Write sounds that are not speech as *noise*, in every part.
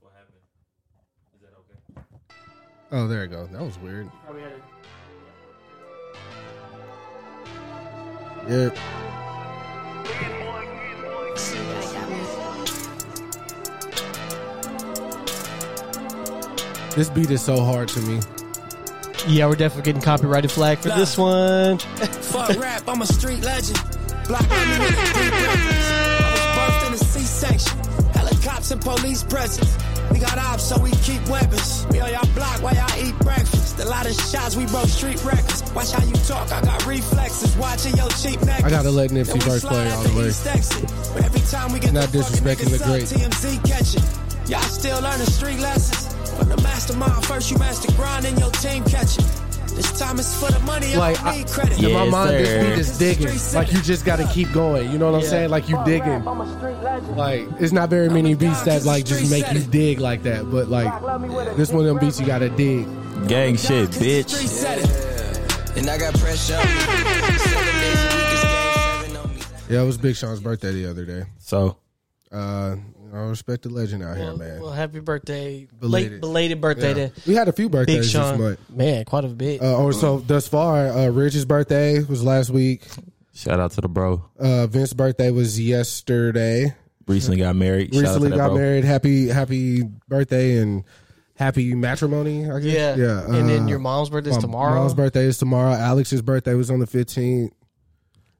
What happened? Is that okay? Oh, there it goes. That was weird. Yep. This beat is so hard to me. Yeah, we're definitely getting copyrighted flag for this one. Fuck rap, I'm a street legend. Block my niggas and deep reference. I was birthed in a C-section. Helicopters and police presence. We got ops, so we keep weapons. We on y'all block while y'all eat breakfast. A lot of shots, we broke street records. Watch how you talk, I got reflexes. Watching your cheap necklace. I gotta let Nipsey Then we Hussle slide play all up the way. East Exit. But every time we get Not the fucking disrespecting niggas the great. up, TMZ catching. Y'all still learning street lessons. From the mastermind, first you master grind and your team catching. This time it's for the money, Like, I don't I- need credit. In my Yes, mind, sir. this beat is digging. Like you just gotta keep going. You know what I'm Yeah. saying? Like you digging. Like it's not very many beats that like just make you dig like that, but like this one of them beats you gotta dig. Gang shit, Street bitch. set it. And I got pressure. Seven days a week is game seven on me. Yeah, it was Big Sean's birthday the other day. So Uh, I respect the legend out here, man. Well, happy birthday, Belated. late belated birthday Yeah. to We had a few birthdays Big this Sean. month. Man, quite a bit. Uh, or so thus far. Uh, Rich's birthday was last week. Shout out to the bro. Uh, Vince's birthday was yesterday. Recently got married. Shout out Recently to that got bro. married. Happy happy birthday and happy matrimony. I guess. yeah, yeah. and then uh, your mom's birthday is my tomorrow. Mom's birthday is tomorrow. Alex's birthday was on the fifteenth.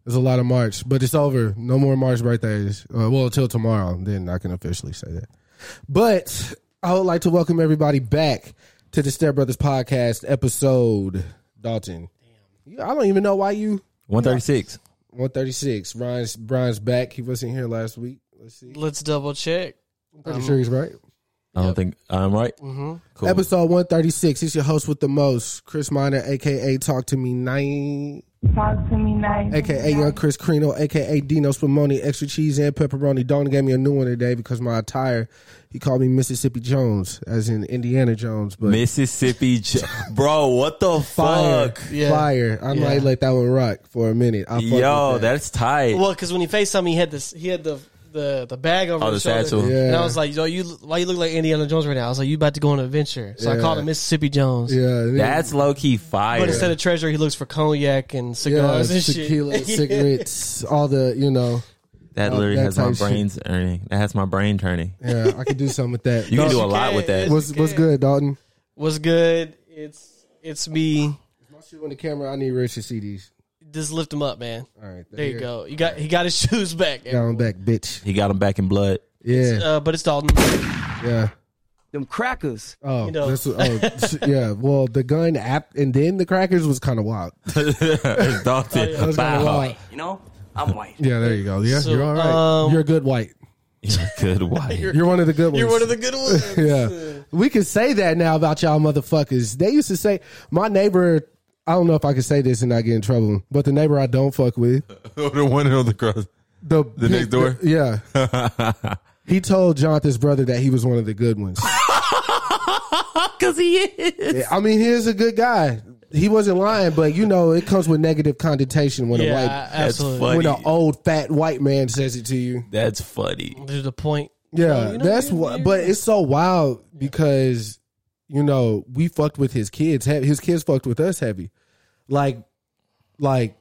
There's a lot of March, but it's over. No more March birthdays. Uh, well, until tomorrow, then I can officially say that. But I would like to welcome everybody back to the Step Brothers podcast episode. Dalton, You- I don't even know why you 136. 136. Ryan's Brian's back. He wasn't here last week. Um, Let's see. Let's double check. Pretty sure he's right. I don't think I'm right. Cool. Mm-hmm. Episode 136. It's your host with the most, Chris Miner, aka Talk to Me Nine. Talk to me nice. aka Young Chris Crino, aka Dino Spumoni, extra cheese and pepperoni. Don gave me a new one today because my attire. He called me Mississippi Jones, as in Indiana Jones, but Mississippi. J- bro, what the fire, fuck? Yeah. fire. I might let that one rock for a minute. I fuck Yo, with that. that's tight. Well, because when he faced something, he had this. He had the the the bag over Oh, his the shoulder. satchel. Yeah. And I was like, "Yo, you why you look like Indiana Jones right now?" I was like, "You about to go on an adventure?" So I called him Mississippi Jones. yeah, it is. That's low key fire. But instead of treasure, he looks for cognac and cigars and shit. *laughs* tequila, cigarettes, all the you know. that Oh, literally that has my type shit. brains turning. That has my brain turning. Yeah, I could do something with that. You can do you a lot can. with that. what's what's good, Dalton? What's good? It's it's me. My shoe on the camera. I need Rich to see these. Just lift him up, man. All right, There you go. You got he got his *laughs* shoes back. Down back, bitch. He got him back *laughs* in blood. *laughs* Yeah, Uh, but it's Dalton. yeah. Them crackers. Oh, know. this was- *laughs* oh yeah. Well, the gun app and then the crackers was kind of wild. it's Dalton. That was kinda Bow. wild. You know, I'm white. Yeah, there you go. Yeah, So, you're all right. um, you're a good white. Good *laughs* wife. You're one of the good ones. You're one of the good *laughs* ones. yeah. We can say that now about y'all motherfuckers. They used to say my neighbor. I don't know if I can say this and not get in trouble, but the neighbor I don't fuck with, the one on the cross. the The next door? yeah, *laughs* he told Jonathan's brother that he was one of the good ones. Because he is. I mean, he is a good guy. He wasn't lying, but you know, it comes with negative connotation when Yeah, a I- white absolutely. funny. when an old fat white man says it to you. That's funny. There's the point. Yeah, you know, that's we're- what. we're- But it's so wild because you know we fucked with his kids. he- His kids fucked with us heavy. Like, like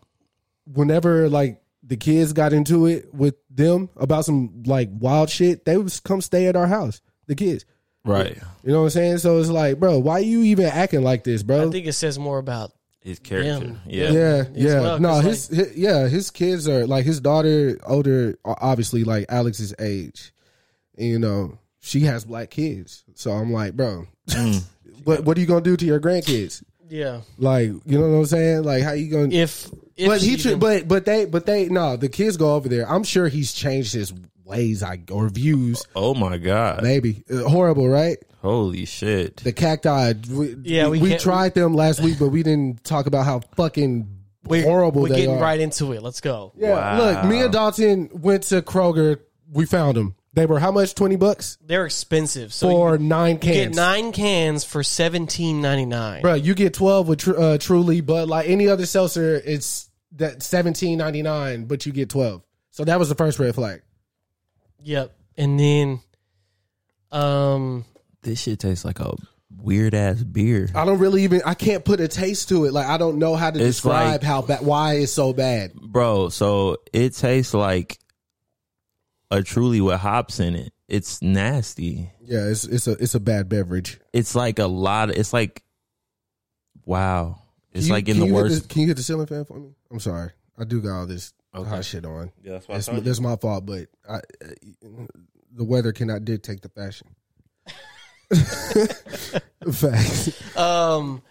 whenever like the kids got into it with them about some like wild shit, they would come stay at our house. The kids. Right. You know what I'm saying? So it's like, bro, why you even acting like this, bro? I think it says more about His character. Damn. Yeah. yeah, as yeah. well, no, 'cause, his, hi- yeah, his kids are like his daughter, older, o- obviously like Alex's age. And, you know, she has black kids, so I'm like, bro, Mm. *laughs* what what are you gonna do to your grandkids? yeah. Like, you know what I'm saying? Like, how you gonna? If, if but he, she tr- even- but but they, but they, no, the kids go over there. I'm sure he's changed his ways, I or views. Oh my god. Maybe Uh, horrible, right? Holy shit. The cacti. We, Yeah, we, we we can't- tried them last week, but we didn't talk about how fucking we're, horrible we're they getting are. right into it. Let's go. Yeah, look, me and Dalton went to Kroger. We found them. They were how much? Twenty bucks They're expensive. So for nine you get cans. nine cans for seventeen ninety nine. Bro, you get twelve with tr- uh, Truly, but like any other seltzer, it's that seventeen ninety nine, but you get twelve. So that was the first red flag. Yep. And then, um, This shit tastes like a weird ass beer. I don't really even. I can't put a taste to it. Like I don't know how to It's describe like- how bad. Why it's so bad. Bro, so it tastes like a truly with hops in it. It's nasty. Yeah, it's it's a it's a bad beverage. It's like a lot of, it's like wow. It's You- like in can the you get worst the- can you get the ceiling fan for me? I'm sorry, I do got all this hot shit on. Yeah, that's why I That's, told you. that's my fault, but I, uh, the weather cannot dictate the *laughs* fashion. Facts. um,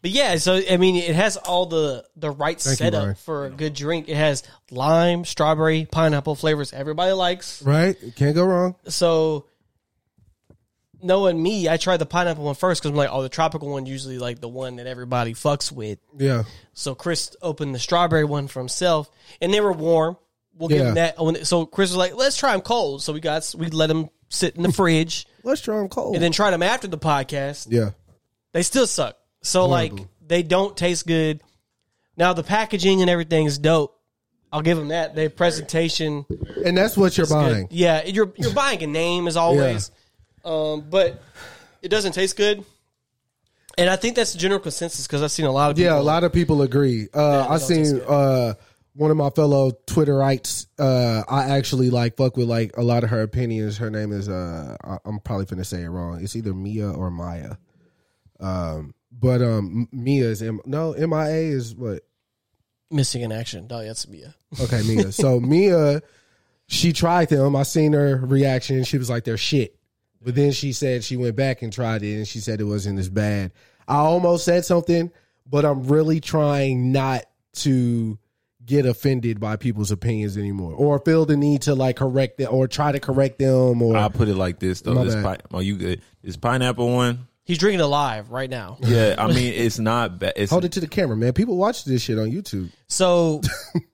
but yeah. So I mean, it has all the the right Thank you, setup Ryan. for a good drink. It has lime, strawberry, pineapple flavors everybody likes. Right? Can't go wrong. So. Knowing me, I tried the pineapple one first because I'm like, oh, the tropical one usually like the one that everybody fucks with. Yeah. So Chris opened the strawberry one for himself, and they were warm. We'll give Yeah. him that. When- So Chris was like, "Let's try them cold." So we got we let them sit in the fridge, Let's try them cold. and then tried them after the podcast. yeah. They still suck. So like Horrible. they don't taste good. Now the packaging and everything is dope. I'll give them that. Their presentation, And that's what you're buying. yeah, you're you're buying a name as always, um, but it doesn't taste good. And I think that's the general consensus because I've seen a lot of people. Yeah, a lot of people agree. Uh, I seen uh, one of my fellow Twitterites. Uh, I actually like fuck with like a lot of her opinions. Her name is uh, I- I'm probably finna say it wrong. It's either Mia or Maya. Um, but um, M- Mia is M- no M I A is what missing in action. Oh, that's yeah. Okay, Mia. So *laughs* Mia, she tried them. I seen her reaction. She was like, "They're shit." But then she said she went back and tried it, and she said it wasn't as bad. I almost said something, but I'm really trying not to get offended by people's opinions anymore, or feel the need to like correct them, or try to correct them, or I put it like this though. My This bad. pi- oh, you good? This pineapple one. He's drinking it live right now. Yeah, *laughs* I mean it's not bad. It's hold it to the camera, man. People watch this shit on YouTube. *laughs* So,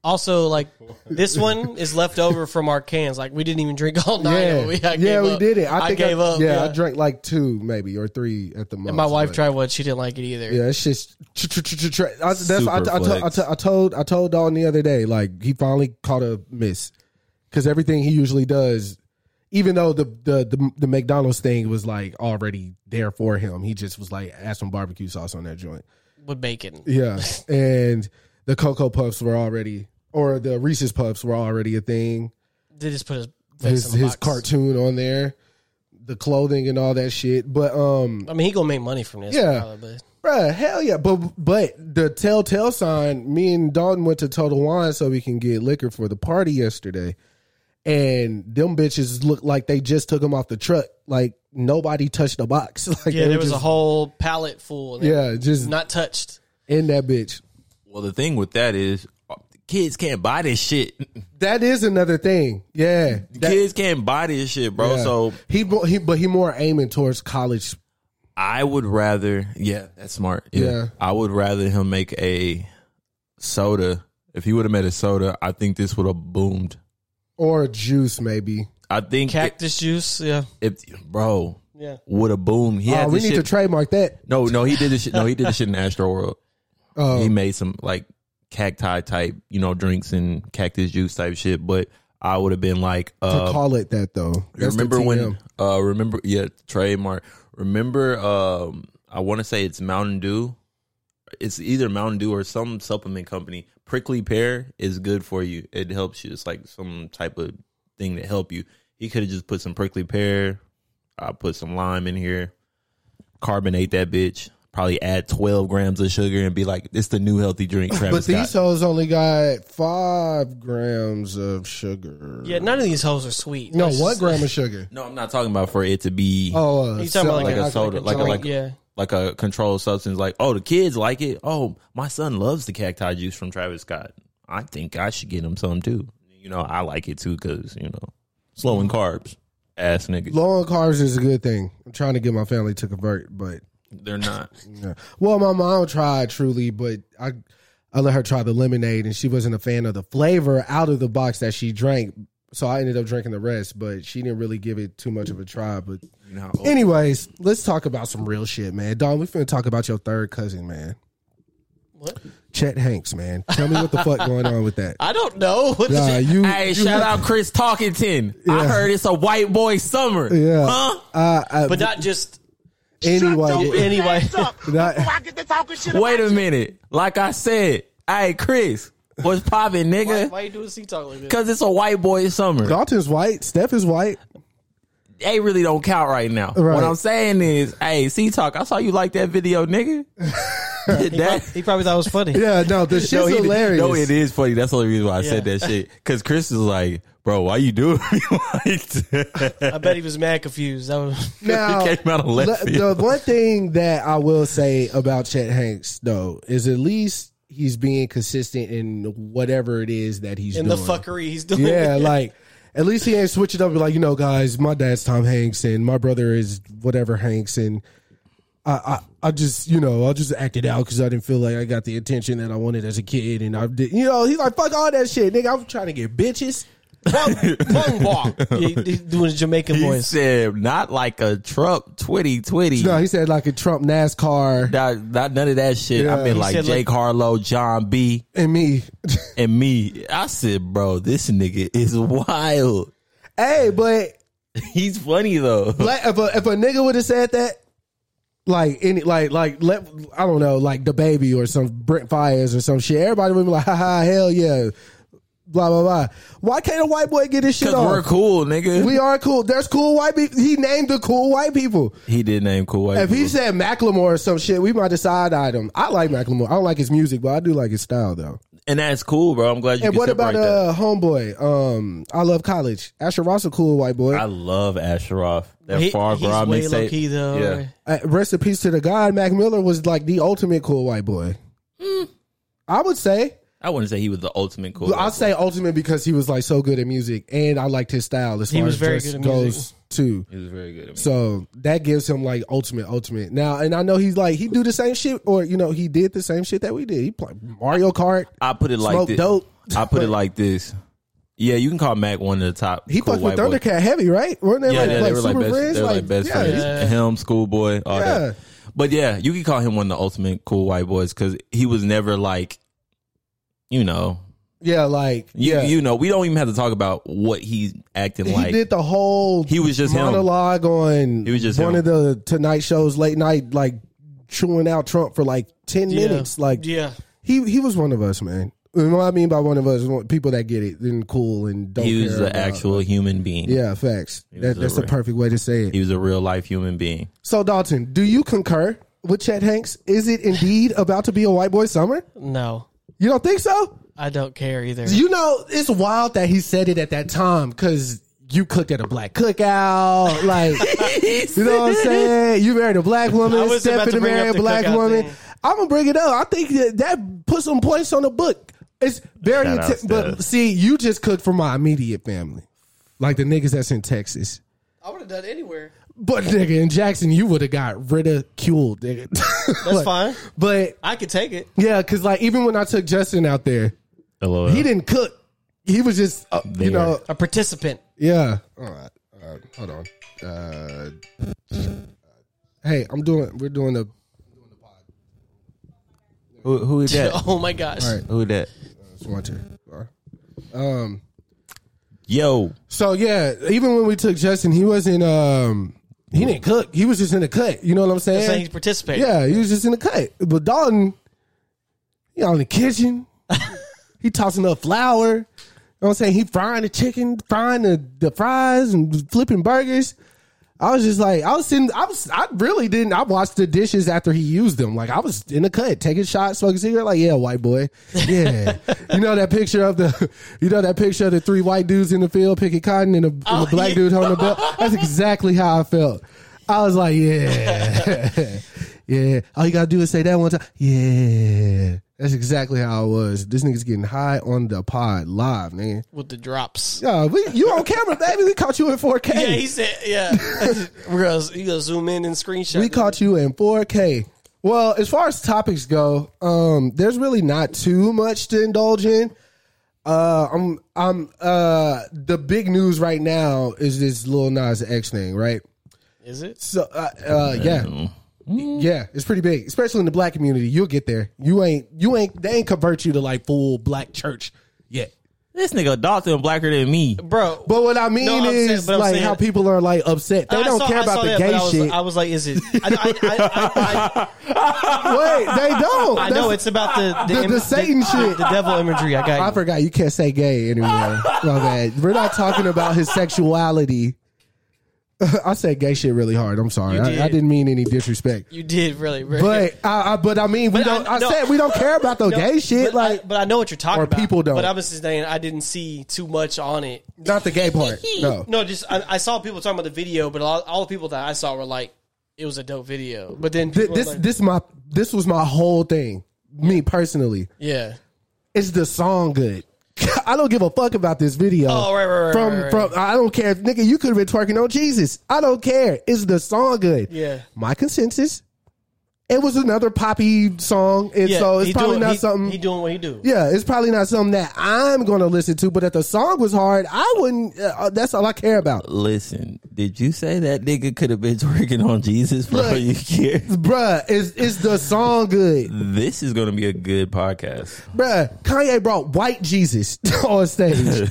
also like this one is left over from our cans. Like we didn't even drink all night. yeah, of it. *laughs* We, I yeah, gave we up. did it. I, think gave up. Yeah, I drank like two, maybe or three at the most. and my wife but- tried one. She didn't like it either. Yeah, it's just. tr- tr- tr- tr- tr- I- That's I, I, Super told- I, flex. told- I told I told Dalton the other day. Like he finally caught a miss because everything he usually does, even though the, the the the McDonald's thing was like already there for him, he just was like add some barbecue sauce on that joint. With bacon. Yeah, *laughs* and the cocoa puffs were already, or the Reese's puffs were already a thing. They just put his face His in the his box. cartoon on there, the clothing and all that shit. But um, I mean, he gonna make money from this. Yeah. probably. Bruh, hell yeah. But but the telltale sign, me and Dalton went to Total Wine so we can get liquor for the party yesterday. And them bitches looked like they just took them off the truck. Like nobody touched the box. *laughs* Like Yeah, they there were was a just whole pallet full. and Yeah, just- not touched. in that bitch. well, the thing with that is uh, kids can't buy this shit. That is another thing. Yeah. That- kids can't buy this shit, bro. yeah. So he, bo- he but he more aiming towards college. I would rather, yeah, that's smart. Yeah. Yeah. I would rather him make a soda. If he would have made a soda, I think this would have boomed. Or juice, maybe. I think Cactus juice. Yeah, if, if- bro, yeah. would have boomed. He had oh, we this need to shit. trademark that. no, no, he did this shit. No, he did this shit in Astro World. Oh. He made some like cacti type, you know, drinks and cactus juice type shit. But I would have been like, To uh, call it that though. That's the remember when? TM. Uh, remember, yeah, trademark. Remember, um, I want to say it's Mountain Dew. It's either Mountain Dew or some supplement company. Prickly pear is good for you. It helps you. It's like some type of thing to help you. He could have just put some prickly pear, I put some lime in here, carbonate that bitch. Probably add twelve grams of sugar and be like, "It's the new *laughs* healthy drink." But Travis these Scott. hoes only got five grams of sugar. Yeah, none of these hoes are sweet. No, That's one just- gram of *laughs* sugar. no, I'm not talking about for it to be Oh, uh, You talking about so- like, a soda, like a- drink, like a- yeah. like a controlled substance. Like, oh, the kids like it. Oh, my son loves the cacti juice from Travis Scott. I think I should get him some too. You know, I like it too because you know, slow in carbs, ass nigga. low on carbs is a good thing. I'm trying to get my family to convert, but They're not. yeah. well, my mom tried truly, but I I let her try the lemonade, and she wasn't a fan of the flavor out of the box that she drank. So I ended up drinking the rest, but she didn't really give it too much of a try. But You know, how old- anyways, let's talk about some real shit, man. Don, we finna talk about your third cousin, man. What? Chet Hanks, man. Tell me what the fuck going on with *laughs* that. I don't know. What the Nah, shit- you, Hey, you- shout out Chris Talkington. I heard it's a white boy summer. Yeah. Huh? Uh, I- but not *laughs* just anyway, *laughs* anyway. *laughs* not- Wait a minute. Like I said, hey, Chris, what's poppin', why, nigga? why you doing C talk like this? Because it's a white boy summer. Dalton's white. Steph is white. they really don't count right now. Right. What I'm saying is, hey, C Talk, I saw you like that *laughs* video, nigga. that, He probably thought it was funny. Yeah, no, *laughs* this shit's he- hilarious. no, it is funny. That's the only reason why I said Yeah. that shit. Because Chris is like, bro, why you doing me *laughs* like that? I bet he was mad confused. That *laughs* was *laughs* Now, It came out of left le- field. the one thing that I will say about Chet Hanks, though, is at least he's being consistent in whatever it is that he's in the doing. fuckery he's doing. *laughs* Yeah, like at least he ain't switching up. and Like you know, guys, my dad's Tom Hanks and my brother is whatever Hanks, and I, I, I just you know, I just acted out because I didn't feel like I got the attention that I wanted as a kid, and I did. You know, he's like, fuck all that shit, nigga. I'm trying to get bitches. *laughs* *laughs* Bung walk. Yeah, he- he's doing a Jamaican He voice. said, not like a Trump twitty twitty. No, he said like a Trump NASCAR not, not none of that shit. Yeah. I mean, He like said, like- Jake Harlow, John B, and me. *laughs* and me. I said, bro, this nigga is *laughs* wild. hey, but He's funny though. Black, if a if a nigga would have said that, like any like like let I don't know like the baby or some Brent Fires or some shit, everybody would be like, ha ha, hell yeah, blah blah blah. Why can't a white boy get this shit Because off? we're cool, nigga. We are cool. There's cool white people. He named the cool white people. He did name cool white If he people. said Macklemore or some shit, we might decide item. I like Macklemore. I don't like his music, but I do like his style though. and that's cool, bro. I'm glad you. And can what about separate uh homeboy? Um, I love college. Asher Ross a cool white boy. that. I love Asheroff. That He- far he's Gras way mixtape. low key though. Yeah. right? Uh, rest in peace to the god. Mac Miller was like the ultimate cool white boy. Mm. I would say. I wouldn't say he was the ultimate cool. I'll white say ultimate because he was like so good at music, and I liked his style as He far was as very dress good at goes music. too. boy. He was very good. At So that gives him like ultimate, ultimate. Now, and I know he's like he do the same shit, or you know he did the same shit that we did. He played Mario Kart. I put it like Smoke this. dope. I put it like this. Yeah, you can call Mac one of the top. He cool fucked with white boys. Thundercat heavy, right? Weren't they Yeah, like, yeah, like they were like super best. friends? They were like, best yeah, friends. he- Him, schoolboy, all Yeah. that. But yeah, you could call him one of the ultimate cool white boys because he was never like, you know, yeah, like you, yeah. you know, we don't even have to talk about what he's acting he like. did the whole He was just him. monologue on He was just one him. of the Tonight Show's late night like chewing out Trump for like ten Yeah. minutes. Like yeah. he he was one of us, man. And what I mean by one of us, one- people that get it and cool and don't. he was care an about- actual human being. Yeah, facts. That, was that's a the re- perfect way to say it. He was a real life human being. So Dalton, do you concur with Chet Hanks? Is it indeed about to be a white boy summer? No, You don't think so? I don't care either. You know, it's wild that he said it at that time because you cooked at a black *laughs* cookout. Like, you know what I'm saying? You married a black I woman. was about to Stephanie bring up married a the black cookout woman. thing. I'm going to bring it up. I think that, that put some points on the book. It's very, Shout out, inte- but Steph. see, you just cooked for my immediate family, like the niggas that's in Texas. I would have done anywhere. But nigga, in Jackson, you would have got ridiculed, nigga. That's fine. *laughs* but I could take it. yeah, because like even when I took Justin out there, Hello. he didn't cook. He was just, uh, you There. know, A participant. Yeah. All right. All right. Hold on. Uh, hey, I'm doing. We're doing the. Who, who is that? *laughs* Oh my gosh. All right. Who that? It's one two. All right. Um. Yo, So yeah, even when we took Justin, he wasn't. Um. He didn't cook. He was just in the cut. You know what I'm I'm saying saying? he's participating. Yeah, he was just in the cut. But Dalton, he out in the kitchen. he tossing up flour. You know what I'm saying? He frying the chicken, frying the, the fries, and flipping burgers. I was just like, I was sitting, I was, I really didn't. I washed the dishes after he used them. Like I was in the cut, taking shots, smoking cigarette. Like, yeah, white boy, yeah. you know that picture of the, you know that picture of the three white dudes in the field picking cotton and a, and a black dude holding a belt. That's exactly how I felt. I was like, yeah, yeah. All you gotta do is say that one time. Yeah, that's exactly how I was. This nigga's getting high on the pod live, nigga. with the drops. Yeah, we, you on camera, baby. We caught you in 4K. Yeah, he said, yeah. *laughs* We're gonna, you gonna zoom in and screenshot. we caught you in 4K. Well, as far as topics go, um, there's really not too much to indulge in. Uh, I'm, I'm, uh, the big news right now is this Lil Nas X thing, right? Is it? So, uh, uh yeah, Mm-hmm. yeah, it's pretty big, especially in the black community. You'll get there. You ain't, you ain't, they ain't convert you to like full black church yet. This nigga Dalton blacker than me. Bro. But what I mean No, I'm saying- is, but I'm like, saying- how people are like upset. They I don't saw- care I about saw the that, gay but I was, shit. I was like, *laughs* is it? I, I, I, Wait, they don't. *laughs* I, I That's- know it's about the The- the *laughs* Satan the- shit. the devil imagery. I got. I you. forgot you can't say gay anymore. *laughs* My bad. We're not talking about his sexuality. *laughs* I said gay shit really hard. I'm sorry. You did. I, I didn't mean any disrespect. You did really, really. But I, I but I mean we But I- don't. I, no. said we don't care about the No, gay shit. but like I, but I know what you're talking or about. people don't. But I was just saying, I didn't see too much on it. not the gay *laughs* part. No. No, just I, I saw people talking about the video, but all, all the people that I saw were like, it was a dope video. But then Th- people this were like, this my this was my whole thing. Me personally, yeah. is the song good? *laughs* I don't give a fuck about this video. Oh, right, right, right, From right, right. from I don't care, if nigga. You could have been twerking on Jesus. I don't care. Is the song good? Yeah. My consensus. It was another poppy song, and yeah. so it's he probably doing, not he, something. he doing what he do. yeah, it's probably not something that I'm going to listen to. But if the song was hard, I wouldn't. Uh, that's all I care about, Listen, did you say that nigga could have been *laughs* working on Jesus for all you care? bruh. Is is the song good? This is gonna be a good podcast. Bruh, Kanye brought white Jesus *laughs* on stage.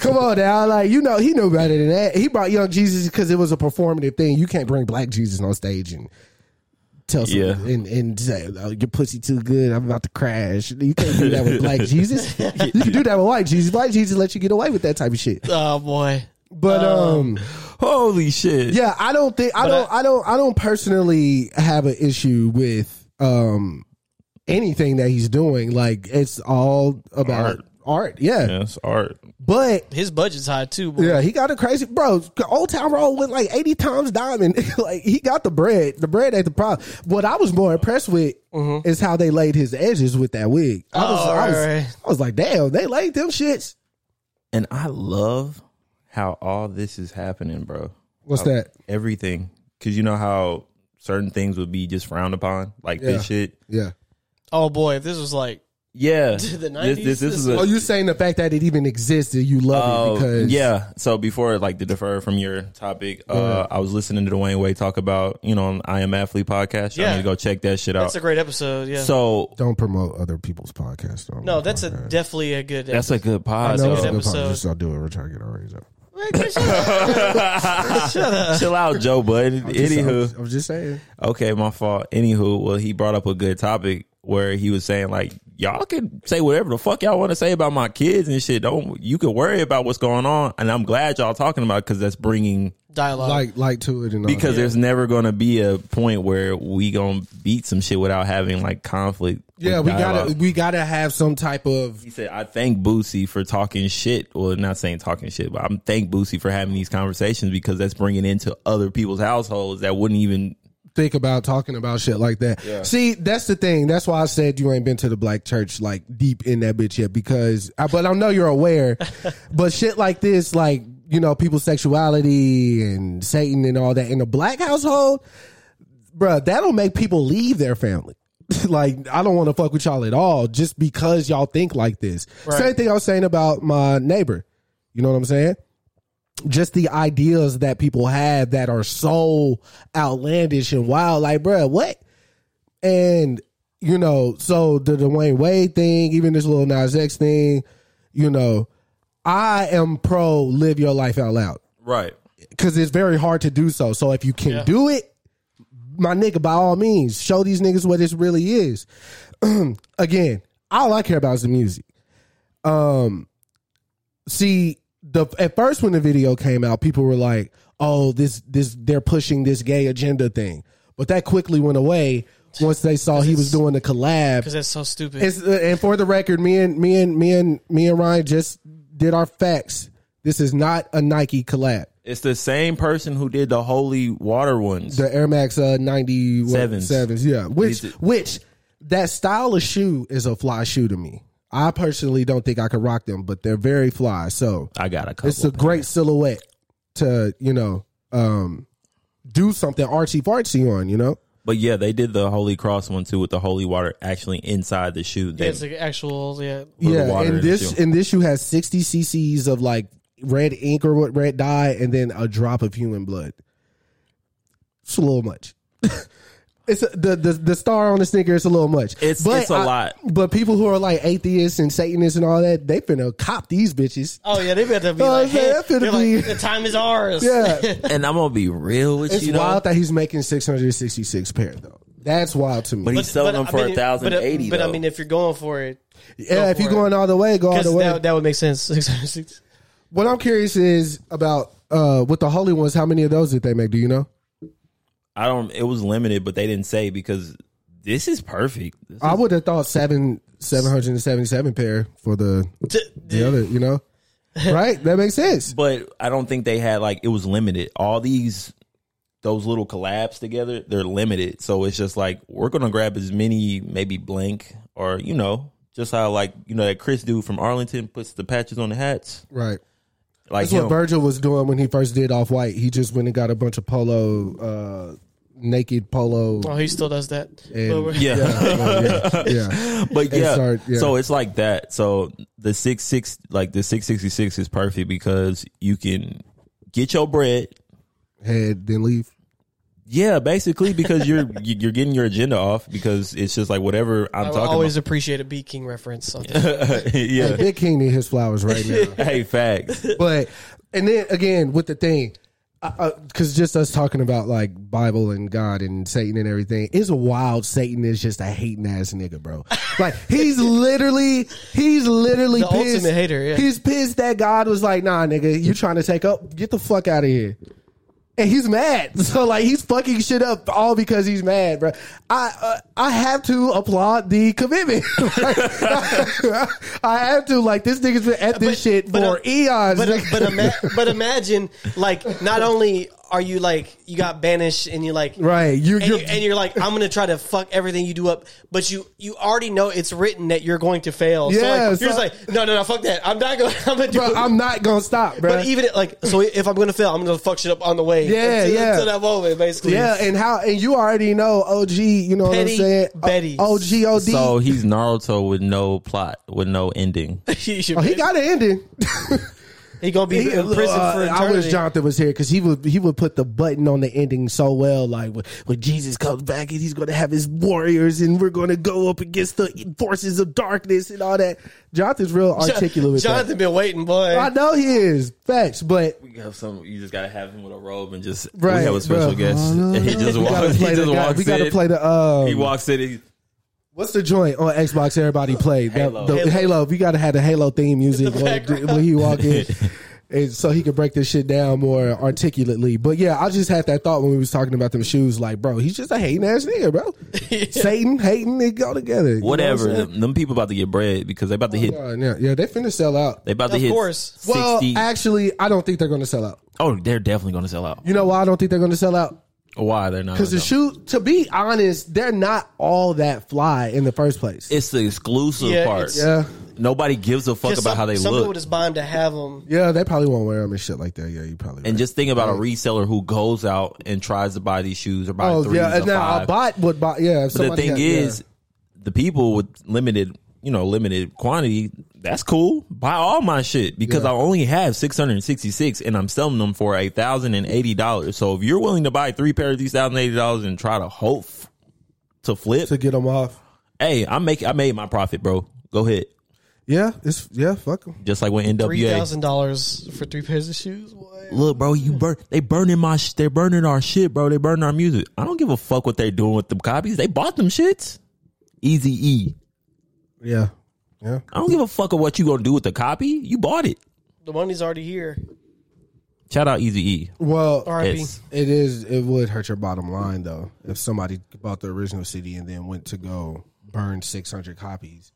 Come on now. Like, you know, he knew better than that. He brought young Jesus because it was a performative thing. You can't bring black Jesus on stage and tell someone Yeah. and, and say, oh, your pussy too good. I'm about to crash. You can't do that with black Jesus. You can do that with white Jesus. White Jesus lets you get away with that type of shit. Oh boy. But um Holy shit. yeah, I don't think I don't I, don't I don't personally have an issue with um anything that he's doing. Like it's all about art. Art. yeah. That's art. But His budget's high too. Bro. yeah, he got a crazy bro. Old Town Road went like eighty times diamond. *laughs* like he got the bread. The bread ain't the problem. What I was more impressed with is how they laid his edges with that wig. I was, Oh, I, was right, right. I was like, damn, they laid them shits. And I love how all this is happening, bro. What's that? Everything. Cause you know how certain things would be just frowned upon, like Yeah. this shit. Yeah. Oh boy, if this was like *laughs* Yeah. The This, 90s? this, this is a, Oh, you saying the fact that it even existed, you love Oh, it because yeah. So before like to defer from your topic, uh, I was listening to Dwayne Wade talk about you know on I am athlete podcast. Yeah. I Yeah. need to go check that shit out. that's a great episode. Yeah. so Don't promote other people's podcasts. though. no, that's a definitely a good. that's a good pod. I know it's a So. good episode. podcast. I'll do it. We're trying to get our ratings up. *laughs* Chill out, Joe Budden. Anywho, I'm just saying. okay, my fault. Anywho, well, he brought up a good topic where he was saying like y'all can say whatever the fuck y'all want to say about my kids and shit. Don't you can worry about what's going on, and I'm glad y'all talking about because that's bringing dialogue. Like, like to it and all because that. there's never gonna be a point where we gonna beat some shit without having like conflict. yeah, we with dialogue. gotta we gotta have some type of He said, "I thank Boosie for talking shit. Well, not saying talking shit, but I'm thank Boosie for having these conversations because that's bringing into other people's households that wouldn't even think about talking about shit like that. See, that's the thing. That's why I said you ain't been to the black church like deep in that bitch yet because I, but I know you're aware. but shit like this like, you know, people's sexuality and Satan and all that in the black household, bruh, that'll make people leave their family. *laughs* like I don't want to fuck with y'all at all just because y'all think like this. Same thing I was saying about my neighbor. You know what I'm saying? just the ideas that people have that are so outlandish and wild. Like, bruh, what? And you know, so the Dwayne Wade thing, even this little Nas X thing, you know, I am pro live your life out loud right. because it's very hard to do so. So if you can do it, my nigga, by all means, show these niggas what this really is. *clears throat* Again, all I care about is the music. Um, see, the at first when the video came out, people were like, oh this this they're pushing this gay agenda thing, but that quickly went away once they saw he was doing the collab. because that's so stupid. It's, uh, and for the record, me and me and me and me and Ryan just did our facts. This is not a Nike collab. It's the same person who did the holy water ones. The Air Max uh, 90 what, Sevens. sevens, yeah. Which Is it- which that style of shoe is a fly shoe to me. I personally don't think I could rock them, but they're very fly. So I got a couple. it's a great silhouette to you know um, do something artsy fartsy on. You know, But yeah, they did the holy cross one too with the holy water actually inside the shoe. yeah, They, it's like actual. Yeah, Little yeah. water And in the this shoe. and this shoe has sixty cc's of like red ink or what red dye, and then a drop of human blood. It's a little much. *laughs* It's a, the, the the star on the sneaker. It's a little much. It's- it's a I- lot. But people who are like atheists and satanists and all that, they finna cop these *laughs* bitches. Oh yeah, they better be Oh, like, yeah, hey, that finna they're be- like, the time is ours. Yeah, and I'm gonna be real with it's you, wild though. that he's making six hundred sixty six pair though. That's wild to me. But he's selling them for I mean, But, $1,080, but I though. mean, if you're going for it, Yeah, Go if for you're it. going all the way, go all because the way. that, that would make sense. *laughs* Six hundred six. what I'm curious is about uh with the holy ones, how many of those did they make? Do you know? I don't. It was limited, but they didn't say because this is perfect. This I would have thought seven seven hundred and seventy seven pair for the the other, you know? right? That makes sense. but I don't think they had like it was limited. All these those little collabs together, they're limited. So it's just like we're gonna grab as many maybe blank or you know just how like you know that Chris dude from Arlington puts the patches on the hats. Right. Like That's what him. Virgil was doing when he first did off white. He just went and got a bunch of polo uh naked polo Oh, he still does that. But we're- *laughs* *laughs* yeah. *laughs* Oh, yeah, yeah. but And yeah, start- yeah. so it's like that. So the six six like the six sixty six is perfect because you can get your bread. Head then leave. Yeah, basically because you're *laughs* you're getting your agenda off because it's just like whatever I'm I will talking always appreciate a B King reference. on that. about. *laughs* yeah. Hey, Big King need his flowers right *laughs* now. *laughs* Hey, facts. but and then again with the thing because just us talking about like Bible and God and Satan and everything is a wild. Satan is just a hating ass nigga, bro. Like he's literally, he's literally The pissed. ultimate hater, yeah. He's pissed that God was like, "Nah, nigga, you trying to take up? Get the fuck out of here." And he's mad, *laughs* so like he's fucking shit up all because he's mad, bro. I uh, I have to applaud the commitment. *laughs* Like, I, have to like this nigga's been at this shit uh, for eons. But, nigga. but, ima- but imagine, like, not only are you like you got banished and you like Right, you're- and, you, you're- and you're like I'm gonna try to fuck everything you do up, but you you already know it's written that you're going to fail. so Yeah, like, you're so- just like no no no fuck that I'm not going I'm gonna *laughs* do bro, it. I'm not gonna stop, bro. but even it- like so if I'm gonna fail I'm gonna fuck shit up on the way. Yeah, until, yeah. until that moment basically. yeah, and how and you already know OG, you know Petty what I'm saying? Bettys. O- OG OD. So he's Naruto with no plot, with no *laughs* ending. *laughs* he, Oh, he got an ending. he gonna be He- in prison uh, for eternity. I wish Jonathan was here because he would he would put the button on the ending so well. Like when, when Jesus comes back and he's going to have his warriors and we're going to go up against the forces of darkness and all that. Jonathan's real articulate *laughs* with Jonathan been waiting, boy. that. I know he is facts, but You have some. You just gotta have him with a robe and just. Right, Oh, we have a special bro. guest. And *laughs* he just We gotta walks. He play the just guy- walks. we gotta in. play the, um, he walks in. He, What's the joint on Xbox? Everybody played That- Halo. the Halo. Halo. We gotta have the Halo theme music when, background. when he walk in, and so he could break this shit down more articulately. But yeah, I just had that thought when we was talking about them shoes. Like, bro, he's just a hating ass nigga, bro. Satan, hating, they go together. You know what I'm whatever. saying? them, them people about to get bread because they about to hit. Uh, yeah, yeah, they finna sell out. They about to Of hit. course. Well, Sixty. actually, I don't think they're gonna sell out. oh, they're definitely gonna sell out. You know why I don't think they're gonna sell out? Why they're not? Because the gonna sell out? shoe, to be honest, they're not all that fly in the first place. It's the exclusive Yeah, part. it's- yeah, Nobody gives a fuck about Just some, how they some look. people just buy him to have them. yeah, they probably won't wear them and shit like that. Yeah, you probably and right. just think about a reseller who goes out and tries to buy these shoes or buy Oh threes yeah, or and now a five. bot would buy. Yeah, if But the somebody thing had- is, yeah. the people with limited, you know, limited quantity, that's cool. Buy all my shit because Yeah. I only have 666 and I'm selling them for a $1,080. So if you're willing to buy three pairs of these $1,080 and try to hope f- to flip, to get them off. hey, I make I made my profit, bro. Go ahead. Yeah, it's yeah, fuck them. Just like when Three NWA. thousand dollars for three pairs of shoes. Boy. Look, bro, you burn. They burning my. Sh- they're burning our shit, bro. They burning our music. I don't give a fuck what they're doing with them copies. They bought them shits. Easy E. Yeah, yeah. I don't give a fuck of what you gonna do with the copy. You bought it. The money's already here. Shout out Easy E. Well, R.I.P. Yes. It is. It would hurt your bottom line though if somebody bought the original CD and then went to go burn six hundred copies,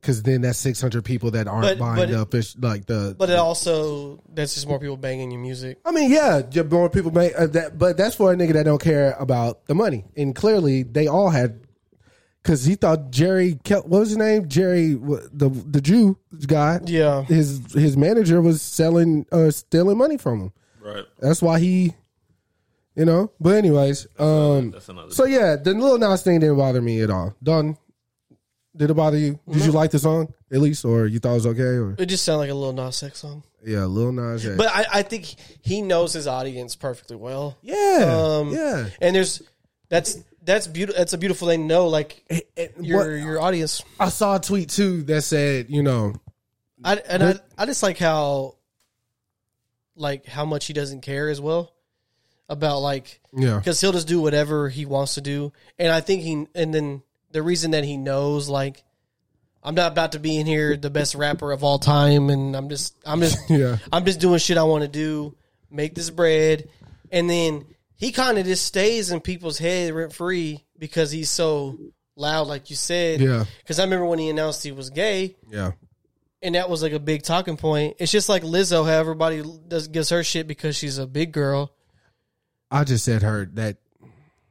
because then that's six hundred people that aren't But- buying but it- the fish like the. But it also that's just more people banging your music. I mean, yeah, j- more people make uh, that, but that's for a nigga that don't care about the money. And clearly, they all had because he thought Jerry, Kel- what was his name, Jerry, wh- the the Jew guy, Yeah. his his manager was selling uh, stealing money from him. Right. That's why he, you know. But anyways, um, That's another. so yeah, the little Nas thing didn't bother me at all. Done. Did it bother you? Did you like the song at least, or you thought it was okay? Or It just sounded like a little Nas X song. yeah, Lil Nas. X. But I, I think he knows his audience perfectly well. yeah, Um, yeah. And there's that's that's beautiful. That's a beautiful thing. to know like your what- your audience. I saw a tweet too that said, you know, I and I, I just like how like how much he doesn't care as well about like yeah, because he'll just do whatever he wants to do. And I think he, and then the reason that he knows, like, I'm not about to be in here the best rapper of all time, and I'm just, I'm just, *laughs* Yeah. I'm just doing shit I want to do, make this bread, and then he kind of just stays in people's head rent free because he's so loud, like you said. Yeah. Because I remember when he announced he was gay, yeah, and that was like a big talking point. It's just like Lizzo, how everybody does gives her shit because she's a big girl. I just said her that,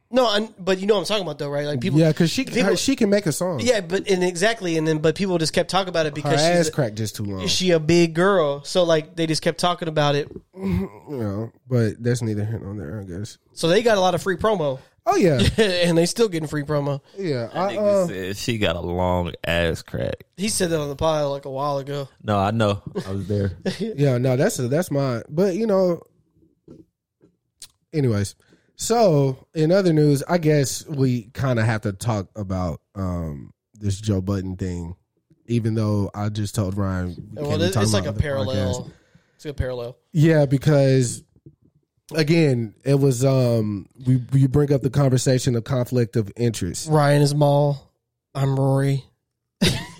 No, I, but you know what I'm talking about though, right? Like people, yeah, because she people- her- she can make a song. Yeah, but and exactly, and then but people just kept talking about it her because ass she's cracked just too long, she a big girl, so like they just kept talking about it. you know. But that's neither here nor there, I guess. So they got a lot of free promo, *laughs* Oh yeah, and they still getting free promo. yeah. I, Nigga uh, said she got a long ass crack. He said that on the pod like a while ago. No, I know. I was there. Yeah, no, that's that's my. But you know, anyways. So in other news, I guess we kind of have to talk about um this Joe Button thing, even though I just told Ryan. we can't well, be it, talking it's about like it a on the parallel. podcast. It's a parallel. Yeah, because again, it was um we you bring up the conversation of conflict of interest. Ryan is Maul. I'm Rory.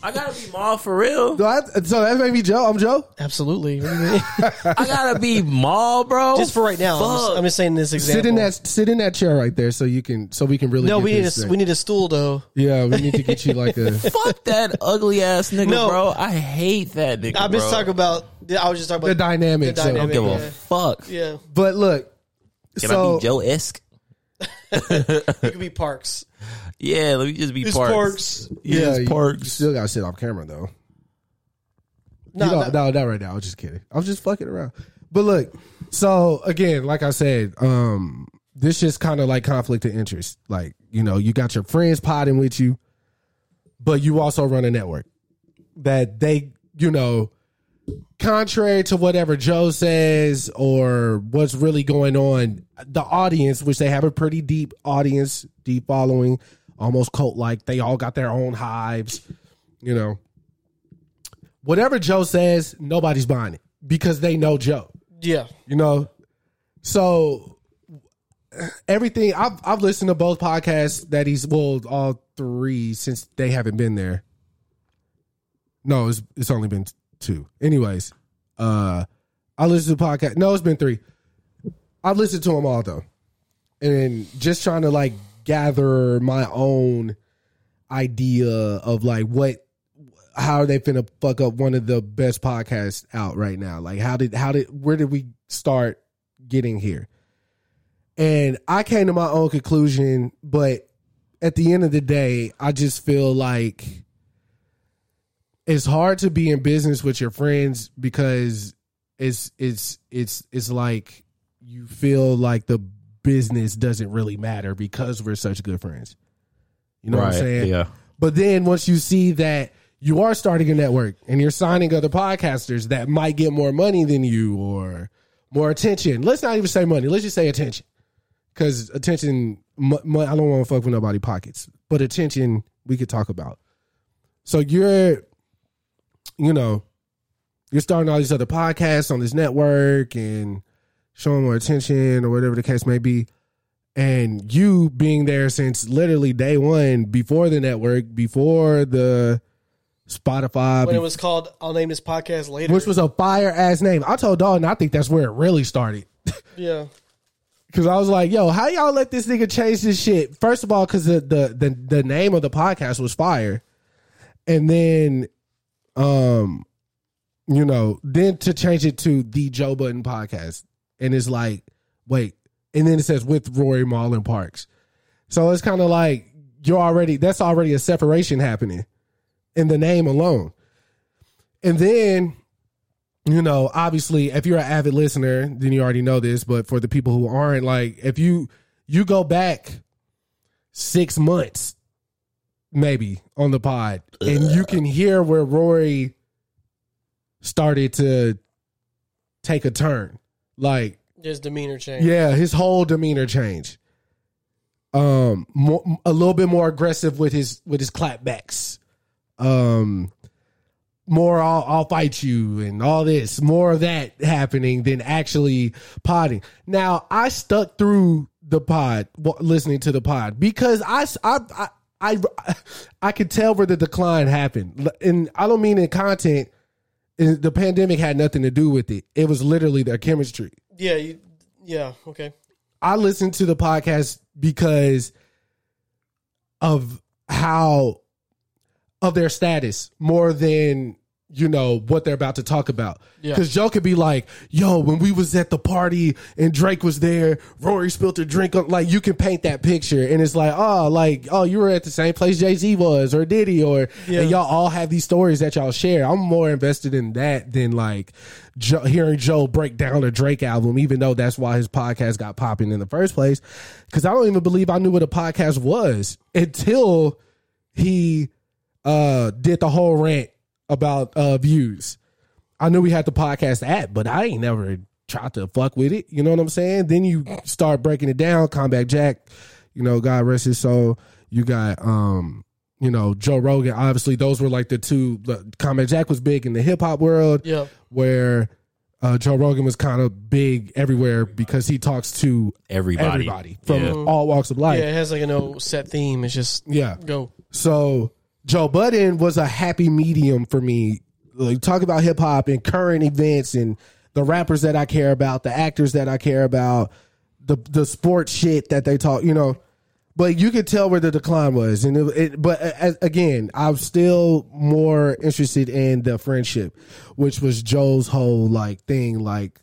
I gotta be Maul for real. So, *laughs* I, so that made me Joe. I'm Joe. Absolutely. *laughs* What do you mean? I gotta be Maul, bro. just for right now, I'm just, I'm just saying this example. Sit in that sit in that chair right there, so you can so we can really. no, get we need this a thing. we need a stool though. Yeah, we need to get you like *laughs* a. Fuck that ugly ass nigga, No. bro. I hate that nigga. I've been bro. talking about. I was just talking the about dynamic. The so- I don't dynamic. give Yeah. a fuck. Yeah, But look, Can I so be Joe esque? it could be Parks. Yeah, let me just be It's Parks. Parks. Yeah, yeah, it's you- You Parks. still gotta sit off camera though. No, You know- no. no, not right now. I was just kidding. I was just fucking around. But look, so again, like I said, um, this just kind of like conflict of interest. Like you know, you got your friends potting with you, but you also run a network that they, you know, contrary to whatever Joe says or what's really going on, the audience, which they have a pretty deep audience, deep following, almost cult like. They all got their own hives, you know whatever Joe says, nobody's buying it because they know Joe. Yeah. You know, so everything I've I've listened to both podcasts that he's well all three since they haven't been there. No, it's it's only been two. Anyways, uh, I listened to the podcast. No, it's been three. I've listened to them all though, and just trying to like gather my own idea of like what how are they finna fuck up one of the best podcasts out right now? Like how did how did where did we start getting here? And I came to my own conclusion, but at the end of the day, I just feel like it's hard to be in business with your friends because it's it's it's it's like you feel like the business doesn't really matter because we're such good friends. You know what I'm saying? But then once you see that you are starting a network and you're signing other podcasters that might get more money than you or more attention. Let's not even say money. Let's just say attention. Because attention, mo- mo- I don't want to fuck with nobody pockets, but attention we could talk about. So you're, you know, you're starting all these other podcasts on this network and showing more attention or whatever the case may be and you being there since literally day one before the network before the Spotify, when it was called I'll name this podcast later. which was a fire ass name. I told Dalton, I think that's where it really started. yeah. Cause I was like, yo, how y'all let this nigga change this shit? First of all, cause the the the, the name of the podcast was fire. And then um, you know, then to change it to the Joe Button podcast. And it's like, wait, and then it says with Rory Marlin Parks. So it's kind of like you're already that's already a separation happening in the name alone. And then you know, obviously, if you're an avid listener, then you already know this. But for the people who aren't, like, if you you go back six months, maybe on the pod, and you can hear where Rory started to take a turn, like His demeanor change. yeah, his whole demeanor changed. Um, more, a little bit more aggressive with his with his clapbacks. Um, more I'll, I'll fight you and all this, more of that happening than actually potting. Now I stuck through the pod, wa- listening to the pod because I s- I. I I, I could tell where the decline happened, and I don't mean in content. It- The pandemic had nothing to do with it. It was literally their chemistry. Yeah. You, yeah. Okay. I listen to the podcast because of how of their status more than you know what they're about to talk about. Yeah. Because Joe could be like, "Yo, when we was at the party and Drake was there, Rory spilled a drink on." Like you can paint that picture, and it's like, "Oh, like oh, you were at the same place Jay Z was, or Diddy, or Yeah. and y'all all have these stories that y'all share." I'm more invested in that than like Joe, hearing Joe break down a Drake album, even though that's why his podcast got popping in the first place. Because I don't even believe I knew what a podcast was until he uh did the whole rant about uh views. I knew we had the podcast app, but I ain't never tried to fuck with it. You know what I'm saying? Then you start breaking it down, Combat Jack, you know, God rest his soul. You got um, you know, Joe Rogan. Obviously, those were like the two the Combat Jack was big in the hip hop world Yeah. where uh, Joe Rogan was kind of big everywhere because he talks to Everybody. everybody from Yeah. all walks of life. Yeah. It has like a no set theme. It's just yeah. go. So Joe Budden was a happy medium for me. Like talk about hip hop and current events and the rappers that I care about, the actors that I care about, the the sports shit that they talk, you know. But you could tell where the decline was, and it, it, but a- a- again, I'm still more interested in the friendship, which was Joe's whole like thing, like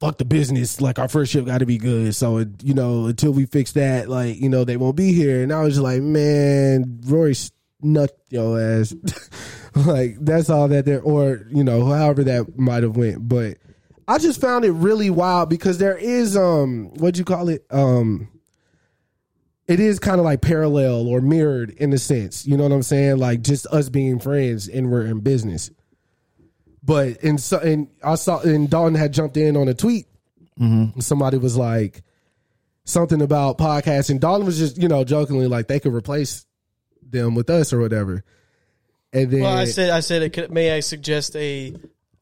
fuck the business. Like our friendship got to be good. So it, you know, until we fix that, like you know, they won't be here. And I was just like, man, Rory snuck your ass. *laughs* like that's all that there, or you know, however that might have went. But I just found it really wild because there is um, what'd you call it um. It is kind of like parallel or mirrored in a sense. You know what I'm saying? Like just us being friends and we're in business. But and so and I saw and Dalton had jumped in on a tweet. Somebody was like something about podcasts, and Dalton was just you know jokingly like they could replace them with us or whatever. And then Well, I said, I said, it could, may I suggest a,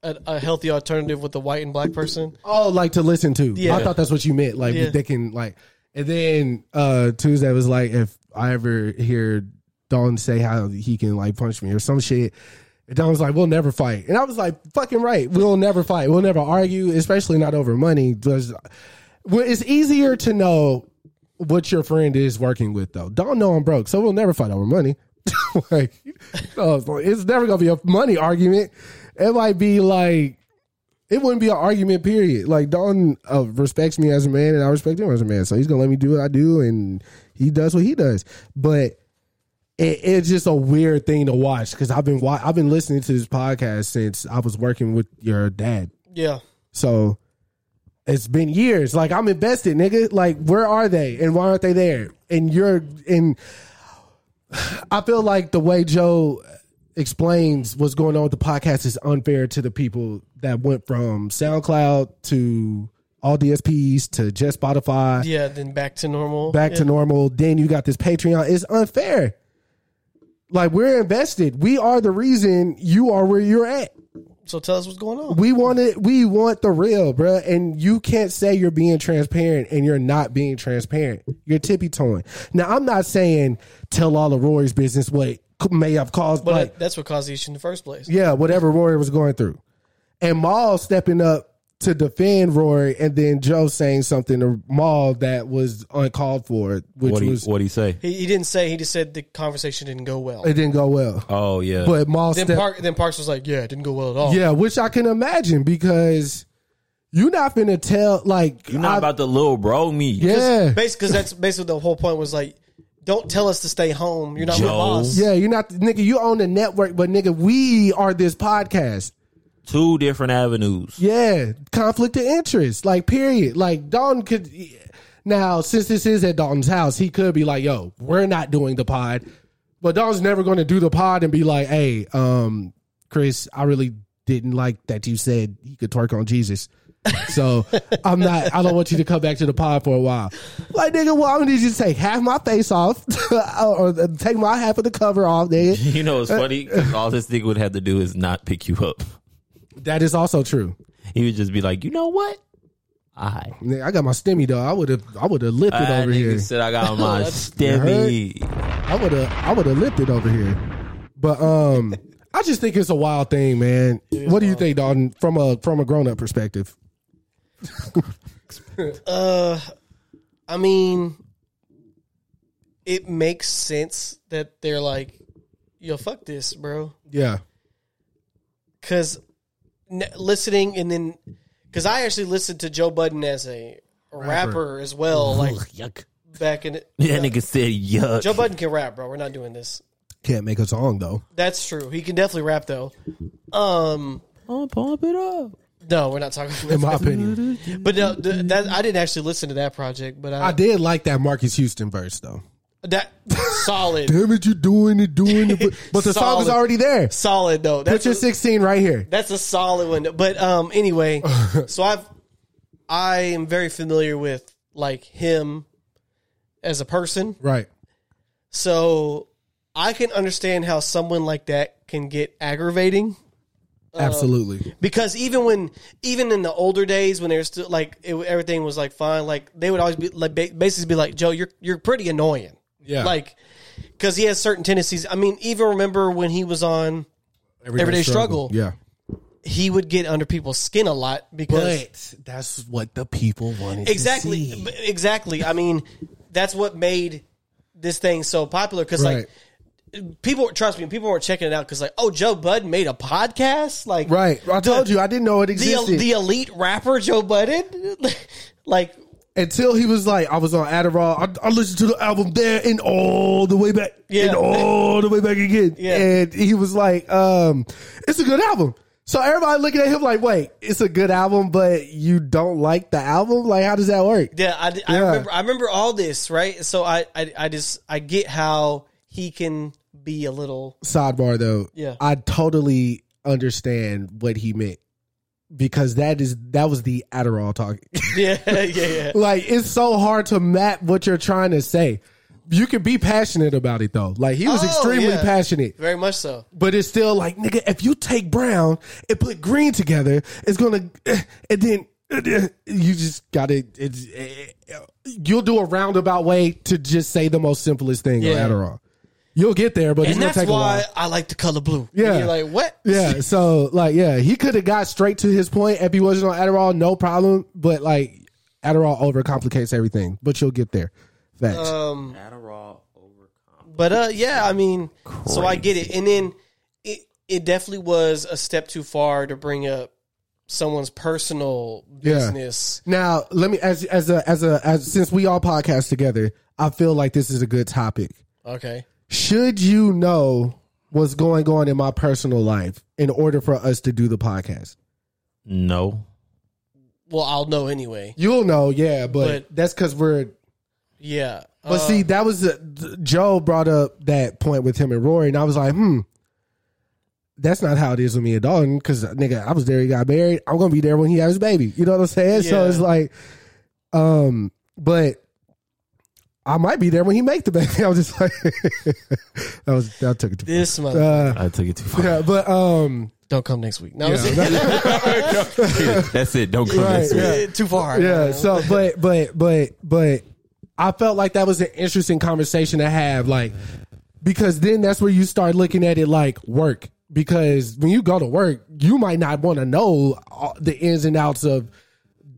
a a healthy alternative with the white and black person? oh, like to listen to. Yeah. I thought that's what you meant. Like Yeah. they can like. And then uh Tuesday was like, if I ever hear Dalton say how he can like punch me or some shit. And Don was like, we'll never fight. And I was like, fucking right. We'll never fight. We'll never argue, especially not over money. Just- Well, It's easier to know what your friend is working with, though. Don't know I'm broke, so we'll never fight over money. *laughs* like, so it's like, it's never going to be a money argument. It might be like, it wouldn't be an argument, period. Like, Don uh, respects me as a man, and I respect him as a man. So he's going to let me do what I do, and he does what he does. But it, it's just a weird thing to watch because I've been wa- I've been listening to this podcast since I was working with your dad, Yeah, so it's been years. Like I'm invested, nigga. Like where are they and why aren't they there? And you're and I feel like the way Joe explains what's going on with the podcast is unfair to the people that went from SoundCloud to all DSPs to just Spotify yeah. Then back to normal. back to Yeah. normal. Then you got this Patreon. It's unfair. Like we're invested. We are the reason you are where you're at. So tell us what's going on. We want it. We want the real, bruh. And you can't say you're being transparent and you're not being transparent. You're tippy toeing. Now I'm not saying tell all of Rory's business what may have caused, But like, that's what caused the issue in the first place. yeah, whatever Rory was going through. And Maul stepping up to defend Rory, and then Joe saying something to Maul that was uncalled for, which What do you was What do you say? He, he didn't say. He just said the conversation didn't go well. it didn't go well. Oh yeah, But Maul Then, stepped Park, then Parks was like, "Yeah, it didn't go well at all." Yeah, which I can imagine because you're not finna tell like you're not I- about the little bro me. yeah Basically, because that's basically the whole point was like, don't tell us to stay home. You're not my Joe. boss. yeah you're not nigga you own the network but nigga we are this podcast two different avenues. *laughs* yeah conflict of interest like period like Dalton could now since this is at Dalton's house he could be like yo we're not doing the pod but Dalton's never going to do the pod and be like hey um Chris I really didn't like that you said he could twerk on Jesus. So *laughs* I'm not. I don't want you to come back to the pod for a while. Like nigga, well I'm gonna need you to take half my face off, *laughs* or take my half of the cover off, nigga. You know, it's funny. 'cause all this nigga would have to do is not pick you up. That is also true. He would just be like, you know what? I. Nigga, I got my stimmy though. I would have. I would have lifted I over nigga here. said *laughs* I got my You stemmy. I would have. I would have lifted over here. But um, I just think it's a wild thing, man. What do you think, Dalton? From a from a grown up perspective, I mean, it makes sense that they're like, "Yo, fuck this, bro." yeah, because n- listening and then because I actually listened to Joe Budden as a rapper, as well, *laughs* like Yuck. back in it. That nigga said yuck. Joe Budden can rap, bro. We're not doing this. can't make a song though. That's true. He can definitely rap though. Um, Oh, pump it up. no, we're not talking. In About my opinion, that. But no, th- that I didn't actually listen to that project, but I, I did like that Marcus Houston verse though. that solid, Damn it, you doing it, doing it, *laughs* but, but the song is Solid. already there. solid though. That's Picture a- sixteen right here. That's a solid one. But um, *laughs* anyway, so I've I am very familiar with like him as a person. Right. So I can understand how someone like that can get aggravating Uh, Absolutely. because even when even in the older days when they were still like it, everything was like fine, like they would always be like ba- basically be like Joe, you're you're pretty annoying. Yeah. Like because he has certain tendencies. I mean, even remember when he was on, Everyday Struggle. Yeah. he would get under people's skin a lot because But that's what the people wanted. to exactly see. b- exactly i mean that's what made this thing so popular because Right. like people trust me people weren't checking it out because like oh joe budden made a podcast like Right. I told you I didn't know it the, existed the elite rapper joe budden *laughs* like until he was like, I was on Adderall. I, I listened to the album there and all the way back, Yeah. and all the way back again. Yeah. And he was like, um, "It's a good album." So everybody looking at him like, "Wait, it's a good album, but you don't like the album? Like, how does that work?" yeah i, I Yeah. remember i remember all this right so I, I i just i get how he can be a little *laughs* sidebar though. Yeah. I totally understand what he meant because that is that was the Adderall talking. yeah yeah yeah like it's so hard to map what you're trying to say. You can be passionate about it though. Like he was Oh, extremely yeah. passionate, very much so but it's still like nigga, if you take brown and put green together, it's gonna and then you just gotta. It's, you'll do a roundabout way to just say the most simplest thing Yeah. on Adderall. You'll get there, but it's and gonna that's take a while. why i like the color blue Yeah. And you're like what Yeah, so like, yeah, he could have got straight to his point if he wasn't on Adderall, no problem. But like, Adderall overcomplicates everything. But you'll get there. Facts. *laughs* But uh, yeah, I mean, so I get it, and then it it definitely was a step too far to bring up someone's personal Yeah. business. now, let me as as a as a as since we all podcast together, I feel like this is a good topic. Okay, Should you know what's going on in my personal life in order for us to do the podcast? No. well, I'll know anyway. You'll know, yeah, but, But- that's because we're Yeah, But Uh, see, that was the, Joe brought up that point with him and Rory, and I was like, hmm, that's not how it is with me and Dalton. Because nigga, I was there, he got married. I'm gonna be there when he has his baby. You know what I'm saying? So Yeah. it's like, um, but I might be there when he make the baby. *laughs* I was just like, that was that took it. To, this month I took it too far. yeah, *laughs* but um, don't come next week. No, uh, yeah, it's- *laughs* That's it. Don't come Right, this way. yeah. too far. yeah. *laughs* So, but but but but I felt like that was an interesting conversation to have. Like, because then that's where you start looking at it like work. Because when you go to work, you might not want to know all the ins and outs of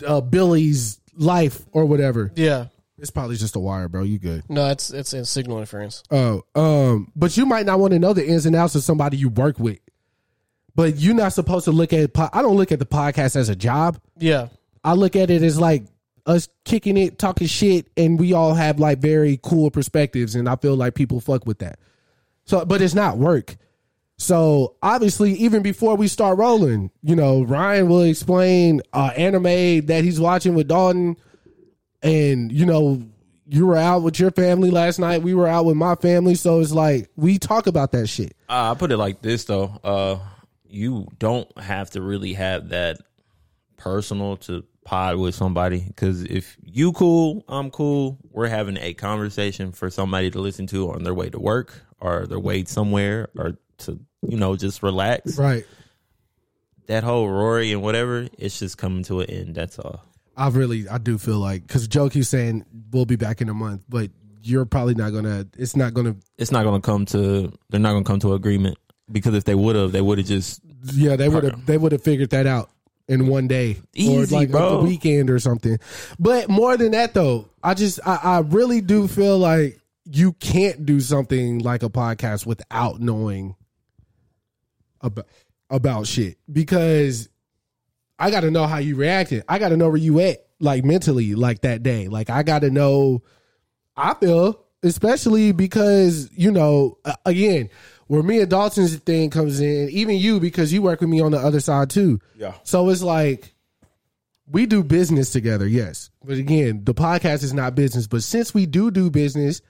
uh, Billy's life or whatever. Yeah. It's probably just a wire, bro. You good? No, it's it's a signal interference. Oh, um, but you might not want to know the ins and outs of somebody you work with. But you're not supposed to look at. Po- I don't look at the podcast as a job. Yeah. I look at it as like us kicking it, talking shit, and we all have like very cool perspectives, and I feel like people fuck with that. So, but it's not work. So obviously, even before we start rolling, you know, Ryan will explain uh, anime that he's watching with Dalton, and you know, you were out with your family last night. We were out with my family, so it's like we talk about that shit. Uh, I put it like this though. Uh, you don't have to really have that personal to pod with somebody because if you cool, I'm cool. We're having a conversation for somebody to listen to on their way to work or their way somewhere or to you know just relax. Right. That whole Rory and whatever, it's just coming to an end. That's all. I really, I do feel like because Joe keeps saying we'll be back in a month, but you're probably not gonna. It's not gonna. It's not gonna come to. They're not gonna come to agreement because if they would have, they would have just Yeah, they would have. They would have figured that out in one day or Easy, like bro. the weekend or something. But more than that, though, I just, I, I really do feel like you can't do something like a podcast without knowing about about shit because I got to know how you reacted. I got to know where you at, like mentally, like that day. Like I got to know. I feel especially because you know, a- again, where me and Dalton's thing comes in, even you because you work with me on the other side too. Yeah. So it's like we do business together, yes. But again, the podcast is not business. But since we do do business,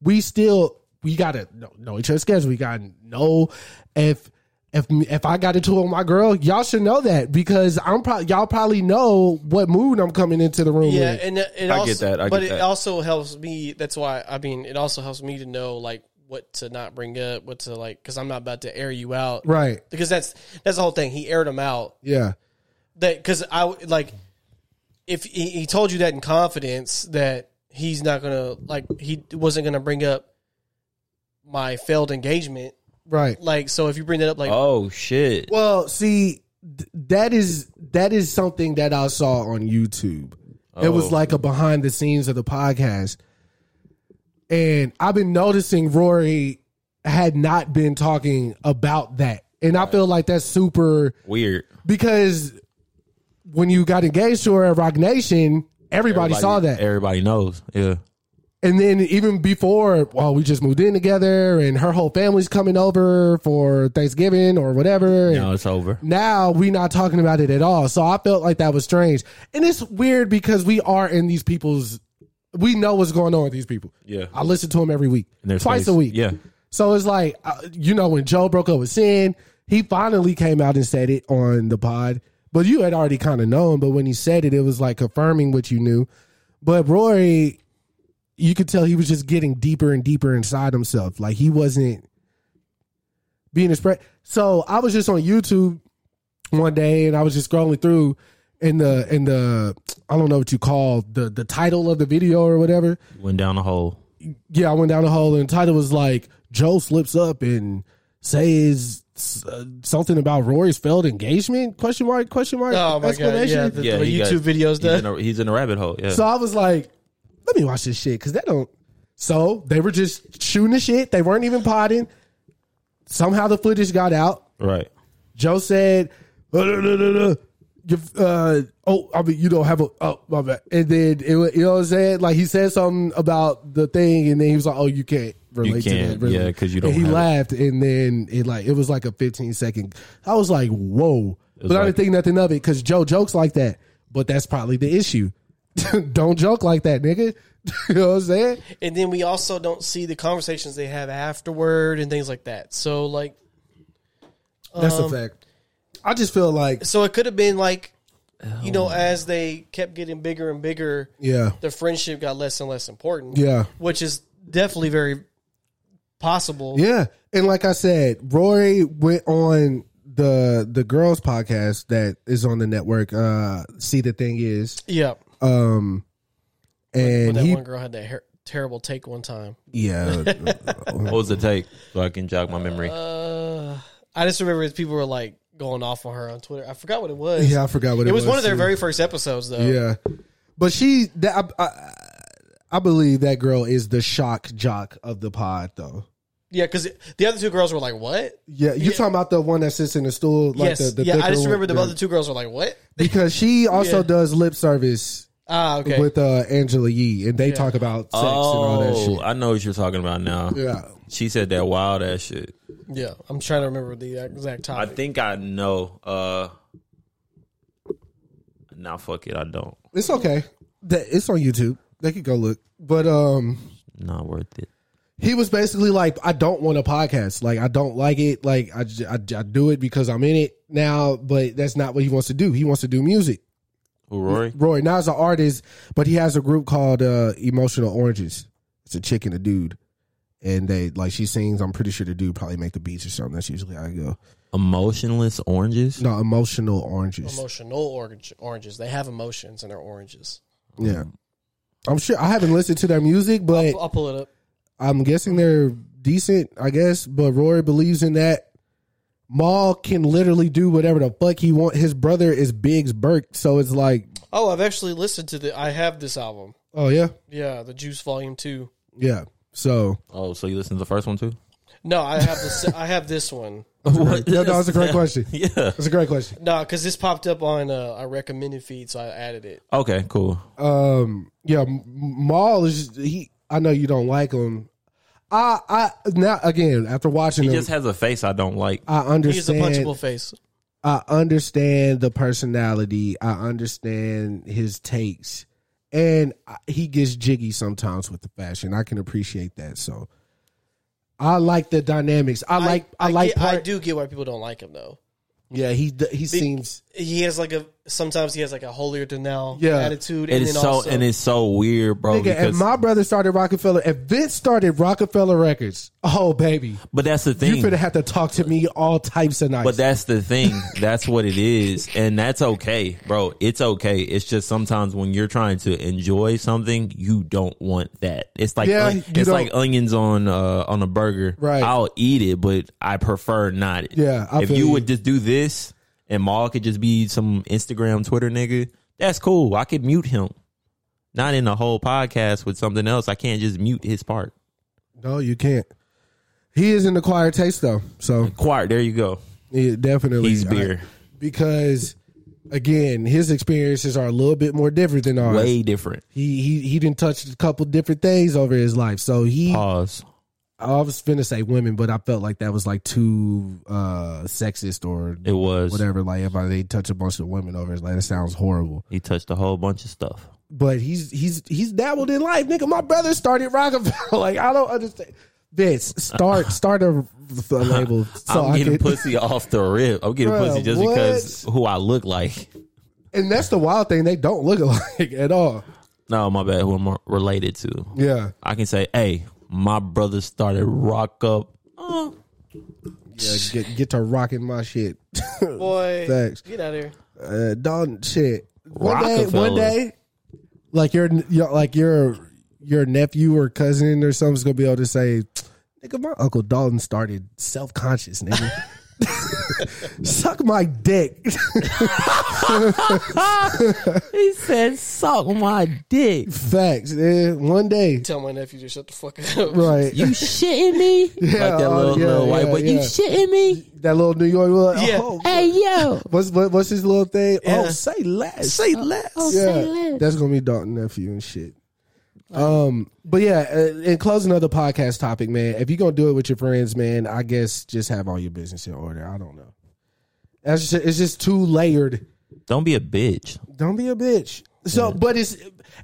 we still we gotta know, know each other's schedule. We gotta know if if if I got into it with my girl, y'all should know that because I'm probably y'all probably know what mood I'm coming into the room Yeah, with. and it it I get also, that, I but get it that. also helps me. That's why I mean, it also helps me to know like what to not bring up, what to like, because I'm not about to air you out, right. Because that's that's the whole thing. He aired him out. Yeah. That because I like if he, he told you that in confidence that he's not gonna like he wasn't gonna bring up my failed engagement. Right. Like so, if you bring that up, like oh shit. Well, see, th- that is that is something that I saw on YouTube. It Oh. was like a behind the scenes of the podcast, and I've been noticing Rory had not been talking about that, and I feel like that's super Weird. because when you got engaged to her at Rock Nation, everybody saw that, Everybody er knows. Yeah. and then even before, well, we just moved in together, and her whole family's coming over for Thanksgiving or whatever. and- Now it's over. now we not talking about it at all. So I felt like that was strange. And it's weird because we are in these people's we know what's going on with these people. Yeah. I listen to them every week. In their Twice space. a week. Yeah. So it's like uh, you know when Joe broke up with Sin, he finally came out and said it on the pod. But you had already kind of known, but when he said it it was like confirming what you knew. But Rory you could tell he was just getting deeper and deeper inside himself. Like he wasn't being expressed. So I was just on YouTube one day and I was just scrolling through and the and the I don't know what you call the the title of the video or whatever. Went down a hole. Yeah, I went down the hole and the title was like Joe slips up and says uh, something about Rory's failed engagement? Question mark? Question mark? oh my god, yeah, the, the he YouTube got- videos He's does. in, a, he's in a rabbit hole. Yeah. So I was like, let me watch this shit because that don't. So they were just shooting the shit. They weren't even potting. Somehow the footage got out. right. Joe said, "Uh, no, no, no, no. You, uh, "Oh, I mean, you don't have a oh my bad." And then it, wa- you know what I'm saying? Like he said something about the thing, and then he was like, "Oh, you can't relate to can't, that, really. yeah, 'cause you don't And he have it. laughed, and then it like it was like a 15 second. I was like, "Whoa!" But I like- didn't think nothing of it because Joe jokes like that. But that's probably the issue. *laughs* don't joke like that, nigga. *laughs* you know what I'm saying? and then we also don't see the conversations they have afterward and things like that. So like, That's a fact. I just feel like so it could have been like, you Oh. know, as they kept getting bigger and bigger, yeah, the friendship got less and less important. yeah. which is definitely very possible. Yeah, and like I said, Rory went on the the girls podcast that is on the network. Uh, see the thing is, yeah. um, But and that he one girl had that hair, terrible take one time. Yeah. *laughs* What was the take? So I can jog my memory. Uh, I just remember people were like going off on her on Twitter. I forgot what it was. yeah, I forgot what it, it was one of their too. very first episodes, though. Yeah, but she that I, I, I believe that girl is the shock jock of the pod though. yeah, because the other two girls were like, "What?" Yeah, you talking about the one that sits in the stool? Like yes, the, the yeah. I thicker just one? remember the Yeah. other two girls were like, "What?" because she also *laughs* Yeah. does lip service Ah, okay. with uh, Angela Yee, and they Yeah. talk about sex and all oh, that I know what you're talking about now. shit. Yeah, She said that wild ass shit. yeah, I'm trying to remember the exact I topic. think I know. Uh, nah, fuck it. I don't. it's okay. That it's on YouTube. They could go look. But um, Not worth it. he was basically like, I don't want a podcast. Like, I don't like it. Like, I, j- I, j- I do it because I'm in it now, but that's not what he wants to do. He wants to do music. Who, Rory? Roy, now is an artist, but he has a group called uh, Emotional Oranges. It's a chick and a dude. And they, like, she sings. I'm pretty sure the dude probably make the beats or something. That's usually how I go. Emotionless oranges. No, Emotional Oranges. Emotional orange, oranges. They have emotions and they're oranges. Yeah. I'm sure I haven't listened to their music, but I'll pull it up. I'm guessing they're decent, I guess. But Rory believes in that. Maul can literally do whatever the fuck he want. His brother is Biggs Burke, so it's like, Oh, I've actually listened to the. I have this album. oh yeah, Yeah, the Juice Volume Two. yeah. So Oh, so you listened to the first one *laughs* too? No, I have this. *laughs* I have this one. *laughs* What? no, no, that's a *laughs* great question. Yeah. That's a great question. No, because this popped up on uh, a recommended feed, so I added it. Okay. Cool. Um, yeah, M- Maul is he. I know you don't like him. I, I now again after watching He him, just has a face I don't like. I He's a understand. punchable face. I understand the personality. I understand his takes, and I- he gets jiggy sometimes with the fashion. I can appreciate that. So, I like the dynamics. I like. I, like. get- part, I do get why people don't like him though. Yeah, he d- he seems. He has like a sometimes he has like a holier than thou Yeah. attitude. It and is then so also, and it's so weird, bro. Nigga, if because, my brother started Rockefeller, if Vince started Rockefeller Records, oh baby, but that's the you thing. finna have to talk to me all types of nights. But that's the *laughs* thing. That's what it is. And that's okay, bro. It's okay. It's just sometimes when you're trying to enjoy something, you don't want that. It's like Yeah, on- you it's like don't- onions on uh, on a burger. Right. I'll eat it, but I prefer not. Yeah, I if feel you you. would just do this and Maul could just be some Instagram Twitter nigga, that's cool. I could mute him. Not in a whole podcast with something else. I can't just mute his part. no, you can't. He is an acquired taste though, so Quiet. There you go. yeah, definitely He's I- beer. because again, his experiences are a little bit more different than ours. Way different. He he he didn't touch a couple different things over his life. So he Pause. I was finna say women, but I felt like that was like too uh sexist or It was. whatever. Like if I they touch a bunch of women over his life, that sounds horrible. He touched a whole bunch of stuff. But he's he's he's dabbled in life, nigga. My brother started Rockefeller. *laughs* like I don't understand. Vince, *laughs* start start a, a label. So I'm I getting could, pussy off the rip. I'm getting Bruh, pussy just what? because who I look like. *laughs* and that's the wild thing. They don't look *laughs* alike at all. No, my bad. Who I'm related to. Yeah. I can say, hey, my brother started rock up. Oh, Yeah, get get to rocking my shit. *laughs* boy. Thanks. Get out of here. Uh, don't shit. One day, one Rockefeller. day, like your, your like your your nephew or cousin or something's gonna be able to say, "Nigga, my uncle Dalton started self conscious, nigga." *laughs* Suck my dick. *laughs* he said, suck my dick. Facts. eh, One day, Tell my nephew to shut the fuck up. right? *laughs* You shitting me? like that oh, *laughs* little, yeah, little white yeah, boy. You yeah. shitting me? That little New York. Little, Yeah. oh, Hey, yo. what's what, what's his little thing? Oh, Yeah. say less. Oh, Say less. Oh, yeah, that's gonna be Dalton nephew and shit. Um, but yeah, uh, in closing of the podcast topic, man, if you're gonna do it with your friends, man, I guess just have all your business in order. I don't know. That's just, it's just too layered. Don't be a bitch. Don't be a bitch. So, but it's,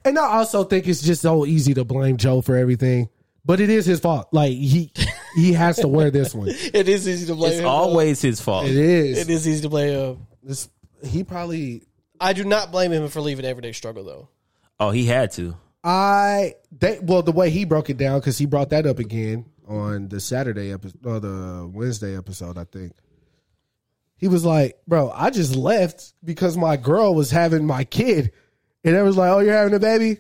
and I also think it's just so easy to blame Joe for everything. But it is his fault. Like he, he has to wear this *laughs* one. It *laughs* It is easy to blame. It's him, though. always his fault. is. It is easy to blame him. It's- he probably I do not blame him for leaving Everyday Struggle though. Oh, he had to. I they well the way he broke it down because he brought that up again on the Saturday episode or the Wednesday episode I think. He was like, "Bro, I just left because my girl was having my kid," and I was like, "Oh, you're having a baby?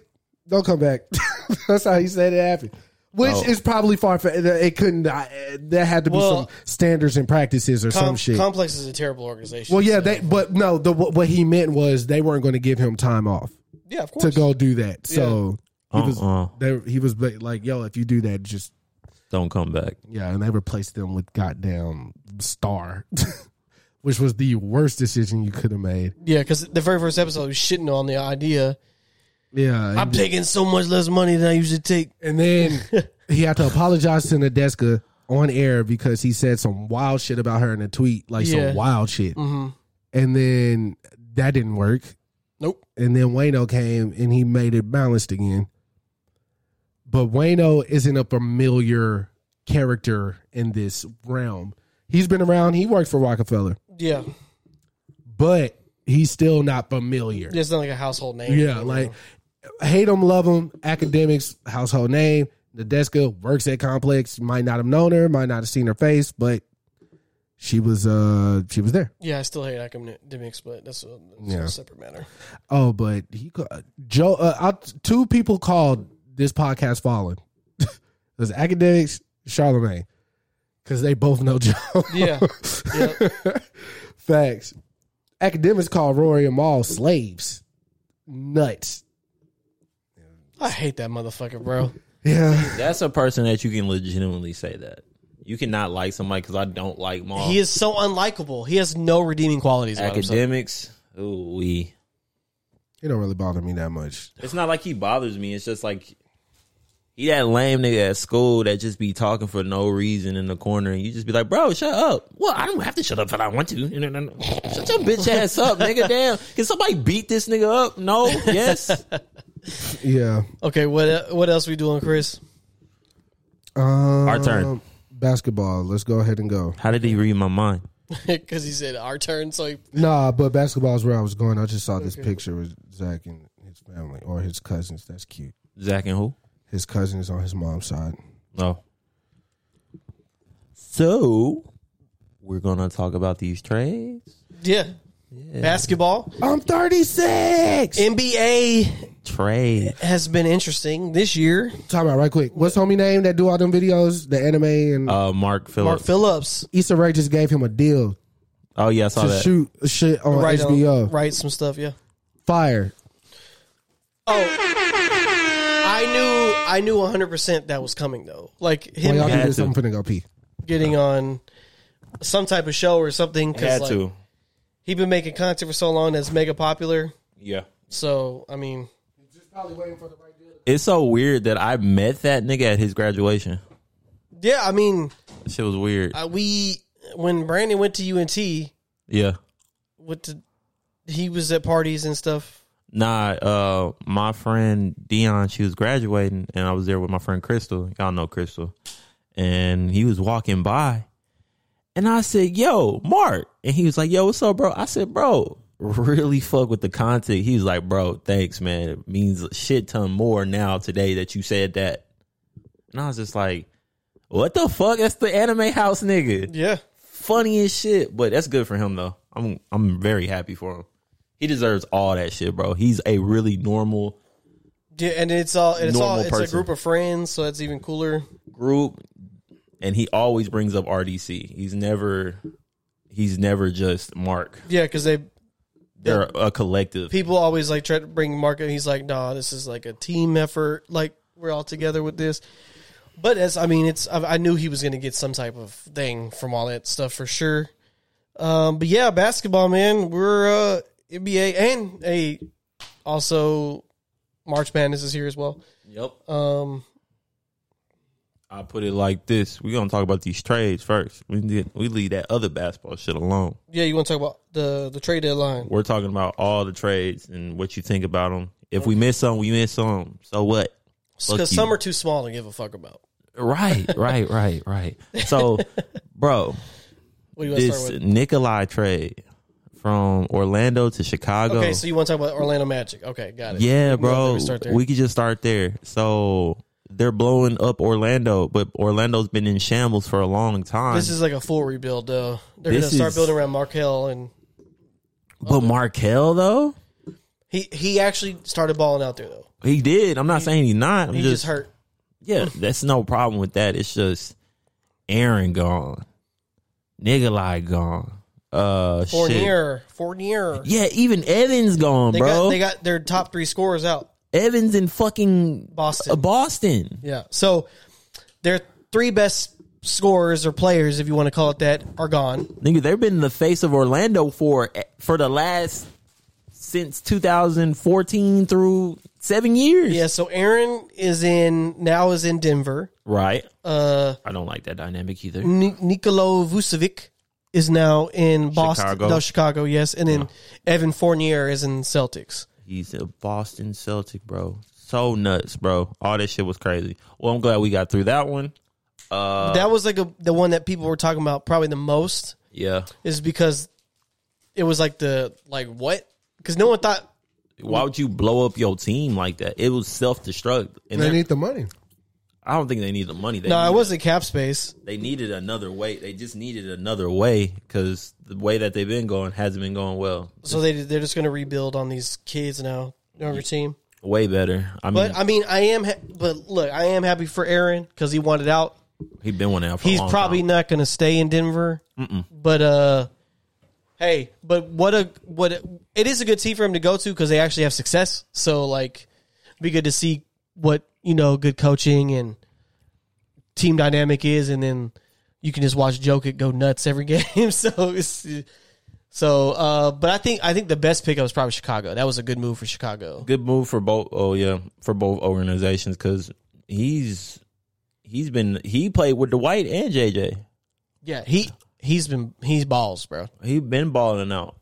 Don't come back. *laughs* That's how he said it happened. Which Oh. is probably far fetched. It couldn't. I- There had to be Well, some standards and practices or some Com- shit. Complex is a terrible organization. well, yeah, so- they. But no, the, what what he meant was they weren't going to give him time off yeah, of course. to go do that. So he Uh-uh. was. They, he was ba- like, "Yo, if you do that, just Don't come back. yeah." And they replaced them with goddamn star, *laughs* which was the worst decision you could have made. Yeah, because the very first episode, he was shitting on the idea. Yeah, and I'm taking so much less money than I usually take. And then *laughs* he had to apologize to Nadeska on air because he said some wild shit about her in a tweet, like Yeah. Mm-hmm. some wild shit. And then that didn't work. Nope. And then Wayno came and he made it balanced again. But Wayno isn't a familiar character in this realm. He's been around, he worked for Rockefeller, Yeah, but he's still not familiar. it's not like a household name. Yeah, like hate him, love him. Academics, household name. Nadeska works at Complex. Might not have known her, might not have seen her face, but she was uh she was there. yeah, I still hate academics, but that's a, that's Yeah. a *laughs* separate matter. Oh, but he ca- Joe. Uh, I, two people called this podcast fallen. *laughs* it was academics, Charlemagne, because they both know Joe. Yeah, *laughs* Facts. Academics called Rory and Maul slaves. Nuts. I hate that motherfucker, bro. Yeah. That's a person that you can legitimately say that. You cannot like somebody because I don't like Maul. He is so unlikable. He has no redeeming qualities. about himself. academics. Ooh, we. It don't really bother me that much. It's not like he bothers me. It's just like he that lame nigga at school that just be talking for no reason in the corner, and you just be like, "Bro, shut up." Well, I don't have to shut up if I want to. Shut your bitch ass up, *laughs* nigga. Damn, can somebody beat this nigga up? No, yes. Yeah. Okay, what what else we doing, Chris? *laughs* Um, Our turn. Basketball. Let's go ahead and go. How did he read my mind? Because he said our turn, so he, Nah, but basketball is where I was going. I just saw this picture with Zach and his family or his cousins. That's cute. Zach and who? His cousins on his mom's side. No. So we're gonna talk about these trades. yeah. Basketball, I'm 36. NBA Trade. has been interesting this year. Time out right quick. What's homie name that do all them videos? The anime and Uh, Mark Mark Phillips. Phillips Issa Rae just gave him a deal oh yeah, I saw to that. shoot shit on right HBO. on, write some stuff. Yeah, Fire. I knew I knew 100 percent that was coming though. Like While him y'all do Had this, to. I'm finna go pee. getting on some type of show or something because Had like, to. he been making content for so long that's mega popular. Yeah. So I mean, It's so weird that I met that nigga at his graduation. yeah, I mean, That shit was weird. I, we when Brandon went to UNT, yeah. what the, he was at parties and stuff. Nah, uh, my friend Dion, she was graduating, and I was there with my friend Crystal. Y'all know Crystal. And he was walking by, and I said, Yo, Mark. And he was like, Yo, what's up, bro? I said, Bro, really fuck with the content. He was like, Bro, thanks, man. It means a shit ton more now today that you said that. And I was just like, What the fuck? That's the anime house nigga. Yeah, funny as shit. But that's good for him though. I'm I'm very happy for him. He deserves all that shit, bro. He's a really normal yeah, and it's all and it's all Normal it's a person. group of friends, so that's even cooler. group, and he always brings up RDC. He's never he's never just Mark. Yeah, because they They're a collective. people always like try to bring Mark, and he's like, "Nah, this is like a team effort. Like we're all together with this." But as I mean, it's I, I knew he was going to get some type of thing from all that stuff for sure. Um, but yeah, basketball, man, we're uh, NBA and a also March Madness is here as well. Yep. Um, I put it like this: We're gonna talk about these trades first. We did, we leave that other basketball shit alone. yeah, you want to talk about the the trade deadline? We're talking about all the trades and what you think about them. If we miss some, we miss some. So what? Fuck Because you. some are too small to give a fuck about. Right, right, right, right. *laughs* So, bro, What do you want to this start with? Nikolai trade from Orlando to Chicago. Okay, so you want to talk about Orlando Magic? Okay, got it. yeah, You want bro, to start there? we could just start there. So they're blowing up Orlando, but Orlando's been in shambles for a long time. This is like a full rebuild, though. They're This gonna start is- building around Markel, and but Markel though, He he actually started balling out there though. He did. I'm not saying he's not. I'm He just, just hurt. *laughs* Yeah, that's no problem with that. It's just Aaron gone, nigga like gone. Uh, shit. Fournier, Fournier. Yeah, even Evans gone, They bro. got they got their top three scorers out. Evans in fucking Boston. uh, Boston. Yeah. So their three best scorers or players, if you want to call it that, are *laughs* gone. Nigga, they've been the face of Orlando for for the last since 2014 through seven years. Yeah. So Aaron is in now is in Denver. Right. Uh, I don't like that dynamic either. Ni- Nikolo Vucevic is now in Boston, Chicago. Oh. no Chicago, yes, and then Evan Fournier is in Celtics. He's a Boston Celtic, bro. So nuts, bro. All that shit was crazy. Well, I'm glad we got through that one. that was like a, the one that people were talking about probably the most Yeah. is because it was like the like what because no one thought Why would you blow up your team like that? It was self destruct, and They they're- need the money. I don't think they need the money. They no it needed- wasn't cap space They needed another way. They just needed another way because the way that they've been going hasn't been going well. so they they're just gonna rebuild on these kids now on your team Way better. I mean, but I mean I am ha- but look I am happy for Aaron because he wanted out he's been one out. For he's a long probably time. not going to stay in Denver. But uh, hey, but what a what a, it is a good team for him to go to because they actually have success. So like, be good to see what you know, good coaching and team dynamic is, and then you can just watch Jokic go nuts every *laughs* game. so it's. So, uh, but I think I think the best pickup was probably Chicago. That was a good move for Chicago. good move for both. Oh yeah, for both organizations because he's he's been he played with Dwight and JJ. Yeah, he he's been he's balls, bro. He been balling out.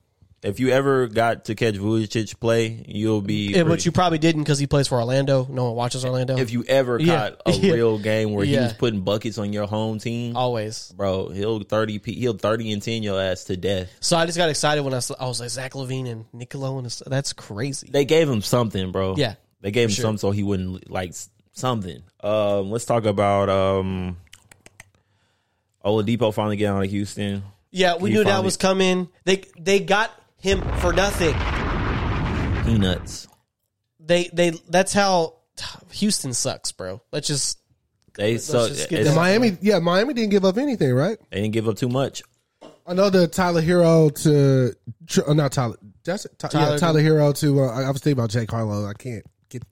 If you ever got to catch Vujicic play, you'll be. Yeah, pretty- but you probably didn't because he plays for Orlando. No one watches Orlando. if you ever Yeah. caught *laughs* a Yeah. real game where he Yeah. was putting buckets on your home team, always, bro, he'll thirty p- he'll thirty and ten your ass to death. So I just got excited when I, s- I was like Zach Levine and Nicolo and it's- that's crazy. They gave him something, bro. Yeah, they gave him sure. something so he wouldn't like s- something. Um, let's talk about um, Oladipo finally getting out of Houston. yeah, we He knew that finally- was coming. They they got him for nothing. Peanuts. They they that's how Houston sucks, bro. Let's just They suck. just get It's- that- Miami, yeah, Miami didn't give up anything, right? They didn't give up too much. I know the Tyler Hero to tr- uh, not Tyler. That's it. Ty- Tyler- yeah, Tyler Hero to. Uh, I, I was thinking about Jake Harlow. I can't get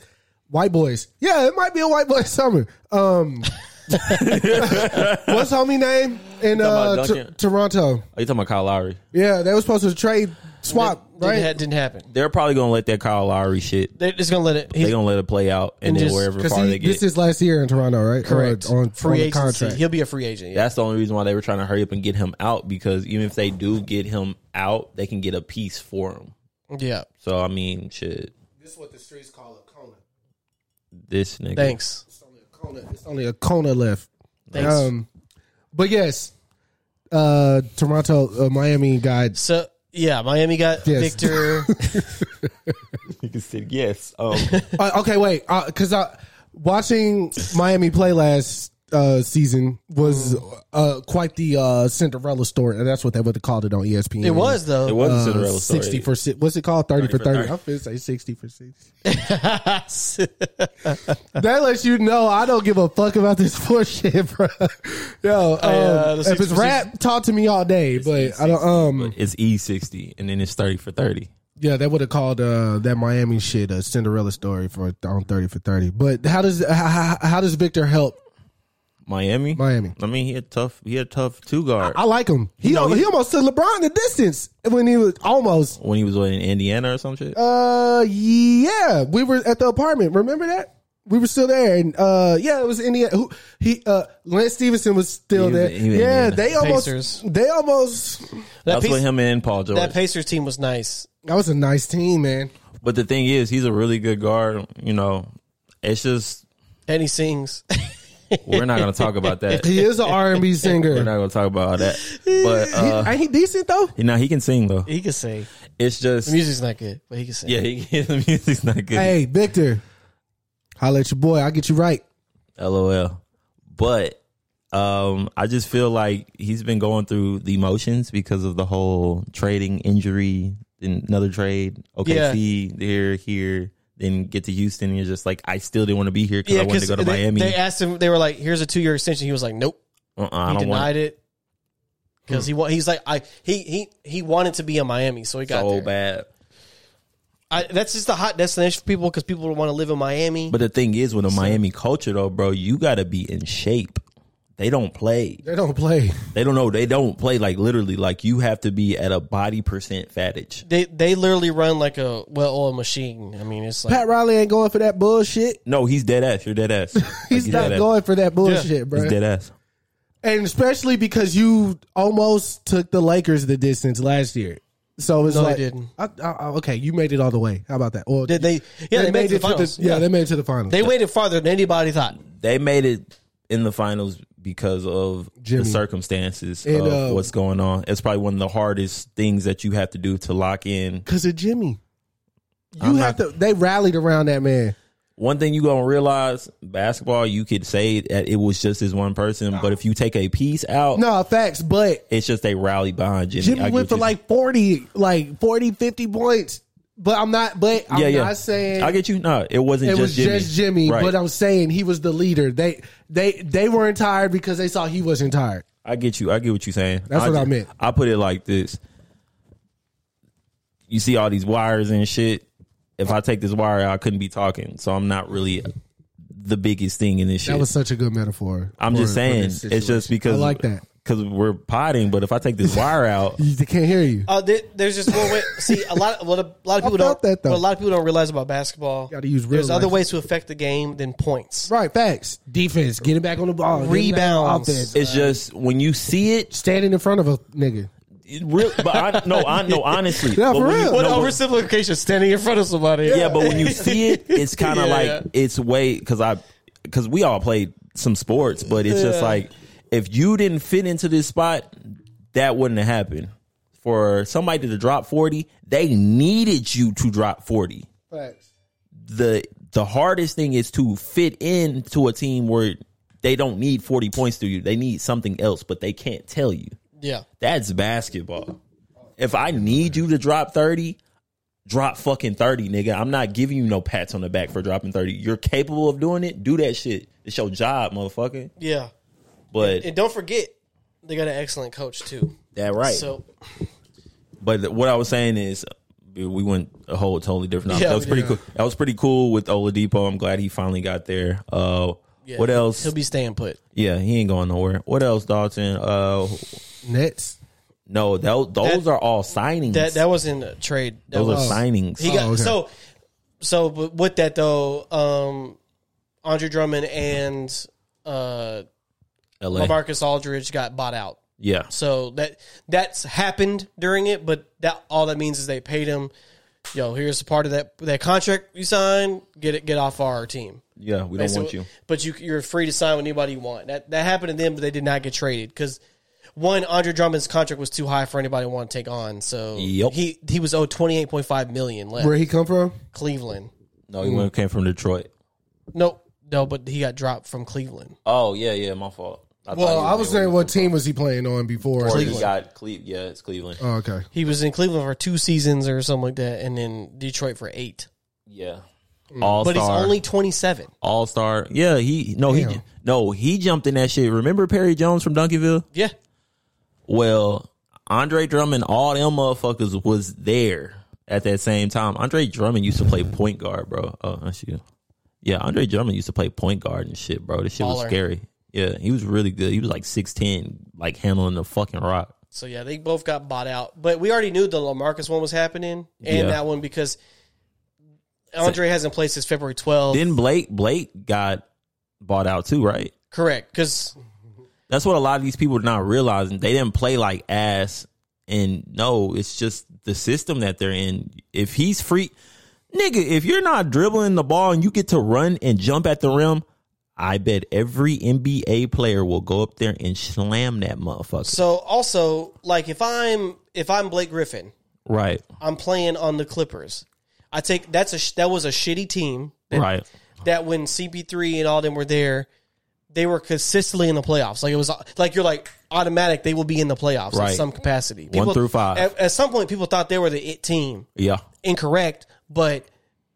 white boys. Yeah, it might be a white boy *laughs* summer. Um, *laughs* what's homie name in about uh, t- Duncan? Toronto? Are you talking about Kyle Lowry? Yeah, they were supposed to trade swap, right? right? didn't, ha- didn't happen. They're probably gonna let that Kyle Lowry shit. They're just gonna let it. They're He, gonna let it play out, and, And then just- wherever Because far they get, this is last year in Toronto, right? Or correct on, on free the agency. contract. He'll be a free agent. Yeah. That's the only reason why they were trying to hurry up and get him out because even if they do get him out, they can get a piece for him. yeah. So I mean, shit, This is what the streets call a Kona. this nigga. *laughs* Thanks. It's only a Kona. It's only a Kona left. Thanks. Um, but yes, uh, Toronto, uh, Miami guy. so yeah, Miami got Yes. Victor. You can say yes. Um, *laughs* Uh, okay, wait, because I watching Miami play last uh, season was uh, quite the uh, Cinderella story, and that's what they would have called it on E ESPN. it was though. it was a Uh, Cinderella story. sixty for si- what's it called? Thirty, for 30. thirty. I'm finna say sixty for sixty. *laughs* That lets you know I don't give a fuck about this *laughs* sport shit, bro. Yo, um, uh, the if 60 it's for rap, talk to me all day, but I don't. Um, It's E sixty, and then it's thirty for thirty. yeah, they would have called uh, that Miami shit a Cinderella story for on thirty for thirty. But how does how, how, how does Victor help Miami, Miami? I mean, he had tough. He had tough two guard I like him. He No, al- he- he, almost took LeBron the distance when he was almost. when he was what, in Indiana or some shit. Uh, yeah, we were at the apartment. Remember that? We were still there, and uh, yeah, it was Indiana. Who he? Uh, Lance Stevenson was still He was- there. he was yeah, Indiana. they almost. Pacers. They almost. that, That's Pac- what him and Paul George. that Pacers team was nice. That was a nice team, man. but the thing is, he's a really good guard. You know, it's just And he sings. *laughs* we're not gonna talk about *laughs* that. He is an R *laughs* and B We're singer. not gonna talk about all that. But uh, Ain't he decent though? you know, he can sing though. he could sing. It's just The music's not good, but he could sing. yeah, he, *laughs* the music's not good. Hey, Victor, holla at your boy. I will get you right. LOL. But um, I just feel like he's been going through the motions because of the whole trading injury then another trade. OKC, there, here, then get to Houston. And you're just like, I still didn't want to be here because I wanted to go to they, Miami. They asked him. They were like, "Here's a two year extension." He was like, "Nope." uh-uh, I He don't want denied it because he wa- he's like, "I he he he wanted to be in Miami, so he got so there." bad. I, that's just a hot destination for people because people want to live in Miami. But the thing is, with the Miami culture, though, bro, you got to be in shape. They don't play. They don't play. They don't know. They don't play like literally. Like you have to be at a body percent fattage. they they literally run like a well oiled machine. I mean, it's like Pat Riley ain't going for that bullshit. No, he's dead ass. You're *laughs* dead ass. Like, He's not dead ass. going for that bullshit, bro. He's dead ass. And especially because you almost took the Lakers the distance last year. So it's No, they like, didn't. I, I, I- okay, you made it all the way. How about that? Well, Did they- yeah, they made it to the finals. yeah, Yeah. they made it to the finals. they waited farther than anybody thought. They made it in the finals because of Jimmy. the circumstances And, of uh, what's going on. It's probably one of the hardest things that you have to do to lock in. because of Jimmy. You I'm have to. They rallied around that man. One thing you gonna realize, basketball, you could say that it was just this one person, but if you take a piece out, No facts, but it's just they rally behind Jimmy. I Jimmy get went for you. like 40, like 40, 50 points. But I'm not. But I'm yeah, yeah. not saying I get you. No, it wasn't. it just was Jimmy. just Jimmy. Right. But I'm saying he was the leader. They they they weren't tired because they saw he wasn't tired. I get you. I get what you're saying. That's what I ju- meant. I put it like this. You see all these wires and shit. If I take this wire out, I couldn't be talking. So I'm not really the biggest thing in this shit. That was such a good metaphor. I'm just for- for saying. this It's just situation. because I like that. Because we're potting, but if I take this *laughs* wire out, You- They can't hear you. Uh, there, there's just one way. See, a lot, a lot of, a lot of I people felt don't. that, though. what a lot of people don't realize about basketball. Gotta use real there's other life. ways to affect the game than points. Right, facts. Defense, getting back on the ball, getting back Rebounds. offense, it's just when you see it. standing in front of a nigga. it really, but I, no, I no. Honestly, Yeah, but for when you- real. What no, but- oversimplification? Standing in front of somebody. Yeah, but when you see it, it's kind of Yeah, like yeah. it's way because I because we all played some sports, but it's just like if you didn't fit into this spot, that wouldn't have happened. For somebody to drop forty, they needed you to drop forty. Facts. the The hardest thing is to fit into a team where they don't need forty points to you. They need something else, but they can't tell you. *laughs* yeah. That's basketball. If I need you to drop 30, drop fucking 30, nigga. I'm not giving you no pats on the back for dropping 30. You're capable of doing it. Do that shit. It's your job, motherfucker. yeah. But And don't forget, they got an excellent coach too. that right. So but what I was saying is we went a whole totally different. Yeah, that was we pretty did. cool. That was pretty cool with Oladipo. I'm glad he finally got there. Uh, what else? he'll be staying put. yeah, he ain't going nowhere. What else, Dalton? Uh, Nets. no, tho- those are all signings. That that wasn't a trade. That Mm. those was are signings. he got Oh, okay. so so. But with that though, um, Andre Drummond and uh, LA. Lamarcus Aldridge got bought out. Yeah. So that that's happened during it, but that all that means is they paid him. Yo, here's a part of that that contract you signed. Get it, get off our team. Yeah, we don't So- want you. But you you're free to sign with anybody you want. That that happened to them, but they did not get traded because one Andre Drummond's contract was too high for anybody to want to take on. So Yep. he he was owed twenty eight point five million left. Where he come from? Cleveland. No, he went, came from Detroit. No, no, but he got dropped from Cleveland. Oh yeah, yeah, my fault. I Well, I was saying what team was he playing on before? Cleveland. got Cleve. Yeah, it's Cleveland. Oh, okay. He was in Cleveland for two seasons or something like that, and then Detroit for eight. yeah, Mm. all But he's star. only twenty seven. all star. Yeah, he no he Damn. no he jumped in that shit. Remember Perry Jones from Duncanville? Yeah. Well, Andre Drummond, all them motherfuckers was there at that same time. Andre Drummond used to play point guard, bro. Oh, that's you. Yeah, Andre Drummond used to play point guard and shit, bro. This shit was Baller. scary. Yeah, he was really good. He was like six ten, like handling the fucking rock. So yeah, they both got bought out. But we already knew the Lamarcus one was happening, and Yeah. that one because Andre hasn't played since February 12th. Then Blake Blake got bought out too, right? Correct, because That's what a lot of these people are not realizing. They didn't play like ass, and no, it's just the system that they're in. If he's free, nigga, if you're not dribbling the ball and you get to run and jump at the rim, I bet every NBA player will go up there and slam that motherfucker. so also like if I'm if I'm Blake Griffin, right, I'm playing on the Clippers. I take that's a sh- that was a shitty team that, right. that when CP3 and all them were there, they were consistently in the playoffs. Like it was like you're like automatic they will be in the playoffs Right. in some capacity. through five. At, at some point, people thought they were the it team. Yeah. Incorrect, but